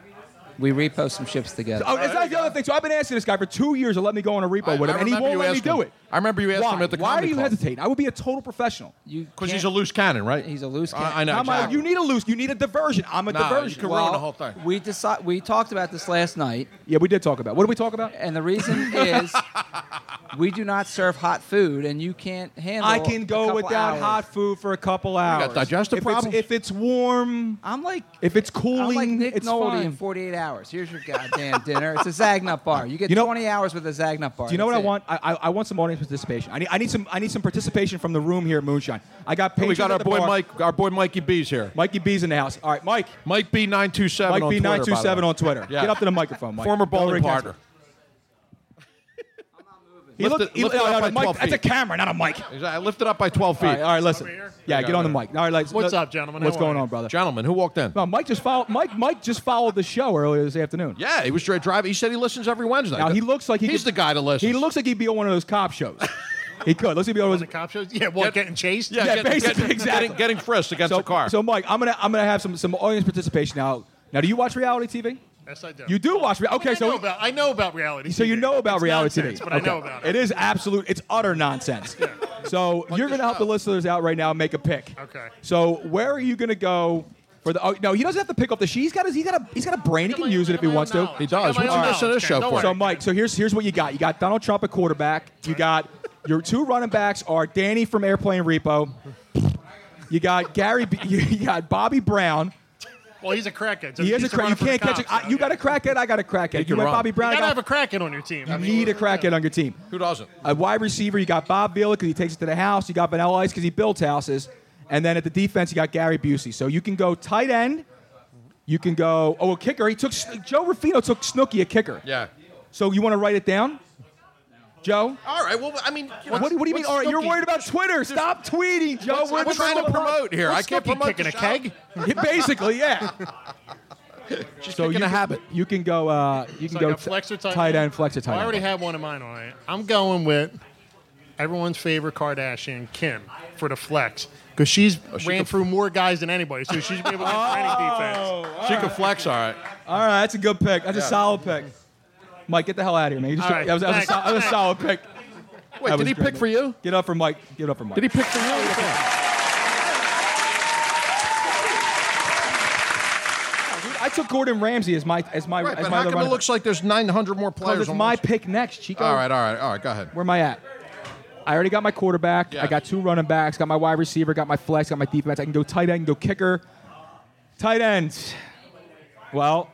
[SPEAKER 14] we repost some ships together.
[SPEAKER 8] Oh, that's not the other thing. So I've been asking this guy for two years to let me go on a repo
[SPEAKER 9] I-
[SPEAKER 8] with him,
[SPEAKER 9] I
[SPEAKER 8] and he
[SPEAKER 9] remember
[SPEAKER 8] won't
[SPEAKER 9] you
[SPEAKER 8] let me
[SPEAKER 9] asked him.
[SPEAKER 8] do it.
[SPEAKER 9] I remember you asked
[SPEAKER 8] Why?
[SPEAKER 9] him at the
[SPEAKER 8] Why are
[SPEAKER 9] comedy
[SPEAKER 8] you
[SPEAKER 9] club.
[SPEAKER 8] hesitating? I would be a total professional.
[SPEAKER 9] Because he's a loose cannon, right?
[SPEAKER 14] He's a
[SPEAKER 8] Uh,
[SPEAKER 14] loose.
[SPEAKER 9] I- I know,
[SPEAKER 8] How am I-
[SPEAKER 9] exactly.
[SPEAKER 8] you need a loose. You need a diversion. I'm a
[SPEAKER 9] Nah, you
[SPEAKER 8] diversion.
[SPEAKER 9] can ruin the whole thing.
[SPEAKER 14] We decide. We talked about this last night,
[SPEAKER 8] Yeah, we did talk about. it. What did we talk about?
[SPEAKER 14] and the reason is we do not serve hot food, and you can't handle.
[SPEAKER 8] I can
[SPEAKER 14] a
[SPEAKER 8] go
[SPEAKER 14] couple
[SPEAKER 8] without
[SPEAKER 14] hours.
[SPEAKER 8] hot food for a couple hours.
[SPEAKER 9] digestive
[SPEAKER 8] if
[SPEAKER 9] problems?
[SPEAKER 8] It's, if it's warm,
[SPEAKER 14] I'm like.
[SPEAKER 8] if it's cooling,
[SPEAKER 14] I'm like Nick
[SPEAKER 8] it's
[SPEAKER 14] Nolte
[SPEAKER 8] fine.
[SPEAKER 14] in 48 hours. Here's your goddamn dinner. It's a Zagnut bar. You get
[SPEAKER 8] You know-
[SPEAKER 14] 20 hours with a Zagnut bar.
[SPEAKER 8] Do you know what
[SPEAKER 14] That's
[SPEAKER 8] I
[SPEAKER 14] it.
[SPEAKER 8] want? I, I, I want some audience participation. I need, I need some I need some participation from the room here at Moonshine. I got patrons
[SPEAKER 9] Oh, we got
[SPEAKER 8] at
[SPEAKER 9] our
[SPEAKER 8] the
[SPEAKER 9] boy
[SPEAKER 8] bar.
[SPEAKER 9] Mike, our boy Mikey B's here.
[SPEAKER 8] Mikey B's in the house. All right, Mike.
[SPEAKER 9] Mike B nine two seven.
[SPEAKER 8] Mike B927 on Twitter.
[SPEAKER 9] Yeah.
[SPEAKER 8] Get up to the microphone, Mike.
[SPEAKER 9] Former
[SPEAKER 8] Don't
[SPEAKER 9] bowling
[SPEAKER 8] ring that.
[SPEAKER 9] partner.
[SPEAKER 8] He
[SPEAKER 9] Lift
[SPEAKER 8] looked,
[SPEAKER 9] it-
[SPEAKER 8] he
[SPEAKER 9] lift
[SPEAKER 8] looked-
[SPEAKER 9] it up
[SPEAKER 8] no, no,
[SPEAKER 9] by
[SPEAKER 8] Mike,
[SPEAKER 9] 12
[SPEAKER 8] that's a
[SPEAKER 9] feet.
[SPEAKER 8] camera, not a mic.
[SPEAKER 9] Exactly. I lifted up by twelve feet.
[SPEAKER 8] All right, all right, listen. Yeah,
[SPEAKER 9] You
[SPEAKER 8] get
[SPEAKER 9] got
[SPEAKER 8] on the
[SPEAKER 9] it.
[SPEAKER 8] mic. All right, let's,
[SPEAKER 17] What's
[SPEAKER 8] let-
[SPEAKER 17] up, gentlemen?
[SPEAKER 8] What's
[SPEAKER 17] How are
[SPEAKER 8] going
[SPEAKER 17] you?
[SPEAKER 8] on, brother?
[SPEAKER 9] Gentlemen, who walked in?
[SPEAKER 8] No, Mike just followed. Mike, Mike just followed the show earlier this afternoon.
[SPEAKER 9] Yeah, he was straight drive. He said he listens every Wednesday.
[SPEAKER 8] Now he looks like he
[SPEAKER 9] he's
[SPEAKER 8] could-
[SPEAKER 9] the guy to listen.
[SPEAKER 8] He looks like he'd be on one of those cop shows. he could. Let's see if he was
[SPEAKER 17] The cop shows? Yeah, what, getting chased?
[SPEAKER 9] yeah,
[SPEAKER 8] yeah,
[SPEAKER 9] get-
[SPEAKER 8] basically,
[SPEAKER 9] get-
[SPEAKER 8] exactly.
[SPEAKER 9] getting, getting frisked against
[SPEAKER 8] so,
[SPEAKER 9] the car.
[SPEAKER 8] So Mike, I'm gonna I'm gonna have some some audience participation now. Now, do you watch reality TV?
[SPEAKER 17] Yes, I do. Oh,
[SPEAKER 8] You do watch reality. Okay,
[SPEAKER 17] I
[SPEAKER 8] so
[SPEAKER 17] know about, I know about reality.
[SPEAKER 8] so you
[SPEAKER 17] TV.
[SPEAKER 8] know about
[SPEAKER 17] It's
[SPEAKER 8] reality
[SPEAKER 17] nonsense,
[SPEAKER 8] TV,
[SPEAKER 17] but I know about it.
[SPEAKER 8] It is absolute. It's utter nonsense. So you're
[SPEAKER 9] the
[SPEAKER 8] gonna help
[SPEAKER 9] show.
[SPEAKER 8] the listeners out right now and make a pick.
[SPEAKER 17] Okay.
[SPEAKER 8] So where are you gonna go for the? Oh no, he doesn't have to pick up the. She's got his. He's got a. He's got a brain. He can use it if he wants to.
[SPEAKER 9] He does.
[SPEAKER 17] I got my
[SPEAKER 9] What's
[SPEAKER 17] own
[SPEAKER 9] the rest of this
[SPEAKER 17] knowledge,
[SPEAKER 9] show
[SPEAKER 17] Ken, don't
[SPEAKER 9] for?
[SPEAKER 17] worry.
[SPEAKER 8] So Mike, so here's here's what you got. You got Donald Trump at quarterback. You got your two running backs are Danny from Airplane Repo. You got Gary. B, you got Bobby Brown.
[SPEAKER 17] Well, he's a crackhead. So
[SPEAKER 8] He is a
[SPEAKER 17] he's
[SPEAKER 8] crack. You
[SPEAKER 17] running for the
[SPEAKER 8] can't catch
[SPEAKER 17] cops,
[SPEAKER 8] it.
[SPEAKER 17] so,
[SPEAKER 8] You
[SPEAKER 17] yeah.
[SPEAKER 8] got a crackhead. I got a crackhead. You
[SPEAKER 9] can
[SPEAKER 8] got
[SPEAKER 9] run.
[SPEAKER 8] Bobby Brown. I
[SPEAKER 17] You gotta
[SPEAKER 8] got-
[SPEAKER 17] have a crackhead on your team.
[SPEAKER 8] you need a crackhead on your team.
[SPEAKER 9] Who doesn't?
[SPEAKER 8] A wide receiver, you got Bob Vila because he takes it to the house. You got Vanilla Ice because he builds houses. And then at the defense, you got Gary Busey. So you can go tight end. You can go, oh, a kicker. He took, Joe Rufino took Snooky, a kicker.
[SPEAKER 9] Yeah.
[SPEAKER 8] So you want to write it down? Joe?
[SPEAKER 9] All right. Well, I mean,
[SPEAKER 8] What, do- what do you mean? All right, you're worried about Twitter. Stop tweeting, Joe.
[SPEAKER 9] What's-
[SPEAKER 8] We're
[SPEAKER 9] I'm trying to promote here. I can't promote
[SPEAKER 17] kicking
[SPEAKER 9] the
[SPEAKER 17] a
[SPEAKER 9] show.
[SPEAKER 17] keg.
[SPEAKER 8] Yeah, Basically, yeah.
[SPEAKER 9] Just
[SPEAKER 8] So
[SPEAKER 9] so
[SPEAKER 8] you
[SPEAKER 9] you
[SPEAKER 8] can,
[SPEAKER 9] habit.
[SPEAKER 8] You can go. Uh, you can
[SPEAKER 17] It's
[SPEAKER 8] go
[SPEAKER 17] like a
[SPEAKER 8] t-
[SPEAKER 17] flex or tight,
[SPEAKER 8] end, flex or tight
[SPEAKER 17] I
[SPEAKER 8] end.
[SPEAKER 17] already have one in mind. All right, I'm going with everyone's favorite Kardashian, Kim, for the flex because she's
[SPEAKER 9] Oh,
[SPEAKER 17] ran through more guys than anybody, so she's been able to run for any defense.
[SPEAKER 8] Oh,
[SPEAKER 9] She can flex. All right.
[SPEAKER 8] All right, that's a good pick. That's a
[SPEAKER 9] Yeah.
[SPEAKER 8] solid pick. Mike, get the hell out of here, man. You just-
[SPEAKER 17] All right,
[SPEAKER 8] that, was, that was a,
[SPEAKER 17] next,
[SPEAKER 8] sol- that was a
[SPEAKER 17] next.
[SPEAKER 8] solid pick.
[SPEAKER 9] Wait,
[SPEAKER 8] That
[SPEAKER 9] did
[SPEAKER 8] was
[SPEAKER 9] he
[SPEAKER 8] great,
[SPEAKER 9] pick
[SPEAKER 8] man.
[SPEAKER 9] for you?
[SPEAKER 8] Get up for Mike. Get up for Mike.
[SPEAKER 9] Did he pick for you?
[SPEAKER 8] Dude, I took Gordon Ramsay as my as my
[SPEAKER 9] Right,
[SPEAKER 8] as
[SPEAKER 9] but
[SPEAKER 8] my
[SPEAKER 9] how
[SPEAKER 8] other
[SPEAKER 9] come it
[SPEAKER 8] running
[SPEAKER 9] looks like there's 900 more
[SPEAKER 8] back. 'Cause
[SPEAKER 9] players
[SPEAKER 8] it's
[SPEAKER 9] on
[SPEAKER 8] my
[SPEAKER 9] one-
[SPEAKER 8] pick next, Chico.
[SPEAKER 9] All right, all right, all right. Go ahead.
[SPEAKER 8] Where am I at? I already got my quarterback.
[SPEAKER 9] Yeah.
[SPEAKER 8] I got two running backs. Got my wide receiver. Got my flex. Got my defense. I can go tight end. Go kicker. Tight end. Well,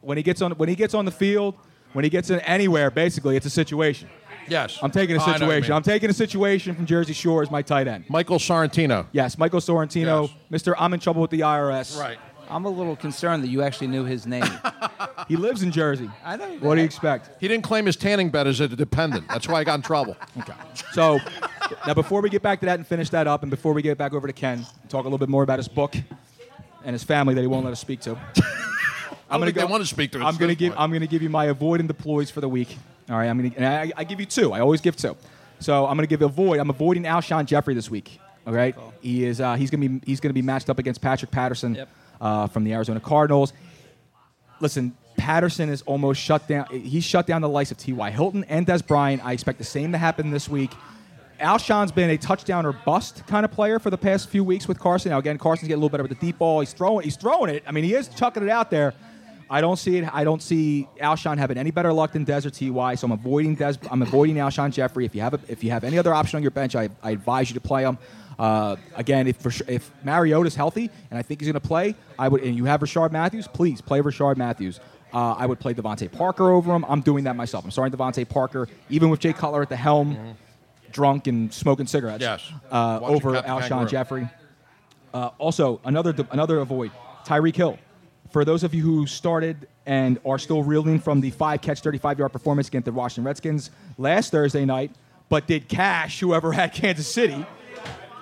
[SPEAKER 8] when he gets on when he gets on the field, when he gets in anywhere, basically, it's a situation.
[SPEAKER 9] Yes.
[SPEAKER 8] I'm taking a
[SPEAKER 9] Oh, I know what you
[SPEAKER 8] situation.
[SPEAKER 9] mean.
[SPEAKER 8] I'm taking a situation from Jersey Shore as my tight end.
[SPEAKER 9] Michael Sorrentino.
[SPEAKER 8] Yes, Michael Sorrentino,
[SPEAKER 9] Yes.
[SPEAKER 8] Mr. I'm in trouble with the IRS.
[SPEAKER 9] Right.
[SPEAKER 14] I'm a little concerned that you actually knew his name.
[SPEAKER 8] He lives in Jersey.
[SPEAKER 14] I know
[SPEAKER 8] What do
[SPEAKER 14] that.
[SPEAKER 8] you expect?
[SPEAKER 9] He didn't claim his tanning bed as a dependent. That's why I got in trouble. okay.
[SPEAKER 8] So, now before we get back to that and finish that up, and before we get back over to Ken, talk a little bit more about his book and his family that he won't let us speak to.
[SPEAKER 9] I'm
[SPEAKER 8] gonna
[SPEAKER 9] going to want to speak to.
[SPEAKER 8] I'm gonna give. I'm gonna give you my avoid and deploys for the week. All right. I'm gonna. And I, I give you two. I always give two. So I'm gonna give avoid. I'm avoiding Alshon Jeffrey this week. All right. He is. Uh, he's gonna be. He's gonna be matched up against Patrick Patterson
[SPEAKER 14] Yep.
[SPEAKER 8] uh, from the Arizona Cardinals. Listen, Patterson is almost shut down. He shut down the likes of T.Y. Hilton and Des Bryant. I expect the same to happen this week. Alshon's been a touchdown or bust kind of player for the past few weeks with Carson. Now again, Carson's getting a little better with the deep ball. He's throwing. He's throwing it. I mean, he is chucking it out there. I don't see it. I don't see Alshon having any better luck than Des or Ty. So I'm avoiding Des. I'm avoiding Alshon Jeffrey. If you have a, if you have any other option on your bench, I, I advise you to play him. Uh, again, if for sure, if Mariota's healthy and I think he's going to play, I would. And you have Rashard Matthews, please play Rashard Matthews. Uh, I would play Devontae Parker over him. I'm doing that myself. I'm starting Devontae Parker, even with Jay Cutler at the helm, drunk and smoking cigarettes.
[SPEAKER 9] Yes.
[SPEAKER 8] Uh,
[SPEAKER 9] Watching
[SPEAKER 8] over
[SPEAKER 9] Captain
[SPEAKER 8] Alshon
[SPEAKER 9] Kangaroo.
[SPEAKER 8] Jeffrey. Uh, also, another another avoid, Tyreek Hill. for those of you who started and are still reeling from the five catch, 35 yard performance against the Washington Redskins last Thursday night, but did cash whoever had Kansas City.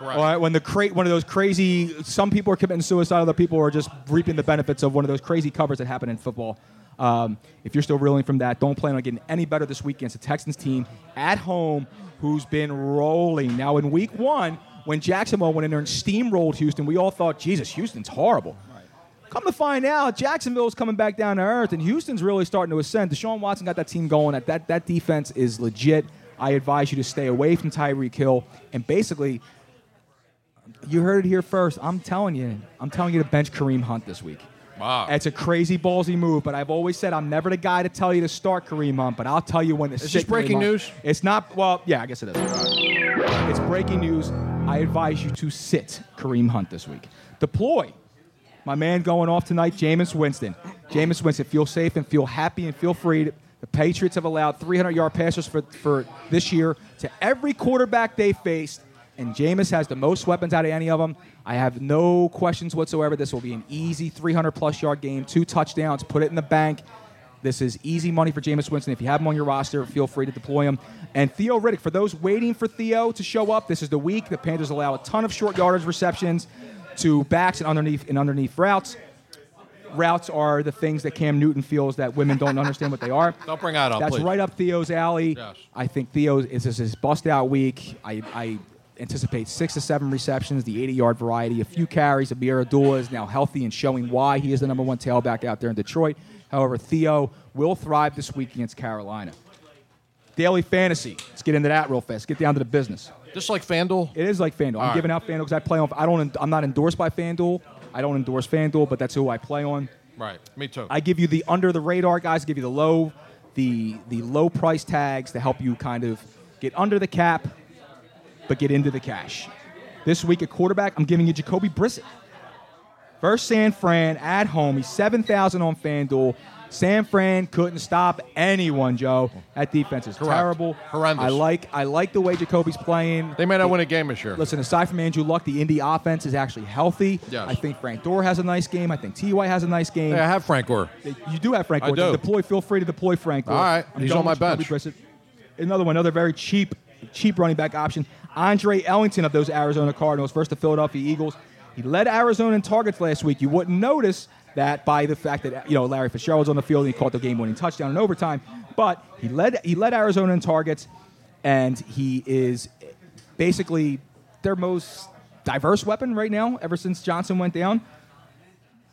[SPEAKER 8] All right, when the cra- one of those crazy, some people are committing suicide, other people are just reaping the benefits of one of those crazy covers that happen in football. Um, if you're still reeling from that, don't plan on getting any better this week against the Texans team at home, who's been rolling. Now, in week one, when Jacksonville went in there and steamrolled Houston, we all thought, Jesus, Houston's horrible. Come to find out, Jacksonville's coming back down to earth, and Houston's really starting to ascend. Deshaun Watson got that team going. That that, that defense is legit. I advise you to stay away from Tyreek Hill. And basically, you heard it here first. I'm telling you, I'm telling you to bench Kareem Hunt this week.
[SPEAKER 9] Wow.
[SPEAKER 8] It's a crazy ballsy move, but I've always said I'm never the guy to tell you to start Kareem Hunt, but I'll tell you when to
[SPEAKER 9] Is
[SPEAKER 8] sit
[SPEAKER 9] this breaking
[SPEAKER 8] Kareem Hunt.
[SPEAKER 9] news?
[SPEAKER 8] It's not. Well, yeah, I guess it is. It's breaking news. I advise you to sit Kareem Hunt this week. Deploy. My man going off tonight, Jameis Winston. Jameis Winston, feel safe and feel happy and feel free. The Patriots have allowed 300 yard passers for, for this year to every quarterback they faced, and Jameis has the most weapons out of any of them. I have no questions whatsoever. This will be an easy 300 plus yard game, two touchdowns, put it in the bank. This is easy money for Jameis Winston. If you have him on your roster, feel free to deploy him. And Theo Riddick, for those waiting for Theo to show up, this is the week. The Panthers allow a ton of short yardage receptions to backs and underneath and underneath routes. Routes are the things that Cam Newton feels that women don't understand what they are.
[SPEAKER 9] Don't bring that up,
[SPEAKER 8] That's
[SPEAKER 9] please.
[SPEAKER 8] right up Theo's alley.
[SPEAKER 9] Yes.
[SPEAKER 8] I think Theo is is his bust out week. I, I anticipate six to seven receptions, the 80 yard variety, a few carries. Amir Abdullah is now healthy and showing why he is the number one tailback out there in Detroit. However, Theo will thrive this week against Carolina. Daily fantasy. Let's get into that real fast. Get down to the business.
[SPEAKER 9] Just like FanDuel?
[SPEAKER 8] It is like FanDuel. I'm
[SPEAKER 9] right.
[SPEAKER 8] giving out FanDuel because I play on. I don't. I'm not endorsed by FanDuel. I don't endorse FanDuel, but that's who I play on.
[SPEAKER 9] Right. Me too.
[SPEAKER 8] I give you the under the radar guys, give you the low, the the low price tags to help you kind of get under the cap, but get into the cash. This week at quarterback, I'm giving you Jacoby Brissett. First San Fran at home. He's 7,000 on FanDuel. San Fran couldn't stop anyone, Joe. That defense is terrible.
[SPEAKER 9] Horrendous.
[SPEAKER 8] I like I like the way Jacoby's playing.
[SPEAKER 9] They may not win a game this year.
[SPEAKER 8] Listen, aside from Andrew Luck, the Indy offense is actually healthy.
[SPEAKER 9] Yes.
[SPEAKER 8] I think Frank Dorr has a nice game. I think T.Y. has a nice game.
[SPEAKER 9] Hey, I have Frank Gore.
[SPEAKER 8] You do have Frank
[SPEAKER 9] I
[SPEAKER 8] Gore.
[SPEAKER 9] do.
[SPEAKER 8] Deploy. Feel free to deploy Frank Gore.
[SPEAKER 9] All right. He's
[SPEAKER 8] done
[SPEAKER 9] on my
[SPEAKER 8] with Jacoby Brissett. Another one. Another very cheap, cheap running back option. Andre Ellington of those Arizona Cardinals versus the Philadelphia Eagles. He led Arizona in targets last week. You wouldn't notice that by the fact that you know Larry Fitzgerald's on the field and he caught the game-winning touchdown in overtime. But he led he led Arizona in targets, and he is basically their most diverse weapon right now. Ever since Johnson went down,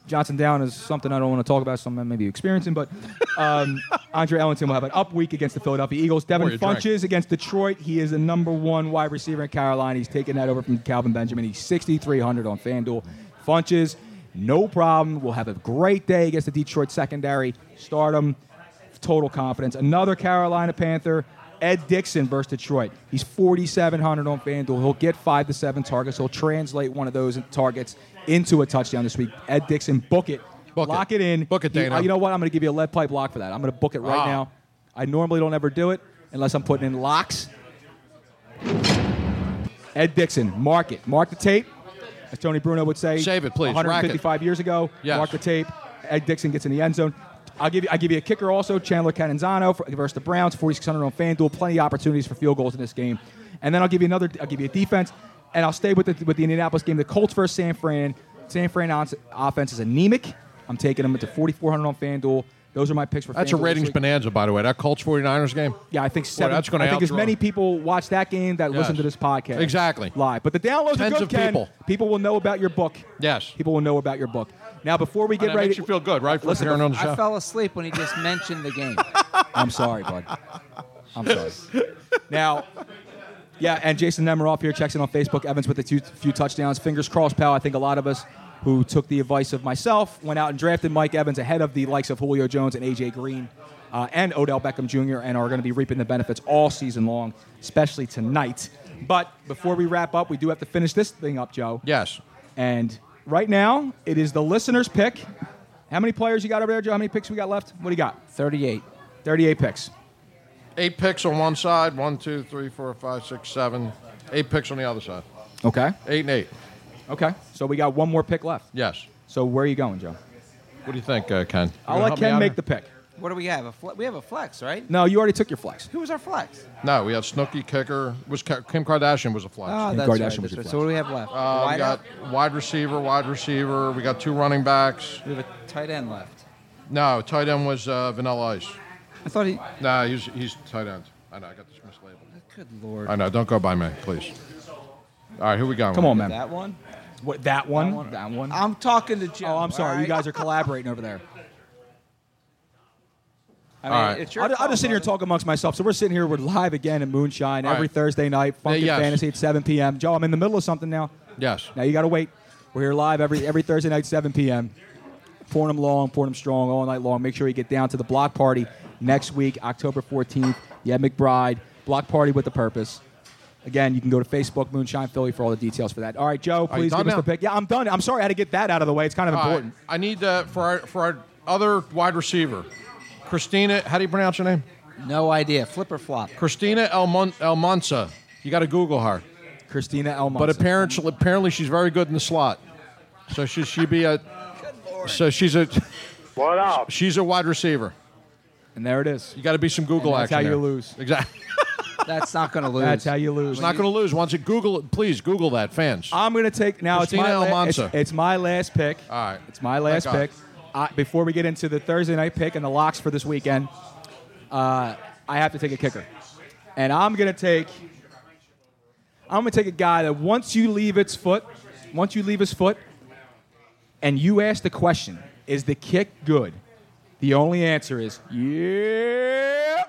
[SPEAKER 8] Johnson down is something I don't want to talk about, something I may be experiencing, but um, Andre Ellington will have an up week against the Philadelphia Eagles.
[SPEAKER 9] Pour
[SPEAKER 8] Devin
[SPEAKER 9] your drink.
[SPEAKER 8] Funches against Detroit. He is the number one wide receiver in Carolina. He's taking that over from Calvin Benjamin. He's 6,300 on FanDuel. Funches, no problem. Will have a great day against the Detroit secondary. Start him. Total confidence. Another Carolina Panther. Ed Dixon versus Detroit. He's 4,700 on FanDuel. He'll get five to seven targets. He'll translate one of those targets into a touchdown this week. Ed Dixon, book it. Lock it. in. Book
[SPEAKER 9] it,
[SPEAKER 8] You,
[SPEAKER 9] Dana.
[SPEAKER 8] you know what? I'm going to give you a lead pipe lock for that. I'm going to book it right
[SPEAKER 9] Wow.
[SPEAKER 8] now. I normally don't ever do it unless I'm putting in locks. Ed Dixon, mark it. Mark the tape. As Tony Bruno would say, save it,
[SPEAKER 9] please. Rack it.
[SPEAKER 8] 155 years ago. Mark the tape. Ed Dixon gets in the end zone. I'll give you. I give you a kicker also. Chandler Cananzano for, versus the Browns, 4600 on FanDuel. Plenty of opportunities for field goals in this game. And then I'll give you another. I'll give you a defense, and I'll stay with the with the Indianapolis game. The Colts versus San Fran. San Fran on- offense is anemic. I'm taking them at the 4400 on FanDuel. Those are my picks for.
[SPEAKER 9] That's
[SPEAKER 8] FanDuel
[SPEAKER 9] a
[SPEAKER 8] this
[SPEAKER 9] ratings
[SPEAKER 8] week.
[SPEAKER 9] bonanza, by the way. That Colts 49ers game.
[SPEAKER 8] Yeah, I think seven.
[SPEAKER 9] Boy, that's going
[SPEAKER 8] I think as many people watch that game that
[SPEAKER 9] Yes.
[SPEAKER 8] listen to this podcast
[SPEAKER 9] Exactly.
[SPEAKER 8] live. But the downloads
[SPEAKER 9] Tens
[SPEAKER 8] are good.
[SPEAKER 9] of
[SPEAKER 8] Ken.
[SPEAKER 9] people.
[SPEAKER 8] People will know about your book.
[SPEAKER 9] Yes.
[SPEAKER 8] People will know about your book. Now, before we get
[SPEAKER 9] that
[SPEAKER 8] ready,
[SPEAKER 9] makes you feel good, right? From
[SPEAKER 8] Listen,
[SPEAKER 9] hearing on the show.
[SPEAKER 14] I fell asleep when he just mentioned the game.
[SPEAKER 8] I'm sorry, bud. I'm sorry. now, yeah, and Jason Nemiroff here checks in on Facebook. Evans with a few, few touchdowns. Fingers crossed, pal. I think a lot of us who took the advice of myself went out and drafted Mike Evans ahead of the likes of Julio Jones and AJ Green uh, and Odell Beckham Jr. and are going to be reaping the benefits all season long, especially tonight. But before we wrap up, we do have to finish this thing up, Joe.
[SPEAKER 9] Yes.
[SPEAKER 8] And right now, it is the listener's pick. How many players you got over there, Joe? How many picks we got left? What do you got?
[SPEAKER 14] 38.
[SPEAKER 8] 38 picks.
[SPEAKER 9] Eight picks on one side. One, two, three, four, five, six, seven. Eight picks on the other side.
[SPEAKER 8] Okay.
[SPEAKER 9] Eight and eight.
[SPEAKER 8] Okay. So we got one more pick left.
[SPEAKER 9] Yes.
[SPEAKER 8] So where are you going, Joe?
[SPEAKER 9] What do you think, uh, Ken? You
[SPEAKER 8] I'll
[SPEAKER 9] gonna
[SPEAKER 8] let
[SPEAKER 9] help me
[SPEAKER 8] Ken
[SPEAKER 9] out
[SPEAKER 8] make
[SPEAKER 9] here?
[SPEAKER 8] the pick.
[SPEAKER 14] What do we have? A fle- we have a flex, right?
[SPEAKER 8] No, you already took your flex.
[SPEAKER 14] Who was our flex?
[SPEAKER 9] No, we have Snooki kicker. Was Ka- Kim Kardashian was a flex.
[SPEAKER 14] Ah, Kim that's right, Kardashian was that's a right. So flex. what do we have left?
[SPEAKER 9] Uh, we
[SPEAKER 14] Wide
[SPEAKER 9] got wide receiver, wide receiver. We got two running backs.
[SPEAKER 14] We have a tight end left.
[SPEAKER 9] No, tight end was uh, Vanilla Ice.
[SPEAKER 14] I thought he.
[SPEAKER 9] No, he's he's tight end. I know. I got this mislabeled.
[SPEAKER 14] Ah, Good lord.
[SPEAKER 9] I know. Don't go by me, please. All right, here we go.
[SPEAKER 8] Come on, man.
[SPEAKER 14] That one?
[SPEAKER 8] What that one? That one.
[SPEAKER 14] I'm talking to Joe.
[SPEAKER 8] Oh, I'm sorry.
[SPEAKER 14] all
[SPEAKER 8] You
[SPEAKER 14] right?
[SPEAKER 8] guys are collaborating over there.
[SPEAKER 14] I mean,
[SPEAKER 8] All right.
[SPEAKER 14] it's your
[SPEAKER 8] I'll, I'll
[SPEAKER 14] call,
[SPEAKER 8] just sit here and talk amongst myself. So we're sitting here. We're live again in Moonshine
[SPEAKER 14] All
[SPEAKER 8] every
[SPEAKER 14] right.
[SPEAKER 8] Thursday night. Funk and
[SPEAKER 14] yes.
[SPEAKER 8] Fantasy at 7 p.m. Joe, I'm in the middle of something now.
[SPEAKER 9] Yes.
[SPEAKER 8] Now you got to wait. We're here live every every Thursday night, 7 p.m. Pouring them long, pouring them strong, all night long. Make sure you get down to the block party next week, October 14th. Yeah, McBride. Block party with a purpose. Again, you can go to Facebook, Moonshine Philly, for all the details for that. All right, Joe,
[SPEAKER 9] Are you
[SPEAKER 8] please
[SPEAKER 9] done
[SPEAKER 8] give us the
[SPEAKER 9] now?
[SPEAKER 8] pick. Yeah, I'm done. I'm sorry I had to get that out of the way. It's kind of
[SPEAKER 9] All right,
[SPEAKER 8] important.
[SPEAKER 9] I need uh, for our for our other wide receiver, Christina. How do you pronounce her name?
[SPEAKER 14] No idea. Flip or flop.
[SPEAKER 9] Christina Elmon- Elmonsa. You got to Google her.
[SPEAKER 8] Christina Elmonsa.
[SPEAKER 9] But apparently, apparently she's very good in the slot. So she she be a. So she's a.
[SPEAKER 7] What up?
[SPEAKER 9] She's a wide receiver.
[SPEAKER 8] And there it is.
[SPEAKER 9] You got to be some Google
[SPEAKER 8] And that's
[SPEAKER 9] action.
[SPEAKER 8] how you
[SPEAKER 9] there.
[SPEAKER 8] lose.
[SPEAKER 9] Exactly.
[SPEAKER 14] That's not going to lose.
[SPEAKER 8] That's how you lose.
[SPEAKER 9] It's not going to lose. Once you Google it, please Google that, fans.
[SPEAKER 8] I'm going to take now. It's my,
[SPEAKER 9] Christina
[SPEAKER 8] la- it's,
[SPEAKER 9] Almanza.
[SPEAKER 8] it's my last pick. All
[SPEAKER 9] right.
[SPEAKER 8] It's my last
[SPEAKER 9] Thank God.
[SPEAKER 8] pick. I, before we get into the Thursday night pick and the locks for this weekend, uh, I have to take a kicker, and I'm going to take. I'm going to take a guy that once you leave its foot, once you leave his foot, and you ask the question, "Is the kick good?" The only answer is, yeah.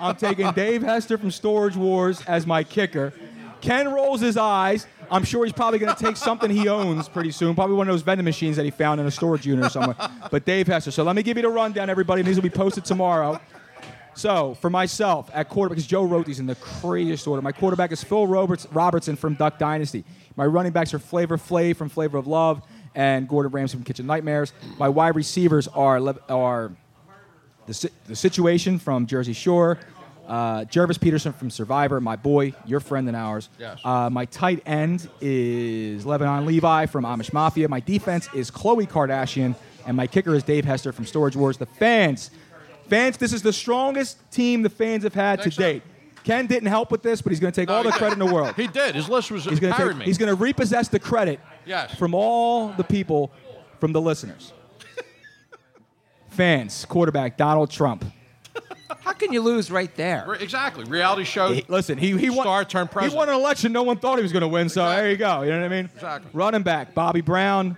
[SPEAKER 8] I'm taking Dave Hester from Storage Wars as my kicker. Ken rolls his eyes. I'm sure he's probably going to take something he owns pretty soon, probably one of those vending machines that he found in a storage unit or somewhere. But Dave Hester. So let me give you the rundown, everybody. These will be posted tomorrow. So for myself at quarterback, because Joe wrote these in the craziest order. My quarterback is Phil Roberts Robertson from Duck Dynasty. My running backs are Flavor Flav from Flavor of Love and Gordon Ramsay from Kitchen Nightmares. My wide receivers are Le- are the, si- the situation from Jersey Shore. Uh, Jervis Peterson from Survivor, my boy, your friend and ours.
[SPEAKER 9] Yes.
[SPEAKER 8] Uh, my tight end is Lebanon Levi from Amish Mafia. My defense is Chloe Kardashian, and my kicker is Dave Hester from Storage Wars. The fans, fans, this is the strongest team the fans have had to date. Ken didn't help with this, but he's going to take all the credit in the world.
[SPEAKER 9] He did. His list was
[SPEAKER 8] He's going to
[SPEAKER 9] carried
[SPEAKER 8] take,
[SPEAKER 9] me.
[SPEAKER 8] he's going to repossess the credit
[SPEAKER 9] Yes.
[SPEAKER 8] from all the people, from the listeners, fans, quarterback Donald Trump.
[SPEAKER 14] How can you lose right there?
[SPEAKER 9] Re- exactly. Reality show.
[SPEAKER 8] He- listen, he, he won.
[SPEAKER 9] star turned president.
[SPEAKER 8] He won an election no one thought he was going to win. So there you go. You know what I mean?
[SPEAKER 9] Exactly.
[SPEAKER 8] Running back Bobby Brown,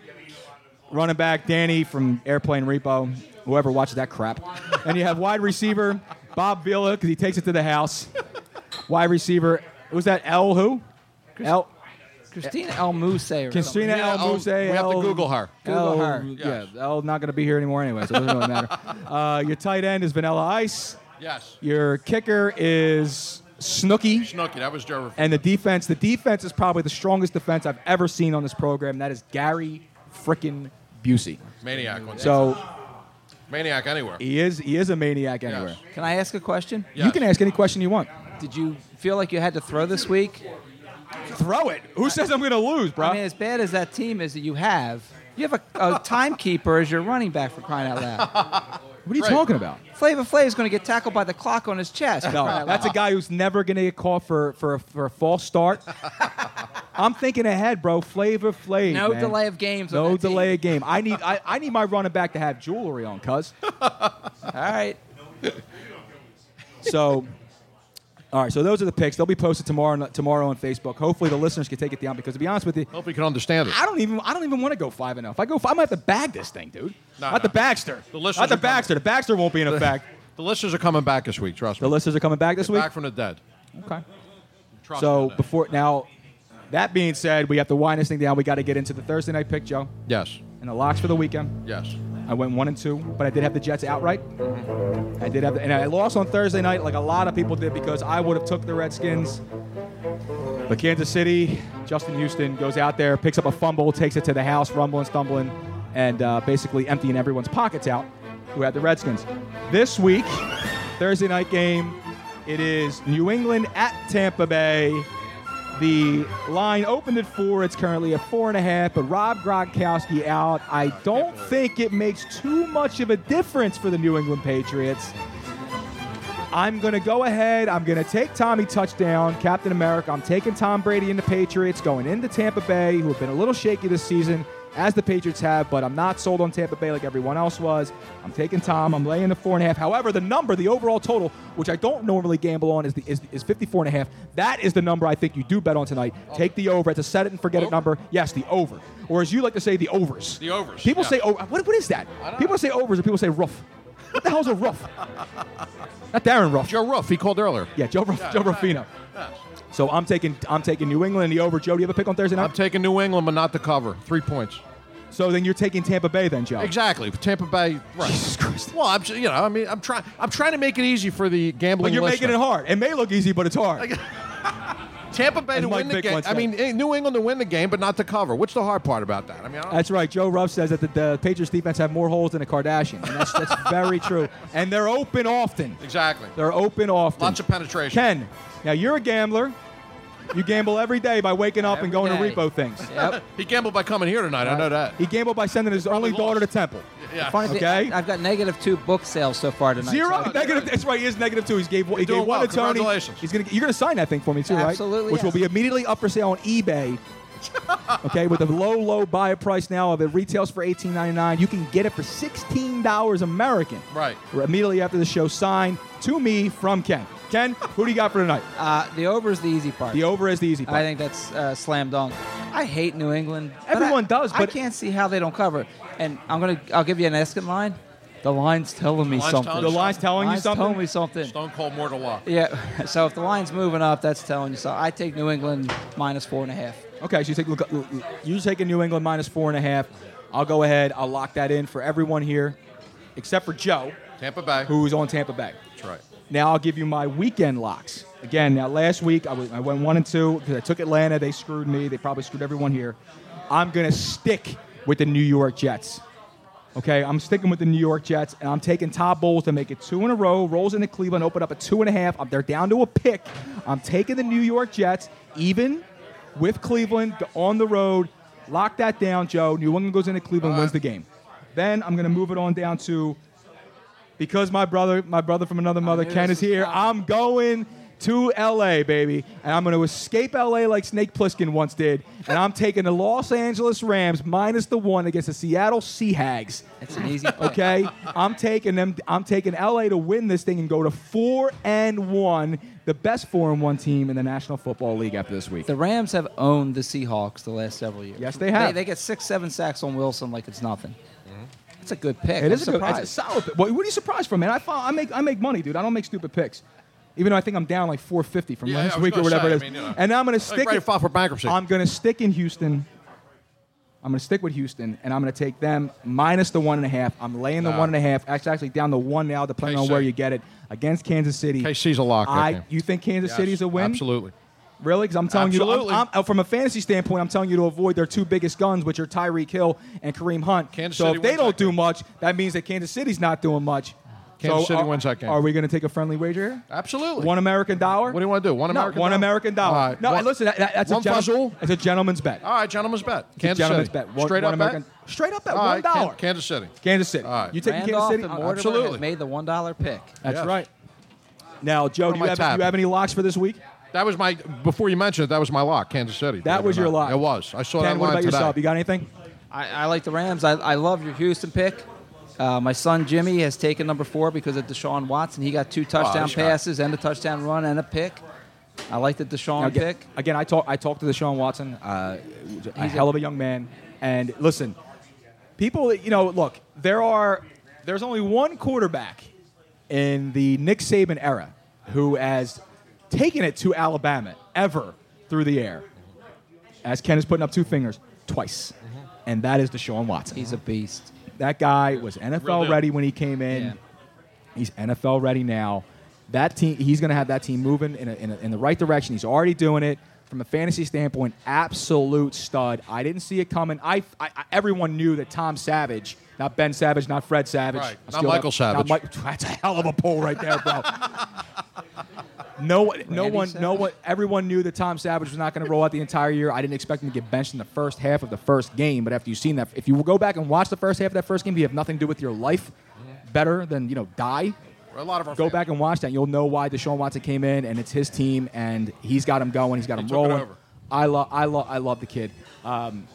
[SPEAKER 8] running back Danny from Airplane Repo. Whoever watches that crap. and you have wide receiver Bob Villa because he takes it to the house. wide receiver was that L who? L.
[SPEAKER 14] Christina Elmuse.
[SPEAKER 8] Christina El Muse.
[SPEAKER 9] oh, we have to
[SPEAKER 8] El-
[SPEAKER 9] Google her.
[SPEAKER 14] Google her.
[SPEAKER 8] Yeah, El not going to be here anymore anyway, so it doesn't really matter. Uh, your tight end is Vanilla Ice.
[SPEAKER 9] Yes.
[SPEAKER 8] Your kicker is Snooky.
[SPEAKER 9] Snooki, that was Jervis.
[SPEAKER 8] And the defense, the defense is probably the strongest defense I've ever seen on this program. That is Gary frickin' Busey.
[SPEAKER 9] Maniac one.
[SPEAKER 8] So
[SPEAKER 9] maniac anywhere.
[SPEAKER 8] he is he is a maniac anywhere.
[SPEAKER 14] Can I ask a question?
[SPEAKER 8] You can ask any question you want.
[SPEAKER 14] Did you feel like you had to throw this week?
[SPEAKER 8] Throw it. Who says I'm going to lose, bro?
[SPEAKER 14] I mean, as bad as that team is that you have, you have a, a timekeeper as your running back for crying out loud.
[SPEAKER 8] what are you talking about?
[SPEAKER 14] Flavor Flav is going to get tackled by the clock on his chest. for crying
[SPEAKER 8] No,
[SPEAKER 14] out
[SPEAKER 8] that's a
[SPEAKER 14] loud.
[SPEAKER 8] guy who's never going to get caught for, for, a, for a false start. I'm thinking ahead, bro. Flavor Flav.
[SPEAKER 14] No
[SPEAKER 8] man.
[SPEAKER 14] delay of games. on
[SPEAKER 8] No
[SPEAKER 14] that team.
[SPEAKER 8] delay of game. I need I, I need my running back to have jewelry on, cuz.
[SPEAKER 14] All right.
[SPEAKER 8] So, all right. So those are the picks. They'll be posted tomorrow tomorrow on Facebook. Hopefully, the listeners can take it down because to be honest with you,
[SPEAKER 9] Hope you can understand it.
[SPEAKER 8] I don't even I don't even want to go five and oh. If I go five, I might have to bag this thing, dude.
[SPEAKER 9] No,
[SPEAKER 8] Not
[SPEAKER 9] no.
[SPEAKER 8] the Baxter.
[SPEAKER 9] The listeners
[SPEAKER 8] Not the
[SPEAKER 9] are coming.
[SPEAKER 8] Baxter. The Baxter won't be in effect.
[SPEAKER 9] The listeners are coming back this week. Trust me.
[SPEAKER 8] the listeners are coming back this week.
[SPEAKER 9] Back from the dead.
[SPEAKER 8] Okay.
[SPEAKER 9] Trust me on
[SPEAKER 8] So
[SPEAKER 9] that.
[SPEAKER 8] before now, that being said, we have to wind this thing down. We got to get into the Thursday night pick, Joe,
[SPEAKER 9] Yes.
[SPEAKER 8] and the locks for the weekend.
[SPEAKER 9] Yes.
[SPEAKER 8] I went one and two, but I did have the Jets outright. I did have, the, and I lost on Thursday night, like a lot of people did, because I would have took the Redskins. But Kansas City, Justin Houston goes out there, picks up a fumble, takes it to the house, rumbling, stumbling, and uh, basically emptying everyone's pockets out who had the Redskins. This week, Thursday night game, it is New England at Tampa Bay. The line opened at four. It's currently at four and a half, but Rob Gronkowski out. I don't think it makes too much of a difference for the New England Patriots. I'm going to go ahead. I'm going to take Tommy touchdown, Captain America. I'm taking Tom Brady and the Patriots going into Tampa Bay, who have been a little shaky this season, as the Patriots have, but I'm not sold on Tampa Bay like everyone else was. I'm taking Tom. I'm laying the four and a half. However, the number, the overall total, which I don't normally gamble on, is the is, is 54 and a half. That is the number I think you do bet on tonight.
[SPEAKER 9] Oh.
[SPEAKER 8] Take the over. It's a set it and forget it number. Yes, the over. Or as you like to say, the overs.
[SPEAKER 9] The overs,
[SPEAKER 8] People
[SPEAKER 9] yeah.
[SPEAKER 8] say, oh, what, what is that? People say overs and people say roof. What the hell's a roof? Not Darren Ruff.
[SPEAKER 9] Joe Ruff. He called earlier.
[SPEAKER 8] Yeah, Joe Ruff. Joe Ruffino. So I'm taking I'm taking New England in the over. Joe, do you have a pick on Thursday night?
[SPEAKER 9] I'm taking New England, but not the cover. Three points.
[SPEAKER 8] So then you're taking Tampa Bay, then Joe.
[SPEAKER 9] Exactly. Tampa Bay. Right. Jesus Christ. Well, I'm ju- you know I mean I'm trying I'm trying to make it easy for the gambling.
[SPEAKER 8] But you're
[SPEAKER 9] listener.
[SPEAKER 8] making it hard. It may look easy, but it's hard.
[SPEAKER 9] Tampa Bay
[SPEAKER 8] As
[SPEAKER 9] to
[SPEAKER 8] Mike
[SPEAKER 9] win the
[SPEAKER 8] Vick
[SPEAKER 9] game.
[SPEAKER 8] once
[SPEAKER 9] I
[SPEAKER 8] said.
[SPEAKER 9] mean eh, New England to win the game, but not the cover. What's the hard part about that? I mean I don't-
[SPEAKER 8] That's right. Joe Ruff says that the, the Patriots defense have more holes than a Kardashian, and that's, that's very true. And they're open often.
[SPEAKER 9] exactly.
[SPEAKER 8] They're open often.
[SPEAKER 9] Lots of penetration.
[SPEAKER 8] Ken, now you're a gambler. You gamble every day by waking up and going
[SPEAKER 9] day.
[SPEAKER 8] to repo things.
[SPEAKER 9] he gambled by coming here tonight. I know that.
[SPEAKER 8] He gambled by sending his only daughter to Temple.
[SPEAKER 9] Yeah.
[SPEAKER 14] Funny thing,
[SPEAKER 8] Okay.
[SPEAKER 14] I've got negative two book sales so far tonight.
[SPEAKER 8] Zero
[SPEAKER 14] so-
[SPEAKER 8] negative. That's right. He is negative two. He's gave he
[SPEAKER 14] doing
[SPEAKER 8] gave one
[SPEAKER 14] well.
[SPEAKER 8] to Tony.
[SPEAKER 14] Congratulations.
[SPEAKER 8] He's gonna you're gonna sign that thing for me too, right?
[SPEAKER 14] Absolutely,
[SPEAKER 8] Which
[SPEAKER 14] yes.
[SPEAKER 8] will be immediately up for sale on eBay. okay, with a low, low buy price now of it retails for eighteen ninety nine. You can get it for sixteen dollars American.
[SPEAKER 9] Right.
[SPEAKER 8] Immediately after the show, signed to me from Ken. Ken, who do you got for tonight?
[SPEAKER 14] Uh, the over is the easy part.
[SPEAKER 8] The over is the easy part.
[SPEAKER 14] I think that's uh, slam dunk. I hate New England.
[SPEAKER 8] Everyone
[SPEAKER 14] I,
[SPEAKER 8] does,
[SPEAKER 14] I
[SPEAKER 8] but-
[SPEAKER 14] can't see how they don't cover. And I'm gonna, I'll give you an estimate line. The line's telling me
[SPEAKER 9] Line's
[SPEAKER 14] something.
[SPEAKER 9] telling you The line's something. telling you
[SPEAKER 14] Line's
[SPEAKER 9] something?
[SPEAKER 14] Telling me something.
[SPEAKER 9] Stone Cold Mortal Law.
[SPEAKER 14] Yeah. So if the line's moving up, that's telling you. So I take New England minus four and a half.
[SPEAKER 8] Okay, so you take look, you take a New England minus four and a half. I'll go ahead. I'll lock that in for everyone here, except for Joe,
[SPEAKER 9] Tampa Bay.
[SPEAKER 8] who's on Tampa Bay.
[SPEAKER 9] That's right.
[SPEAKER 8] Now I'll give you my weekend locks. Again, now last week I, was, I went one and two because I took Atlanta. They screwed me. They probably screwed everyone here. I'm gonna stick with the New York Jets. Okay, I'm sticking with the New York Jets, and I'm taking Todd Bowles to make it two in a row. Rolls into Cleveland, open up a two and a half. Um, They're down to a pick. I'm taking the New York Jets, even with Cleveland on the road. Lock that down, Joe. New England goes into Cleveland, wins the game. Then I'm gonna move it on down to because my brother, my brother from another mother,
[SPEAKER 14] knew
[SPEAKER 8] Ken
[SPEAKER 14] this
[SPEAKER 8] is here. I'm going to LA, baby, and I'm going to escape LA like Snake Plissken once did, and I'm taking the Los Angeles Rams minus the one against the Seattle Seahags.
[SPEAKER 14] That's an easy. pick.
[SPEAKER 8] Okay, I'm taking them. I'm taking LA to win this thing and go to four and one, the best four and one team in the National Football League after this week.
[SPEAKER 14] The Rams have owned the Seahawks the last several years.
[SPEAKER 8] Yes, they have.
[SPEAKER 14] They, get six, seven sacks on Wilson like it's nothing. It's a good pick.
[SPEAKER 8] It
[SPEAKER 14] I'm
[SPEAKER 8] is a good, it's a
[SPEAKER 14] surprised.
[SPEAKER 8] solid. Pick. What, what are you surprised for, man? I, follow, I make I make money, dude. I don't make stupid picks, even though I think I'm down like 450 from
[SPEAKER 9] Yeah, I
[SPEAKER 8] last
[SPEAKER 9] was
[SPEAKER 8] week or
[SPEAKER 9] gonna say,
[SPEAKER 8] whatever it
[SPEAKER 9] I
[SPEAKER 8] is.
[SPEAKER 9] mean, you know.
[SPEAKER 8] and now I'm gonna
[SPEAKER 9] Like,
[SPEAKER 8] stick.
[SPEAKER 9] ready
[SPEAKER 8] it-
[SPEAKER 9] to file for bankruptcy.
[SPEAKER 8] I'm gonna stick in Houston. I'm gonna stick with Houston, and I'm gonna take them minus the one and a half. I'm laying the
[SPEAKER 9] Nah.
[SPEAKER 8] one and a half. Actually, actually down to one now, depending on where
[SPEAKER 9] KC.
[SPEAKER 8] you get it against Kansas City.
[SPEAKER 9] KC's a lock, that
[SPEAKER 8] I,
[SPEAKER 9] game.
[SPEAKER 8] you think Kansas
[SPEAKER 9] Yes,
[SPEAKER 8] City's a win?
[SPEAKER 9] Absolutely.
[SPEAKER 8] Really? Because I'm telling you,
[SPEAKER 9] Absolutely.
[SPEAKER 8] I'm- I'm- from a fantasy standpoint, I'm telling you to avoid their two biggest guns, which are Tyreek Hill and Kareem Hunt.
[SPEAKER 9] Kansas
[SPEAKER 8] so
[SPEAKER 9] City
[SPEAKER 8] if they
[SPEAKER 9] wins
[SPEAKER 8] don't
[SPEAKER 9] that
[SPEAKER 8] do much, that means that Kansas City's not doing much.
[SPEAKER 9] Kansas
[SPEAKER 8] So
[SPEAKER 9] City
[SPEAKER 8] are,
[SPEAKER 9] wins that game.
[SPEAKER 8] Are we going to take a friendly wager here?
[SPEAKER 9] Absolutely.
[SPEAKER 8] One American dollar?
[SPEAKER 9] What do you want to do? One
[SPEAKER 8] no,
[SPEAKER 9] American.
[SPEAKER 8] one
[SPEAKER 9] dollar?
[SPEAKER 8] American dollar.
[SPEAKER 9] All right.
[SPEAKER 8] No,
[SPEAKER 9] One-
[SPEAKER 8] listen, that, that- that's
[SPEAKER 9] one
[SPEAKER 8] a gentleman-
[SPEAKER 9] fuzzle?
[SPEAKER 8] It's a gentleman's bet.
[SPEAKER 9] All right, gentlemen's bet.
[SPEAKER 8] It's a
[SPEAKER 9] Kansas
[SPEAKER 8] gentleman's
[SPEAKER 9] City.
[SPEAKER 8] bet. One-
[SPEAKER 9] Straight
[SPEAKER 8] one
[SPEAKER 9] up
[SPEAKER 8] American-
[SPEAKER 9] bet.
[SPEAKER 8] Straight up bet,
[SPEAKER 9] All right,
[SPEAKER 8] $1.
[SPEAKER 9] Can- Kansas City.
[SPEAKER 8] Kansas City.
[SPEAKER 9] All right.
[SPEAKER 8] You taking Kansas
[SPEAKER 14] Randolph
[SPEAKER 8] City?
[SPEAKER 14] and Mortimer
[SPEAKER 9] Absolutely.
[SPEAKER 14] have made the one dollar pick.
[SPEAKER 8] That's
[SPEAKER 9] Yes.
[SPEAKER 8] right. Now, Joe,
[SPEAKER 9] One
[SPEAKER 8] do
[SPEAKER 9] of
[SPEAKER 8] you
[SPEAKER 9] my
[SPEAKER 8] have, do
[SPEAKER 9] tab.
[SPEAKER 8] you have any locks for this week?
[SPEAKER 9] That was my before you mentioned it. That was my lock, Kansas City. believe
[SPEAKER 8] That
[SPEAKER 9] it
[SPEAKER 8] was
[SPEAKER 9] or
[SPEAKER 8] your
[SPEAKER 9] not.
[SPEAKER 8] lock.
[SPEAKER 9] It was. I saw
[SPEAKER 8] Ken,
[SPEAKER 9] that
[SPEAKER 8] what
[SPEAKER 9] line
[SPEAKER 8] about
[SPEAKER 9] today.
[SPEAKER 8] yourself? You got anything?
[SPEAKER 14] I, I like the Rams. I, I love your Houston pick. Uh, my son Jimmy has taken number four because of Deshaun Watson. He got two touchdown
[SPEAKER 8] this guy.
[SPEAKER 14] passes and a touchdown run and a pick. I like the Deshaun
[SPEAKER 8] Now, again,
[SPEAKER 14] pick.
[SPEAKER 8] Again, I talk. I talked to the Sean Watson, uh, a
[SPEAKER 14] He's
[SPEAKER 8] hell of a young man. And listen, people, you know, look, there are, there's only one quarterback in the Nick Saban era who has taken it to Alabama ever through the air. As Ken is putting up two fingers, twice, and that is Deshaun Watson.
[SPEAKER 14] He's a beast.
[SPEAKER 8] That guy was NFL
[SPEAKER 14] deal.
[SPEAKER 8] ready when he came in. He's NFL ready now. That team, he's going to have that team moving in, a, in, a, in the right direction. He's already doing it. From a fantasy standpoint, absolute stud. I didn't see it coming. I, I- I- everyone knew that Tom Savage, not Ben Savage, not Fred Savage,
[SPEAKER 9] Right.
[SPEAKER 8] I
[SPEAKER 9] Not
[SPEAKER 8] still
[SPEAKER 9] Michael Savage.
[SPEAKER 8] Mike- that's a hell of a pull right there, bro. No, one- no
[SPEAKER 14] Randy
[SPEAKER 8] one, no
[SPEAKER 14] Savage?
[SPEAKER 8] one. Everyone knew that Tom Savage was not going to roll out the entire year. I didn't expect him to get benched in the first half of the first game. But after you've seen that, if you go back and watch the first half of that first game, if you have nothing to do with your life, better than you know die.
[SPEAKER 9] A lot of our
[SPEAKER 8] Go
[SPEAKER 9] fans-
[SPEAKER 8] back and watch that. You'll know why Deshaun Watson came in, and it's his team, and he's got him going. He's got
[SPEAKER 9] He
[SPEAKER 8] him
[SPEAKER 9] took it
[SPEAKER 8] rolling.
[SPEAKER 9] over.
[SPEAKER 8] I love, I love, I love the kid. Um,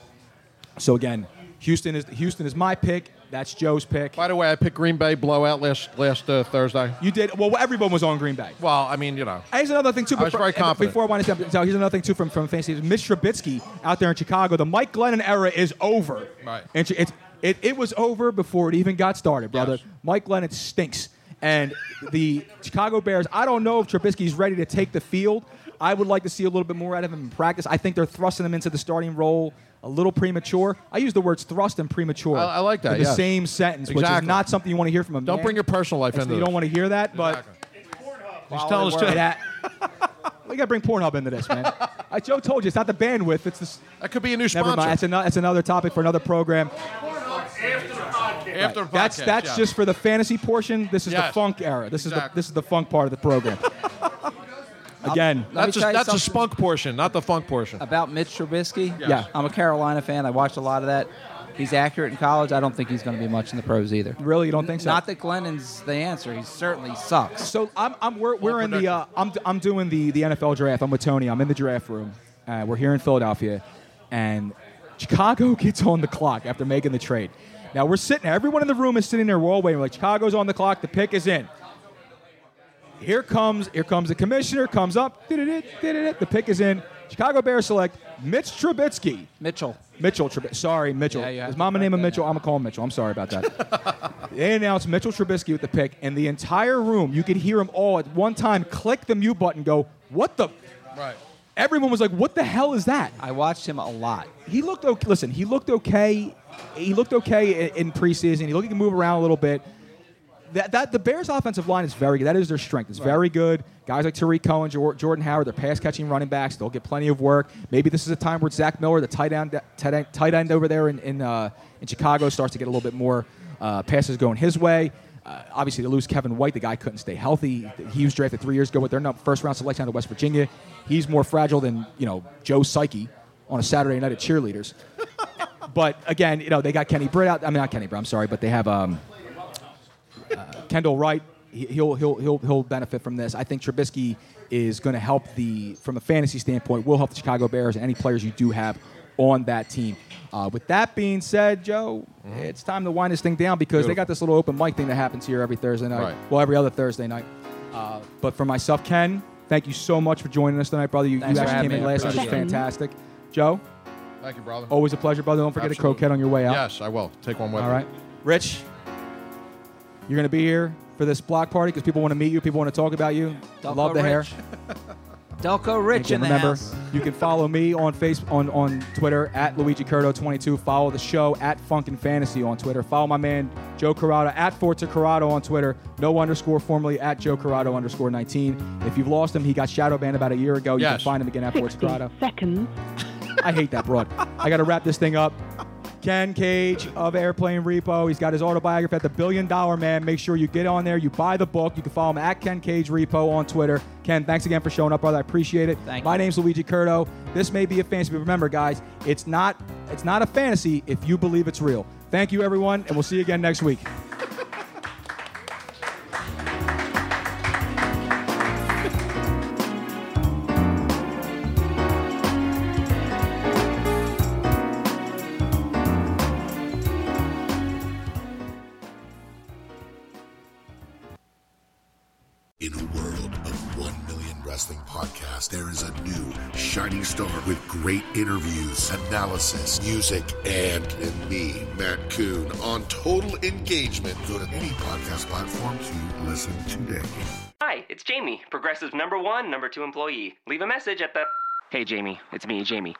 [SPEAKER 8] so again, Houston is Houston is my pick. That's Joe's pick.
[SPEAKER 9] By the way, I picked Green Bay blowout last last uh, Thursday.
[SPEAKER 8] You did well. Everyone was on Green Bay.
[SPEAKER 9] Well, I mean, you know,
[SPEAKER 8] And here's another thing too.
[SPEAKER 9] I was
[SPEAKER 8] before-
[SPEAKER 9] very confident.
[SPEAKER 8] Before I wind this down, here's another thing too from from fantasy. Mitch Trubisky out there in Chicago. The Mike Glennon era is over.
[SPEAKER 9] Right.
[SPEAKER 8] And it's, it, it was over before it even got started, brother. Mike Glennon stinks. And the Chicago Bears, I don't know if Trubisky's ready to take the field. I would like to see a little bit more out of him in practice. I think they're thrusting him into the starting role a little premature. I use the words thrust and premature.
[SPEAKER 9] I- I like that,
[SPEAKER 8] In the
[SPEAKER 9] yes.
[SPEAKER 8] same sentence, which
[SPEAKER 9] Exactly.
[SPEAKER 8] is not something you want to hear from a
[SPEAKER 9] Don't
[SPEAKER 8] man.
[SPEAKER 9] bring your personal life
[SPEAKER 8] It's-
[SPEAKER 9] into
[SPEAKER 8] You
[SPEAKER 9] this.
[SPEAKER 8] don't want to hear that, but
[SPEAKER 9] Just tell us to-
[SPEAKER 8] that. We gotta bring Pornhub into this, man. I, Joe told you it's not the bandwidth. It's this.
[SPEAKER 9] That could be a new
[SPEAKER 8] Never
[SPEAKER 9] sponsor.
[SPEAKER 8] mind. That's, ano- that's another topic for another program.
[SPEAKER 9] after
[SPEAKER 8] Right. that's
[SPEAKER 9] podcast,
[SPEAKER 8] that's
[SPEAKER 9] yeah.
[SPEAKER 8] just for the fantasy portion. This is the
[SPEAKER 9] Yes.
[SPEAKER 8] funk era. This is the
[SPEAKER 9] Exactly.
[SPEAKER 8] this is the funk part of the program. Again,
[SPEAKER 9] that's a, that's a spunk portion, not the funk portion.
[SPEAKER 8] Uh,
[SPEAKER 14] About Mitch Trubisky?
[SPEAKER 9] Yes.
[SPEAKER 14] Yeah. I'm a Carolina fan. I watched a lot of that. He's accurate in college. I don't think he's going to be much in the pros either.
[SPEAKER 8] Really? You don't think so?
[SPEAKER 14] Not that Glennon's the answer. He certainly sucks.
[SPEAKER 8] So I'm, I'm we're, we're in the uh, I'm, I'm doing the the NFL draft. I'm with Tony. I'm in the draft room. Uh, we're here in Philadelphia, and Chicago gets on the clock after making the trade. Now we're sitting. Everyone in the room is sitting there. We're all waiting. We're like Chicago's on the clock. The pick is in. Here comes here comes the commissioner. Comes up. Did it. The pick is in. Chicago Bears select Mitch Trubisky.
[SPEAKER 14] Mitchell.
[SPEAKER 8] Mitchell Trubisky. Sorry, Mitchell.
[SPEAKER 14] Yeah, you have
[SPEAKER 8] Is
[SPEAKER 14] to
[SPEAKER 8] mama name of Mitchell? I'm gonna call him Mitchell. I'm sorry about that. They announced Mitchell Trubisky with the pick, and the entire room, you could hear them all at one time click the mute button, go, What the?
[SPEAKER 9] Right.
[SPEAKER 8] Everyone was like, What the hell is that?
[SPEAKER 14] I watched him a lot.
[SPEAKER 8] He looked okay. Listen, he looked okay. He looked okay in, in preseason. He looked he can move around a little bit. That, that the Bears' offensive line is very good. That is their strength. It's very good. Guys like Tariq Cohen, Jor- Jordan Howard, they're pass catching running backs. They'll get plenty of work. Maybe this is a time where Zach Miller, the tight end, tight end, tight end over there in in, uh, in Chicago, starts to get a little bit more uh, passes going his way. Uh, obviously, they lose Kevin White. The guy couldn't stay healthy. He was drafted three years ago with their num- first round selection out of West Virginia. He's more fragile than you know Joe Psyche on a Saturday night at cheerleaders. but again, you know they got Kenny Britt out. I mean, not Kenny Britt. I'm sorry, but they have. Um, uh, Kendall Wright, he- he'll he'll he'll he'll benefit from this. I think Trubisky is going to help the from a fantasy standpoint will help the Chicago Bears and any players you do have on that team. Uh, with that being said, Joe,
[SPEAKER 14] Mm-hmm.
[SPEAKER 8] it's time to wind this thing down because they got this little open mic thing that happens here every Thursday night.
[SPEAKER 9] Right.
[SPEAKER 8] Well, every other Thursday night. Uh, but for myself, Ken, thank you so much for joining us tonight, brother. You, you
[SPEAKER 14] Thanks for
[SPEAKER 8] actually
[SPEAKER 14] having
[SPEAKER 8] came in
[SPEAKER 14] me.
[SPEAKER 8] last, which was
[SPEAKER 14] Appreciate it.
[SPEAKER 8] fantastic. Joe,
[SPEAKER 9] Thank you, brother.
[SPEAKER 8] always a pleasure, brother. Don't Oh, forget a
[SPEAKER 9] Absolutely.
[SPEAKER 8] croquette on your way out.
[SPEAKER 9] Yes, I will. Take one with
[SPEAKER 8] All
[SPEAKER 9] me.
[SPEAKER 8] right. Rich, you're going to be here for this block party because people want to meet you. People want to talk about you.
[SPEAKER 14] Delco
[SPEAKER 8] Love the hair.
[SPEAKER 14] Rich. Delco Rich
[SPEAKER 8] Again,
[SPEAKER 14] in the
[SPEAKER 8] remember,
[SPEAKER 14] house.
[SPEAKER 8] you can follow me on face on, on Twitter at Luigi Curto22. Follow the show at Funkin' Fantasy on Twitter. Follow my man Joe Corrado at Forza Corrado on Twitter. No underscore formerly at Joe Corrado underscore 19. If you've lost him, he got shadow banned about a year ago. You
[SPEAKER 9] Yes.
[SPEAKER 8] can find him again at Forza Corrado. Seconds. I hate that broad. I got to wrap this thing up. Ken Cage of Airplane Repo. He's got his autobiography at the Billion Dollar Man. Make sure you get on there. You buy the book. You can follow him at Ken Cage Repo on Twitter. Ken, thanks again for showing up, brother. I appreciate it.
[SPEAKER 14] Thank
[SPEAKER 8] My
[SPEAKER 14] you.
[SPEAKER 8] name's Luigi Curto. This may be a fantasy, but remember, guys, it's not it's not a fantasy if you believe it's real. Thank you, everyone, and we'll see you again next week.
[SPEAKER 18] In a world of 1 million wrestling podcasts, there is a new shining star with great interviews, analysis, music, and, and me, Matt Coon, on total engagement. Go to any podcast platform to listen today.
[SPEAKER 19] Hi, it's Jamie, Progressive number one, number two employee. Leave a message at the. Hey, Jamie, it's me, Jamie.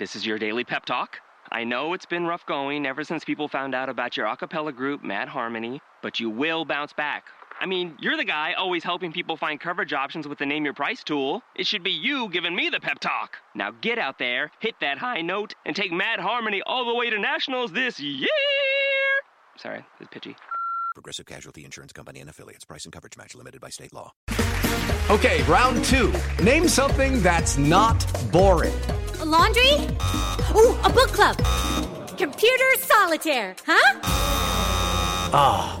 [SPEAKER 19] This is your daily pep talk. I know it's been rough going ever since people found out about your a cappella group, Mad Harmony, but you will bounce back. I mean, you're the guy always helping people find coverage options with the Name Your Price tool. It should be you giving me the pep talk. Now get out there, hit that high note, and take Mad Harmony all the way to nationals this year! Sorry, it's pitchy.
[SPEAKER 20] Progressive Casualty Insurance Company and affiliates. Price and coverage match limited by state law.
[SPEAKER 21] Okay, round two. Name something that's not boring.
[SPEAKER 22] A laundry? Ooh, a book club. Computer solitaire, huh?
[SPEAKER 21] Ah,